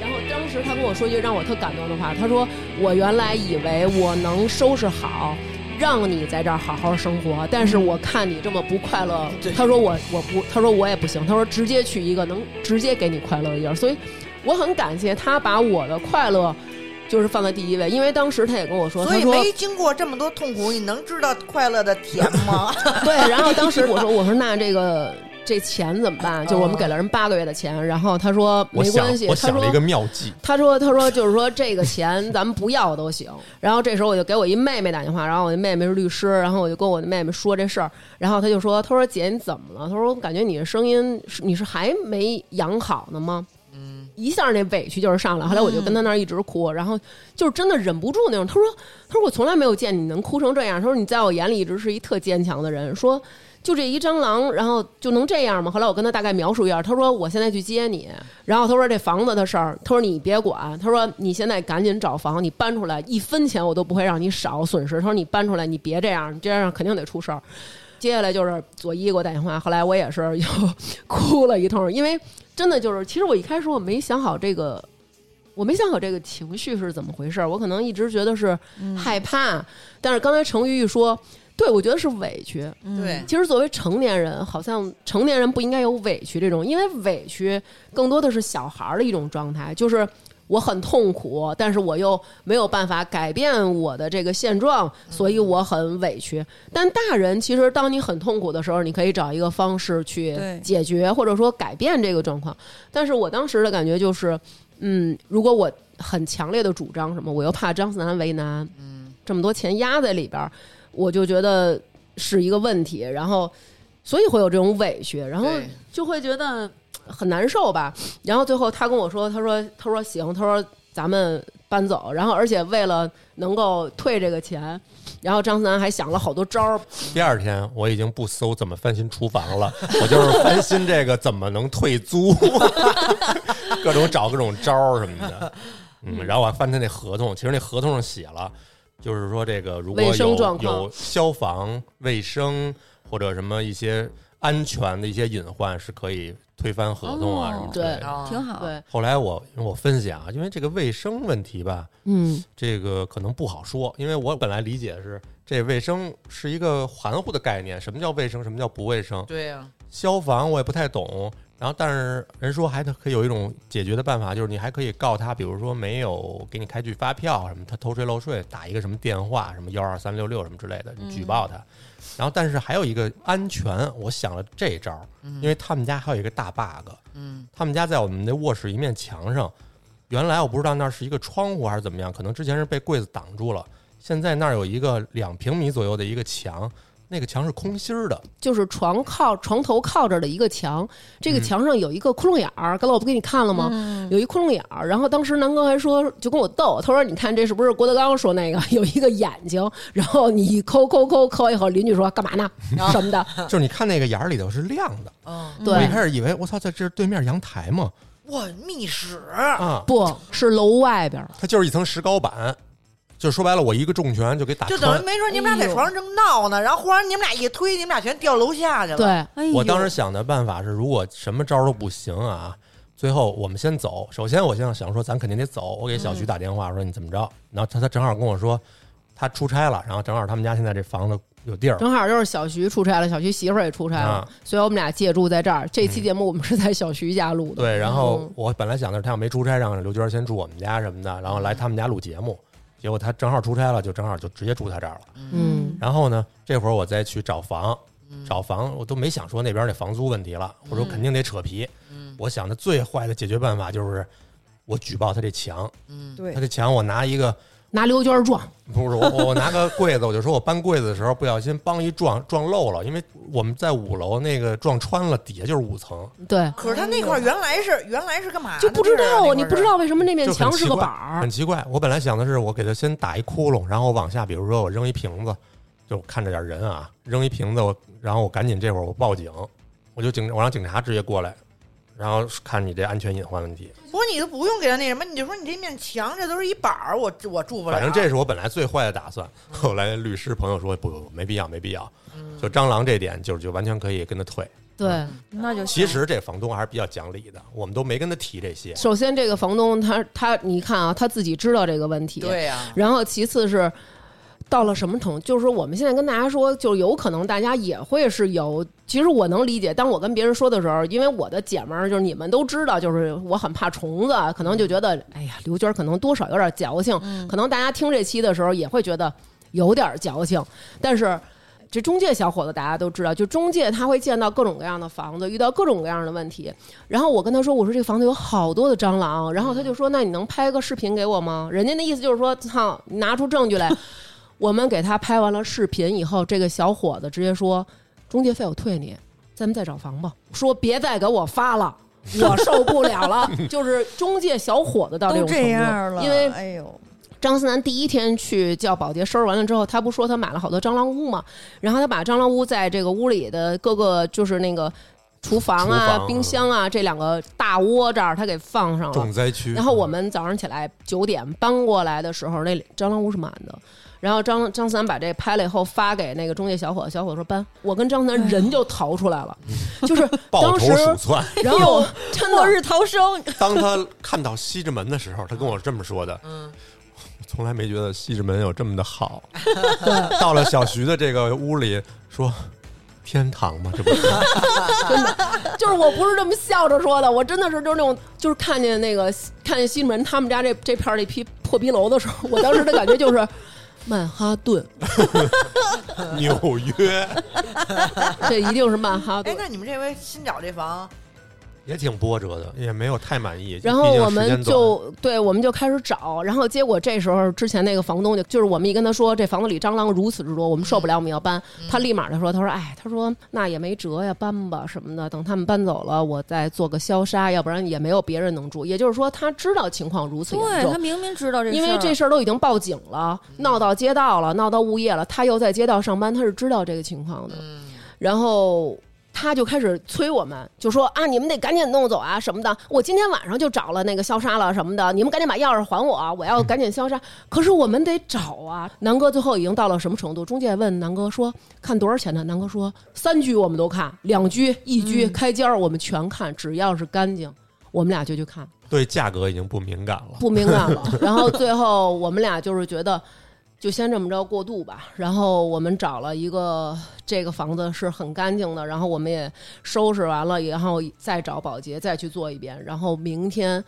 Speaker 2: 然后当时他跟我说一句让我特感动的话，他说：“我原来以为我能收拾好，让你在这儿好好生活，但是我看你这么不快
Speaker 3: 嗯
Speaker 2: 乐，他说我我不，他说我也不行，他说直接去一个能直接给你快乐的地儿，所以我很感谢他把我的快乐就是放在第一位，因为当时他也跟我说，
Speaker 3: 所以
Speaker 2: 他说
Speaker 3: 没经过这么多痛苦，你能知道快乐的甜 吗？
Speaker 2: 对，然后当时我 说我说那这个。”这钱怎么办？就我们
Speaker 3: 哦
Speaker 2: 给了人八个月的钱，然后他说
Speaker 4: 我
Speaker 2: 没
Speaker 4: 想
Speaker 2: 关系，
Speaker 4: 我
Speaker 2: 他
Speaker 4: 想
Speaker 2: 说
Speaker 4: 了一个妙计，
Speaker 2: 他说：“他说就是说这个钱咱们不要都行。”然后这时候我就给我一妹妹打电话，然后我的妹妹是律师，然后我就跟我的妹妹说这事儿，然后她就说：“她说姐你怎么了？她说我感觉你的声音是你是还没养好呢吗？”嗯，一下那委屈就是上来，后来我就跟她那儿一直哭，然后就是真的忍不住那种。她说：“她说我从来没有见你能哭成这样。”她说：“你在我眼里一直是一特坚强的人。”说。就这一蟑螂，然后就能这样吗？后来我跟他大概描述一下，他说我现在去接你，然后他说这房子的事儿，他说你别管，他说你现在赶紧找房，你搬出来一分钱我都不会让你少损失，他说你搬出来你别这样，你这样肯定得出事儿。接下来就是佐伊给我打电话，后来我也是 又哭了一通，因为真的就是，其实我一开始我没想好这个，我没想好这个情绪是怎么回事儿，我可能一直觉得是害怕，但是刚才成瑜一说，对我觉得是委屈，
Speaker 1: 嗯
Speaker 3: 对，
Speaker 2: 其实作为成年人，好像成年人不应该有委屈这种，因为委屈更多的是小孩儿的一种状态，就是我很痛苦，但是我又没有办法改变我的这个现状，所以我很委屈。但大人其实，当你很痛苦的时候，你可以找一个方式去
Speaker 1: 对
Speaker 2: 解决，或者说改变这个状况。但是我当时的感觉就是，嗯，如果我很强烈的主张什么，我又怕张思楠为难，嗯，这么多钱压在里边儿，我就觉得是一个问题，然后所以会有这种委屈，然后
Speaker 3: 对
Speaker 2: 就会觉得很难受吧。然后最后他跟我说，他说他说行，他说咱们搬走，然后而且为了能够退这个钱。然后张思楠还想了好多招儿，
Speaker 4: 第二天我已经不搜怎么翻新厨房了， 我就是翻新这个怎么能 退租， 各种找各种招儿什么的。嗯，然后我还翻他那合同，其实那合同上写了，就是说这个如果
Speaker 2: 卫生
Speaker 4: 有
Speaker 2: 状况
Speaker 4: 有消防、卫生或者什么一些安全的一些隐患，是可以推翻合同啊
Speaker 1: 哦
Speaker 4: 什么之类的。
Speaker 2: 对
Speaker 1: 挺好。
Speaker 2: 对，
Speaker 4: 后来我我分析啊，因为这个卫生问题吧，
Speaker 2: 嗯，
Speaker 4: 这个可能不好说，因为我本来理解是这卫生是一个含糊的概念，什么叫卫生，什么叫不卫生？
Speaker 3: 对呀，
Speaker 4: 消防我也不太懂。然后，但是人说还可以有一种解决的办法，就是你还可以告他，比如说没有给你开具发票什么，他偷税漏税，打一个什么电话，什么幺二三六六什么之类的，你举报他。然后，但是还有一个安全，我想了这招，因为他们家还有一个大 bug，
Speaker 3: 嗯，
Speaker 4: 他们家在我们那卧室一面墙上，原来我不知道那儿是一个窗户还是怎么样，可能之前是被柜子挡住了，现在那儿有一个两平米左右的一个墙，那个墙是空心儿的，
Speaker 2: 就是床靠床头靠着的一个墙，这
Speaker 4: 嗯
Speaker 2: 个墙上有一个窟窿眼儿，刚才我不给你看了吗？有一窟窿眼儿。然后当时南哥还说，就跟我逗，他说：“你看这是不是郭德纲说那个 有一个眼睛？然后你一抠抠抠抠以后，邻居说干嘛呢？什么的。
Speaker 4: 就是你看那个眼儿里头是亮的。
Speaker 3: 嗯，
Speaker 4: 我一
Speaker 2: 对，
Speaker 4: 开始以为我操，在这是对面阳台嘛，
Speaker 3: 哇，密室，
Speaker 4: 啊，
Speaker 2: 不是楼外边儿，
Speaker 4: 它就是一层石膏板，就说白了，我一个重拳就给打
Speaker 3: 就等
Speaker 4: 穿
Speaker 3: 于。没准你们俩在床上正闹呢，然后忽然你们俩一推，你们俩全掉楼下去了。，
Speaker 2: 对，
Speaker 1: 哎呦
Speaker 4: 我当时想的办法是，如果什么招儿都不行啊，最后我们先走。首先，我现在想说，咱肯定得走。我给小徐打电话说你怎么着，然后他他正好跟我说他出差了，然后正好他们家现在这房子有地儿，
Speaker 2: 正好就是小徐出差了，小徐媳妇儿也出差了，
Speaker 4: 啊嗯
Speaker 2: 所以我们俩借住在这儿。这期节目我们是在小徐家录的。
Speaker 4: 对，然后
Speaker 2: 嗯
Speaker 4: 我本来想的是，他要没出差，让刘娟先住我们家什么的，然后来他们家录节目。结果他正好出差了，就正好就直接住他这儿了。
Speaker 2: 嗯，
Speaker 4: 然后呢，这会儿我再去找房，找房我都没想说那边那房租问题了，我说肯定得扯皮。
Speaker 2: 嗯
Speaker 4: 我想的最坏的解决办法就是我举报他这墙，
Speaker 3: 嗯，
Speaker 1: 对
Speaker 4: 他这墙我拿一个
Speaker 2: 拿刘娟撞，
Speaker 4: 不是我，我拿个柜子，我就说我搬柜子的时候不小心梆一撞，撞漏了，因为我们在五楼那个撞穿了，底下就是五层，
Speaker 2: 对，
Speaker 3: 可是他那块儿原来是原啊来是干嘛的？
Speaker 2: 就不知道
Speaker 3: 啊
Speaker 2: 啊，，你不知道为什么那面
Speaker 4: 就很
Speaker 2: 墙
Speaker 4: 奇
Speaker 2: 是个
Speaker 4: 怪
Speaker 2: 板儿
Speaker 4: 很，奇怪。我本来想的是我给它先打一窟窿，然后往下，比如说我扔一瓶子，就看着点人啊，扔一瓶子，我然后我赶紧这会儿我报警，我就警我让警察直接过来，然后看你这安全隐患问题。
Speaker 3: 不过你都不用给他那什么，你就说你这面墙这都是一板儿，我我住不了。
Speaker 4: 反正这是我本来最坏的打算。后来律师朋友说不不不，没必要，没必要。
Speaker 2: 嗯
Speaker 4: 就蟑螂这点，就是就完全可以跟他退。
Speaker 2: 对。
Speaker 4: 嗯
Speaker 1: 那就
Speaker 4: 其实这房东还是比较讲理的，我们都没跟他提这些。
Speaker 2: 首先，这个房东他他，你看啊，他自己知道这个问题，
Speaker 3: 对呀、
Speaker 2: 然后其次是到了什么程度，就是说我们现在跟大家说，就有可能大家也会是有，其实我能理解。当我跟别人说的时候，因为我的姐们儿就是你们都知道，就是我很怕虫子，可能就觉得，哎呀，刘娟儿可能多少有点矫情，可能大家听这期的时候也会觉得有点矫情，但是。这中介小伙子大家都知道，就中介他会见到各种各样的房子，遇到各种各样的问题。然后我跟他说：“我说这房子有好多的蟑螂。”然后他就说：“那你能拍个视频给 我吗？”人家那意思就是说：“操，你拿出证据来。”我们给他拍完了视频以后，这个小伙子直接说：“中介费我退你，咱们再找房吧。”说别再给我发了。我受不了了，就是中介小伙子到这
Speaker 1: 都
Speaker 2: 种程度，
Speaker 1: 这样了，
Speaker 2: 因为
Speaker 1: 哎呦，
Speaker 2: 张思楠第一天去叫保洁收拾完了之后，他不说他买了好多蟑螂屋嘛，然后他把蟑螂屋在这个屋里的各个就是那个厨房啊、
Speaker 4: 厨房
Speaker 2: 冰箱啊这两个大窝这儿，他给放上了
Speaker 4: 重。灾区。
Speaker 2: 然后我们早上起来九点搬过来的时候，那蟑螂屋是满的。然后张张思楠把这拍了以后发给那个中介小伙，小伙说搬。我跟张思楠人就逃出来了， 就是
Speaker 4: 抱
Speaker 2: 当
Speaker 4: 头
Speaker 2: 时，
Speaker 4: 鼠窜。
Speaker 2: 然后真的
Speaker 1: 末日逃生，
Speaker 4: 当他看到西直门的时候，他跟我这么说的：“嗯，我从来没觉得西直门有这么 的好。到了小徐的这个屋里，说天堂吗？这不是
Speaker 2: 就是我不是这么笑着说的，我真的是就是那种，就是看见那个看见西直门他们家这这片儿那批破逼楼的时候，我当时的感觉就是曼哈顿，
Speaker 4: 纽约，
Speaker 2: 这一定是曼哈
Speaker 3: 哎
Speaker 2: 顿，。
Speaker 3: 那你们这回新找这房，
Speaker 4: 也挺波折的，也没有太满意。
Speaker 2: 然后
Speaker 4: 毕竟
Speaker 2: 我
Speaker 4: 时
Speaker 2: 们
Speaker 4: 间短
Speaker 2: 就对，我们就开始找，然后结果这时候之前那个房东就就是我们一跟他说这房子里蟑螂如此之多，我们受不了，我们要搬。
Speaker 3: 嗯
Speaker 2: 他立马就说：“他说哎，他说那也没辙呀，搬吧什么的，等他们搬走了，我再做个消杀，要不然也没有别人能住。”也就是说，他知道情况如此严
Speaker 1: 对
Speaker 2: 重
Speaker 1: 他，明明知道这事儿，嗯
Speaker 2: 因为这事儿都已经报警了，闹到街道了，闹到物业了，他又在街道上班，他是知道这个情况的。
Speaker 1: 嗯
Speaker 2: 然后他就开始催我们，就说啊，你们得赶紧弄走啊什么的。我今天晚上就找了那个消杀了什么的，你们赶紧把钥匙还我啊，我要赶紧消杀。可是我们得找啊。南哥最后已经到了什么程度？中介问南哥说看多少钱呢？南哥说三居我们都看，两居、一居、
Speaker 1: 嗯
Speaker 2: 开间儿我们全看，只要是干净，我们俩就去看。
Speaker 4: 对价格已经不敏感了。
Speaker 2: 不敏感了。 然后最后我们俩就是觉得，就先这么着过渡吧。然后我们找了一个这个房子是很干净的，然后我们也收拾完了，然后再找保洁再去做一遍。然后明天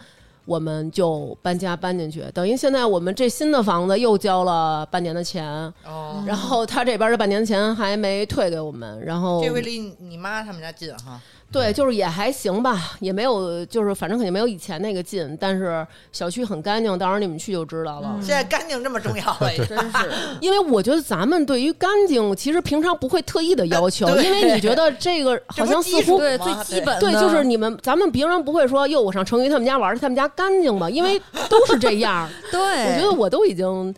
Speaker 2: 我们就搬家搬进去。等于现在我们这新的房子又交了半年的钱，
Speaker 3: 哦，
Speaker 2: 然后他这边的半年钱还没退给我们。然后
Speaker 3: 这回离你你妈他们家近哈，
Speaker 2: 对，就是也还行吧，也没有，就是反正肯定没有以前那个近，但是小区很干净，到时候你们去就知道了。
Speaker 3: 现在干净这么重要了，真是。
Speaker 2: 因为我觉得咱们对于干净，其实平常不会特意的要求，
Speaker 3: 对
Speaker 2: 因为你觉得哎 这个好像似乎
Speaker 1: 对
Speaker 3: 嘛
Speaker 1: 最基本的
Speaker 2: 对，就是你们咱们平常不会说哟，我上成瑜他们家玩去，他们家干净吧，因 为都是这样。
Speaker 1: 对，
Speaker 2: 我觉得我都已经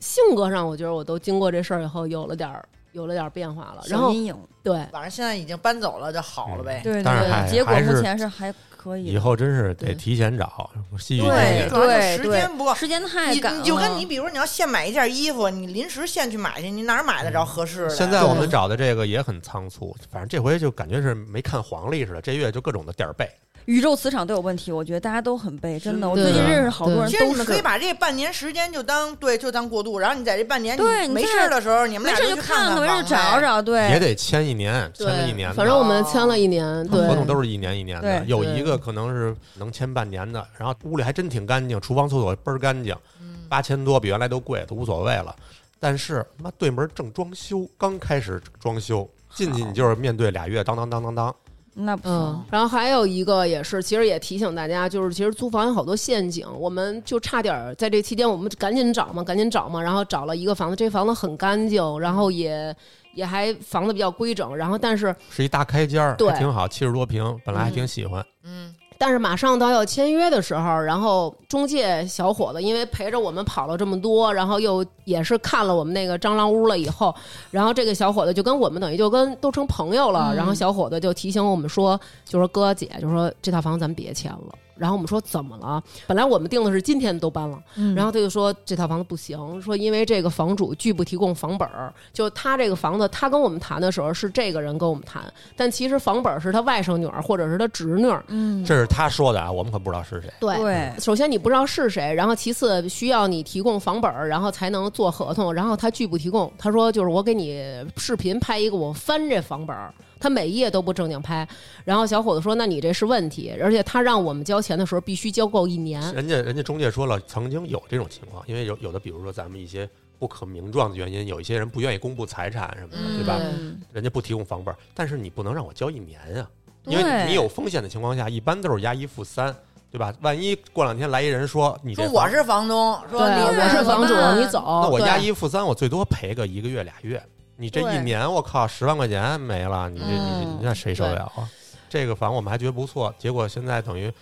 Speaker 2: 性格上，我觉得我都经过这事儿以后有了点儿有了点儿变化了。
Speaker 1: 小
Speaker 2: 然后
Speaker 1: 阴影，
Speaker 2: 对，
Speaker 3: 晚上现在已经搬走了，就好了呗。
Speaker 1: 对
Speaker 4: 当然
Speaker 1: 对，
Speaker 4: 还
Speaker 1: 结果
Speaker 4: 还
Speaker 1: 目
Speaker 4: 是
Speaker 1: 前是还可
Speaker 2: 嗯
Speaker 1: 以
Speaker 4: 以
Speaker 1: 的，
Speaker 4: 后真是得提前找戏剧经
Speaker 1: 对
Speaker 4: 验。
Speaker 3: 主要是
Speaker 1: 对
Speaker 3: 时
Speaker 1: 对
Speaker 3: 间不够
Speaker 1: 时间太
Speaker 3: 你
Speaker 1: 赶了，
Speaker 3: 你就跟你，比如说你要现买一件衣服，你临时现去买去，你哪儿买得着合适的？
Speaker 4: 现在我们找的这个也很仓促，反正这回就感觉是没看黄历似的，这月就各种的点儿背。
Speaker 1: 宇宙磁场都有问题，我觉得大家都很背，真的。我
Speaker 2: 对
Speaker 1: 最近认识好多人
Speaker 3: 其实
Speaker 1: 都
Speaker 3: 你
Speaker 1: 是，
Speaker 3: 可以把这半年时间就当对，就当过渡，然后你在这半年你
Speaker 1: 对你
Speaker 3: 没
Speaker 1: 在
Speaker 3: 事儿的时候，你们
Speaker 1: 没
Speaker 3: 俩
Speaker 1: 事就
Speaker 3: 去
Speaker 1: 看
Speaker 3: 看哎
Speaker 1: 没事
Speaker 3: 房
Speaker 1: 就找
Speaker 3: 呗。
Speaker 1: 找，
Speaker 4: 也
Speaker 1: 对，
Speaker 4: 得签一年，签了一年
Speaker 2: 对，
Speaker 4: 的，
Speaker 2: 反正我们签了一年，对
Speaker 4: 合，同都是一年一年的，
Speaker 1: 对
Speaker 4: 有
Speaker 2: 对
Speaker 4: 一个可能是能签半年的，然后屋里还真挺干净，厨房、厕所倍儿干净，
Speaker 2: 嗯
Speaker 4: 八千多比原来都贵，都无所谓了。但是妈对门正装修，刚开始装修进去你就是面对俩月当当当当当，
Speaker 1: 那不行。
Speaker 2: 嗯，然后还有一个也是，其实也提醒大家，就是其实租房有好多陷阱，我们就差点儿在这期间，我们赶紧找嘛，赶紧找嘛，然后找了一个房子，这房子很干净，然后也也还房子比较规整，然后但是
Speaker 4: 是一大开间儿，
Speaker 2: 对
Speaker 4: 还挺好，七十多平，本来还挺喜欢。
Speaker 3: 嗯，
Speaker 2: 但是马上到要签约的时候，然后中介小伙子因为陪着我们跑了这么多，然后又也是看了我们那个蟑螂屋了以后，然后这个小伙子就跟我们等于就跟都成朋友了，然后小伙子就提醒我们说，就说哥姐，就说这套房咱别签了。然后我们说怎么了？本来我们定的是今天都搬了，
Speaker 1: 嗯
Speaker 2: 然后他就说这套房子不行，说因为这个房主拒不提供房本儿，就他这个房子，他跟我们谈的时候是这个人跟我们谈，但其实房本儿是他外甥女儿或者是他侄女儿，
Speaker 1: 嗯，
Speaker 4: 这是他说的啊，我们可不知道是谁。
Speaker 2: 对
Speaker 1: 对，
Speaker 2: 首先你不知道是谁，然后其次需要你提供房本儿，然后才能做合同。然后他拒不提供，他说就是我给你视频拍一个，我翻这房本儿，他每一页都不正经拍。然后小伙子说：“那你这是问题，而且他让我们交钱的时候必须交够一年。”
Speaker 4: 人家人家中介说了，曾经有这种情况，因为有有的，比如说咱们一些不可名状的原因，有一些人不愿意公布财产什么的，对吧？
Speaker 1: 嗯
Speaker 4: 人家不提供房本儿，但是你不能让我交一年啊，
Speaker 1: 对
Speaker 4: 因为你有风险的情况下，一般都是押一付三，对吧？万一过两天来一人说你这
Speaker 3: 说我
Speaker 4: 房
Speaker 3: 是房东，说
Speaker 2: 对，
Speaker 3: 你
Speaker 2: 我是房主
Speaker 1: 怎么，办
Speaker 2: 你走。
Speaker 4: 那我押
Speaker 2: 对
Speaker 4: 一付三，我最多赔个一个月俩月，你这
Speaker 1: 对
Speaker 4: 一年我靠十万块钱没了，你这你
Speaker 2: 嗯
Speaker 4: 你那谁受得了啊？这个房我们还觉得不错，结果现在等于。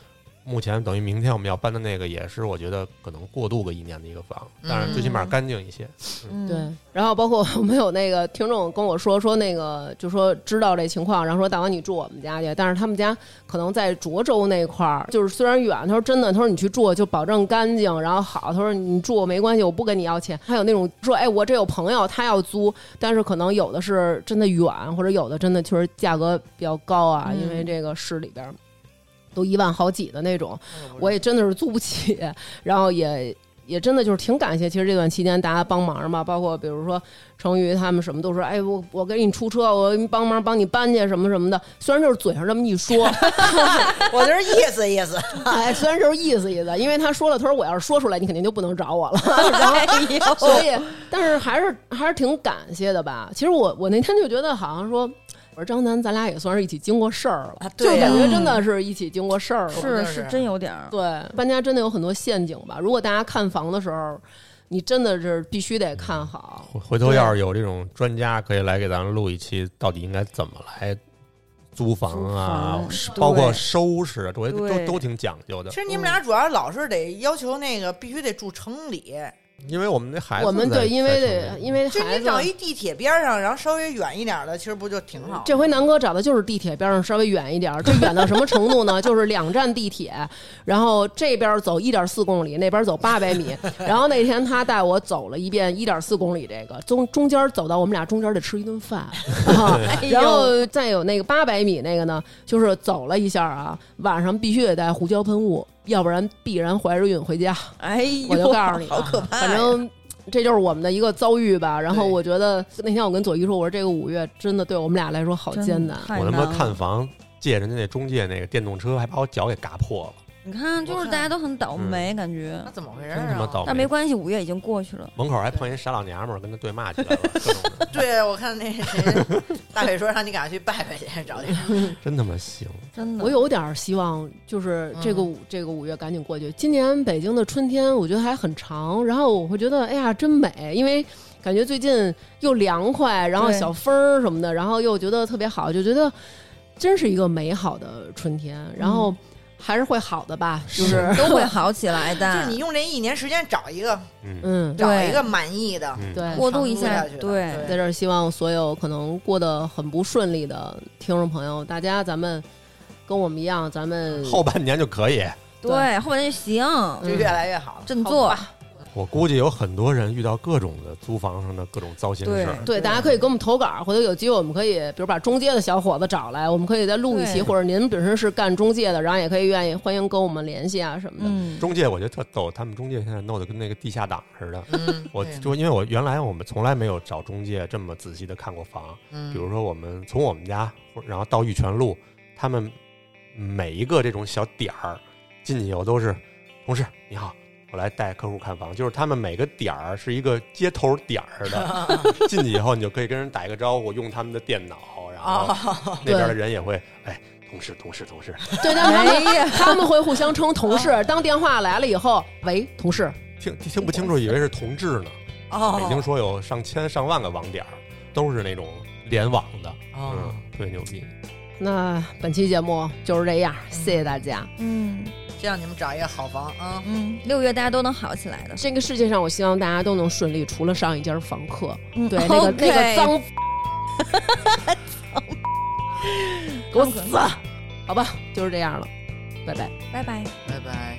Speaker 4: 目前等于明天我们要搬的那个也是，我觉得可能过渡个一年的一个房，但是最起码干净一些。
Speaker 1: 嗯
Speaker 2: 对，然后包括我们有那个听众跟我说说那个，就说知道这情况，然后说大王你住我们家去，但是他们家可能在涿州那块儿，就是虽然远，他说真的，他说你去住就保证干净，然后好，他说你住没关系，我不跟你要钱。还有那种说，哎，我这有朋友他要租，但是可能有的是真的远，或者有的真的确实价格比较高啊，
Speaker 1: 嗯
Speaker 2: 因为这个市里边儿都一万好几的那种，我也真的是租不起， 然后也也真的就是挺感谢，其实这段期间大家帮忙嘛，包括比如说成宇他们什么都说，哎，我我给你出车，我给你帮忙帮你搬去什么什么的，虽然就是嘴上这么一说，
Speaker 3: 我就是意思意思。
Speaker 2: 哎，虽然就是意思意思，因为他说了，他说我要是说出来，你肯定就不能找我了，
Speaker 1: 哎
Speaker 2: 然后所以， 但是还是还是挺感谢的吧。其实我我那天就觉得好像说。我说张楠，咱俩也算是一起经过事儿了，
Speaker 3: 啊
Speaker 2: 就
Speaker 3: 对呀
Speaker 2: 感觉
Speaker 4: 嗯
Speaker 2: 真的是一起经过事儿了。
Speaker 1: 是
Speaker 3: 是
Speaker 1: 是真有点儿。
Speaker 2: 对，搬家真的有很多陷阱吧？如果大家看房的时候，你真的是必须得看好。
Speaker 4: 回回头要是有这种专家，可以来给咱们录一期，到底应该怎么来租房啊，
Speaker 1: 租房
Speaker 4: 包括
Speaker 1: 对
Speaker 4: 收拾，我觉得
Speaker 1: 对
Speaker 4: 都都挺讲究的
Speaker 3: 其。实你们俩主要老是得要求那个必须得住城里，
Speaker 4: 因为我们那嗯孩子在，
Speaker 2: 我们对，因为
Speaker 4: 在城
Speaker 2: 得
Speaker 4: 里
Speaker 2: 因为
Speaker 3: 就
Speaker 2: 孩
Speaker 3: 你
Speaker 2: 子，
Speaker 3: 找一地铁边上，然后稍微远一点的，其实不就挺好？
Speaker 2: 这回南哥找的就是地铁边上稍微远一点儿，这远到什么程度呢？ 就是两站地铁，然后这边走一点四公里，那边走八百米。然后那天他带我走了一遍一点四公里，这个中中间走到我们俩中间得吃一顿饭，啊
Speaker 1: 哎
Speaker 2: 然后再有那个八百米那个呢，就是走了一下啊，晚上必须得带胡椒喷雾，要不然必然怀着孕回家。
Speaker 1: 哎呦，
Speaker 2: 我就告诉你吧，
Speaker 3: 好可怕呀
Speaker 2: 反正这就是我们的一个遭遇吧。然后
Speaker 3: 对
Speaker 2: 我觉得那天我跟左一说，我说这个五月真的对我们俩来说好
Speaker 1: 真
Speaker 2: 艰难。
Speaker 1: 太
Speaker 4: 我他妈
Speaker 1: 难了
Speaker 4: 看房借人家那中介那个电动车，还把我脚给嘎破了，
Speaker 1: 你看，就
Speaker 3: 我
Speaker 1: 是
Speaker 3: 看
Speaker 1: 大家都很倒霉，感觉
Speaker 3: 那。怎么回事
Speaker 4: 真
Speaker 3: 儿
Speaker 4: 他妈
Speaker 3: 啊？
Speaker 4: 倒
Speaker 1: 但没
Speaker 4: 霉。
Speaker 1: 关系，五月已经过去了。
Speaker 4: 门口还碰一傻老娘们儿，跟他对骂起来了，各种 的
Speaker 3: 对，我看那谁大伟说让你赶快去拜拜去，找你。
Speaker 4: 真他妈行。
Speaker 1: 真的，
Speaker 2: 我有点儿希望，就是
Speaker 3: 嗯
Speaker 2: 这个五、这个五月赶紧过去。今年北京的春天，我觉得还很长，然后我会觉得，哎呀，真美，因为感觉最近又凉快，然后
Speaker 1: 对
Speaker 2: 小风儿什么的，然后又觉得特别好，就觉得真是一个美好的春天。然后
Speaker 3: 嗯
Speaker 2: 还是会好的吧，就是
Speaker 1: 都会好起来
Speaker 3: 就
Speaker 1: 的。
Speaker 3: 是你用这一年时间找一个
Speaker 4: 嗯，
Speaker 2: 嗯，
Speaker 3: 找
Speaker 1: 嗯对
Speaker 3: 一个满意的，
Speaker 4: 嗯
Speaker 2: 对，
Speaker 1: 过渡一下
Speaker 3: 长住下去，的
Speaker 1: 对
Speaker 3: 对
Speaker 2: 在这儿希望所有可能过得很不顺利的听众朋友，大家咱们跟我们一样，咱们
Speaker 4: 后半年就可以。
Speaker 1: 对，后面就行，
Speaker 3: 就越来越好了。
Speaker 1: 嗯振作
Speaker 3: 好吧，
Speaker 4: 我估计有很多人遇到各种的租房上的各种糟心事儿，
Speaker 2: 对，大家可以给我们投稿，回头有机会我们可以，比如把中介的小伙子找来，我们可以再录一期，
Speaker 1: 对
Speaker 2: 或者您本身是干中介的，然后也可以愿意欢迎跟我们联系啊什么的。
Speaker 1: 嗯，
Speaker 4: 中介我觉得特逗，他们中介现在弄得跟那个地下党似的。
Speaker 3: 嗯，
Speaker 4: 我
Speaker 3: 对
Speaker 4: 就因为我原来我们从来没有找中介这么仔细的看过房，
Speaker 3: 嗯
Speaker 4: 比如说我们从我们家，或然后到玉泉路，他们每一个这种小点儿进去以后都是同事你好，我来带客户看房，就是他们每个点儿是一个接头点儿似 的，进去以后你就可以跟人打一个招呼，用他们的电脑，然后
Speaker 3: 啊，
Speaker 4: 那边的人也会哎。同事同事同事，
Speaker 2: 对，但他们他们会互相称同
Speaker 1: 嗯
Speaker 2: 事。当电话来了以后，喂，同事，
Speaker 4: 听听不清楚，以为是同志呢。
Speaker 3: 哦，
Speaker 4: 北京说有上千上万个网点儿，都是那种联网的，
Speaker 3: 哦
Speaker 4: 嗯，特别牛逼。
Speaker 2: 那本期节目就是这样，谢谢大家。
Speaker 1: 嗯
Speaker 3: 希哦望你们找一个好房啊！
Speaker 1: 嗯，六月大家都能好起来的。
Speaker 2: 这个世界上，我希望大家都能顺利，除了上一家房客，
Speaker 1: 嗯
Speaker 2: 对那个那个
Speaker 1: OK
Speaker 2: 脏，给我死！好吧，就是这样了，拜拜。
Speaker 1: 拜拜。
Speaker 3: 拜拜。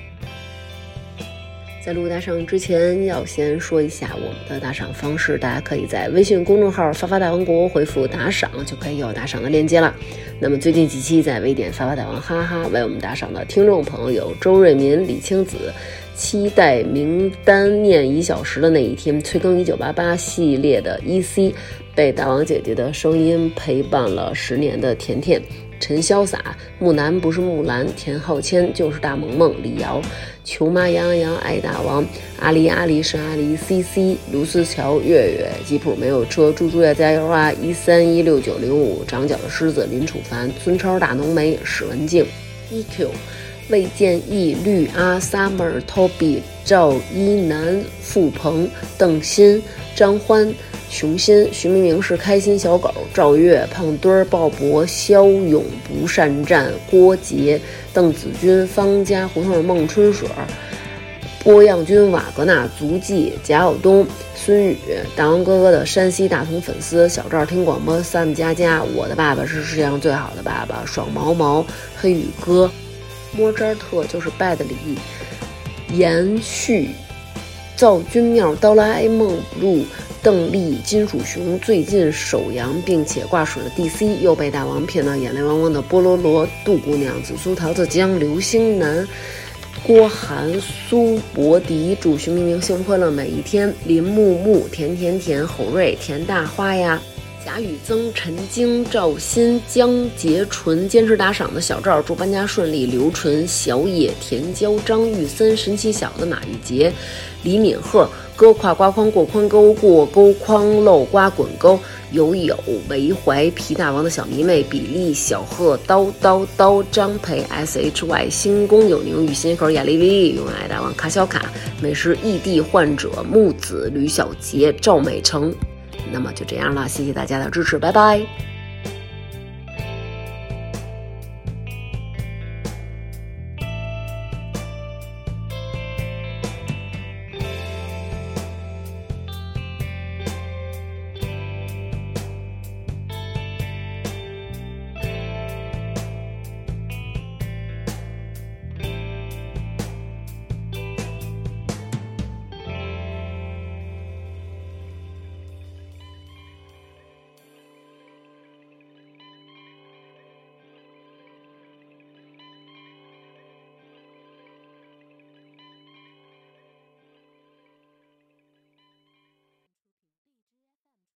Speaker 7: 在录打赏之前，要先说一下我们的打赏方式，大家可以在微信公众号“发发大王国”回复“打赏”，就可以有打赏的链接了。那么最近几期在微店“发发大王”哈哈为我们打赏的听众朋友有周瑞民、李青子。期待名单念一小时的那一天，催更一九八八系列的 EC，被大王姐姐的声音陪伴了十年的甜甜，陈潇洒，木兰不是木兰，田浩谦就是大萌萌，李瑶，球妈杨洋洋爱大王，阿狸阿狸是阿狸，C C 卢思乔月月吉普没有车，猪猪要加油啊！一三一六九零五长脚的狮子林楚凡，孙超大浓眉史文静，E Q。魏建义、绿阿、Summer、Toby、赵一楠、付鹏、邓鑫、张欢、熊心、徐明明是开心小狗、赵月、胖墩儿、鲍勃、肖勇不善战、郭杰、邓子君、方家胡同、孟春水儿。波漾君、瓦格纳、足迹、贾晓东、孙宇、大王哥哥的山西大同粉丝、小赵听广播、Sam 佳佳、我的爸爸是世界上最好的爸爸、爽毛毛、黑羽哥、莫扎特就是 bad 里，延续灶君庙、哆啦 A 梦、blue、邓丽、金属熊最近首阳并且挂水的 DC 又被大王骗到眼泪汪汪的菠萝萝、杜姑娘、紫苏桃子江、刘星男。郭涵、苏博迪，祝徐明明幸福快乐每一天。林木木、甜甜甜、侯瑞、田大花呀，贾雨增、陈晶、赵鑫、江杰纯坚持打赏的小赵，祝搬家顺利。刘纯、小野、田娇、张玉森、神奇小子、马玉杰、李敏赫、哥跨瓜筐过宽沟过沟筐漏瓜滚沟。友友、韦怀、皮大王的小迷妹、比利、小贺、刀刀刀、张培、S H Y、星宫、有宁、雨心口、雅丽丽、永远爱大王、卡小卡、美食异地患者、木子、吕小杰、赵美成。那么就这样了，谢谢大家的支持，拜拜。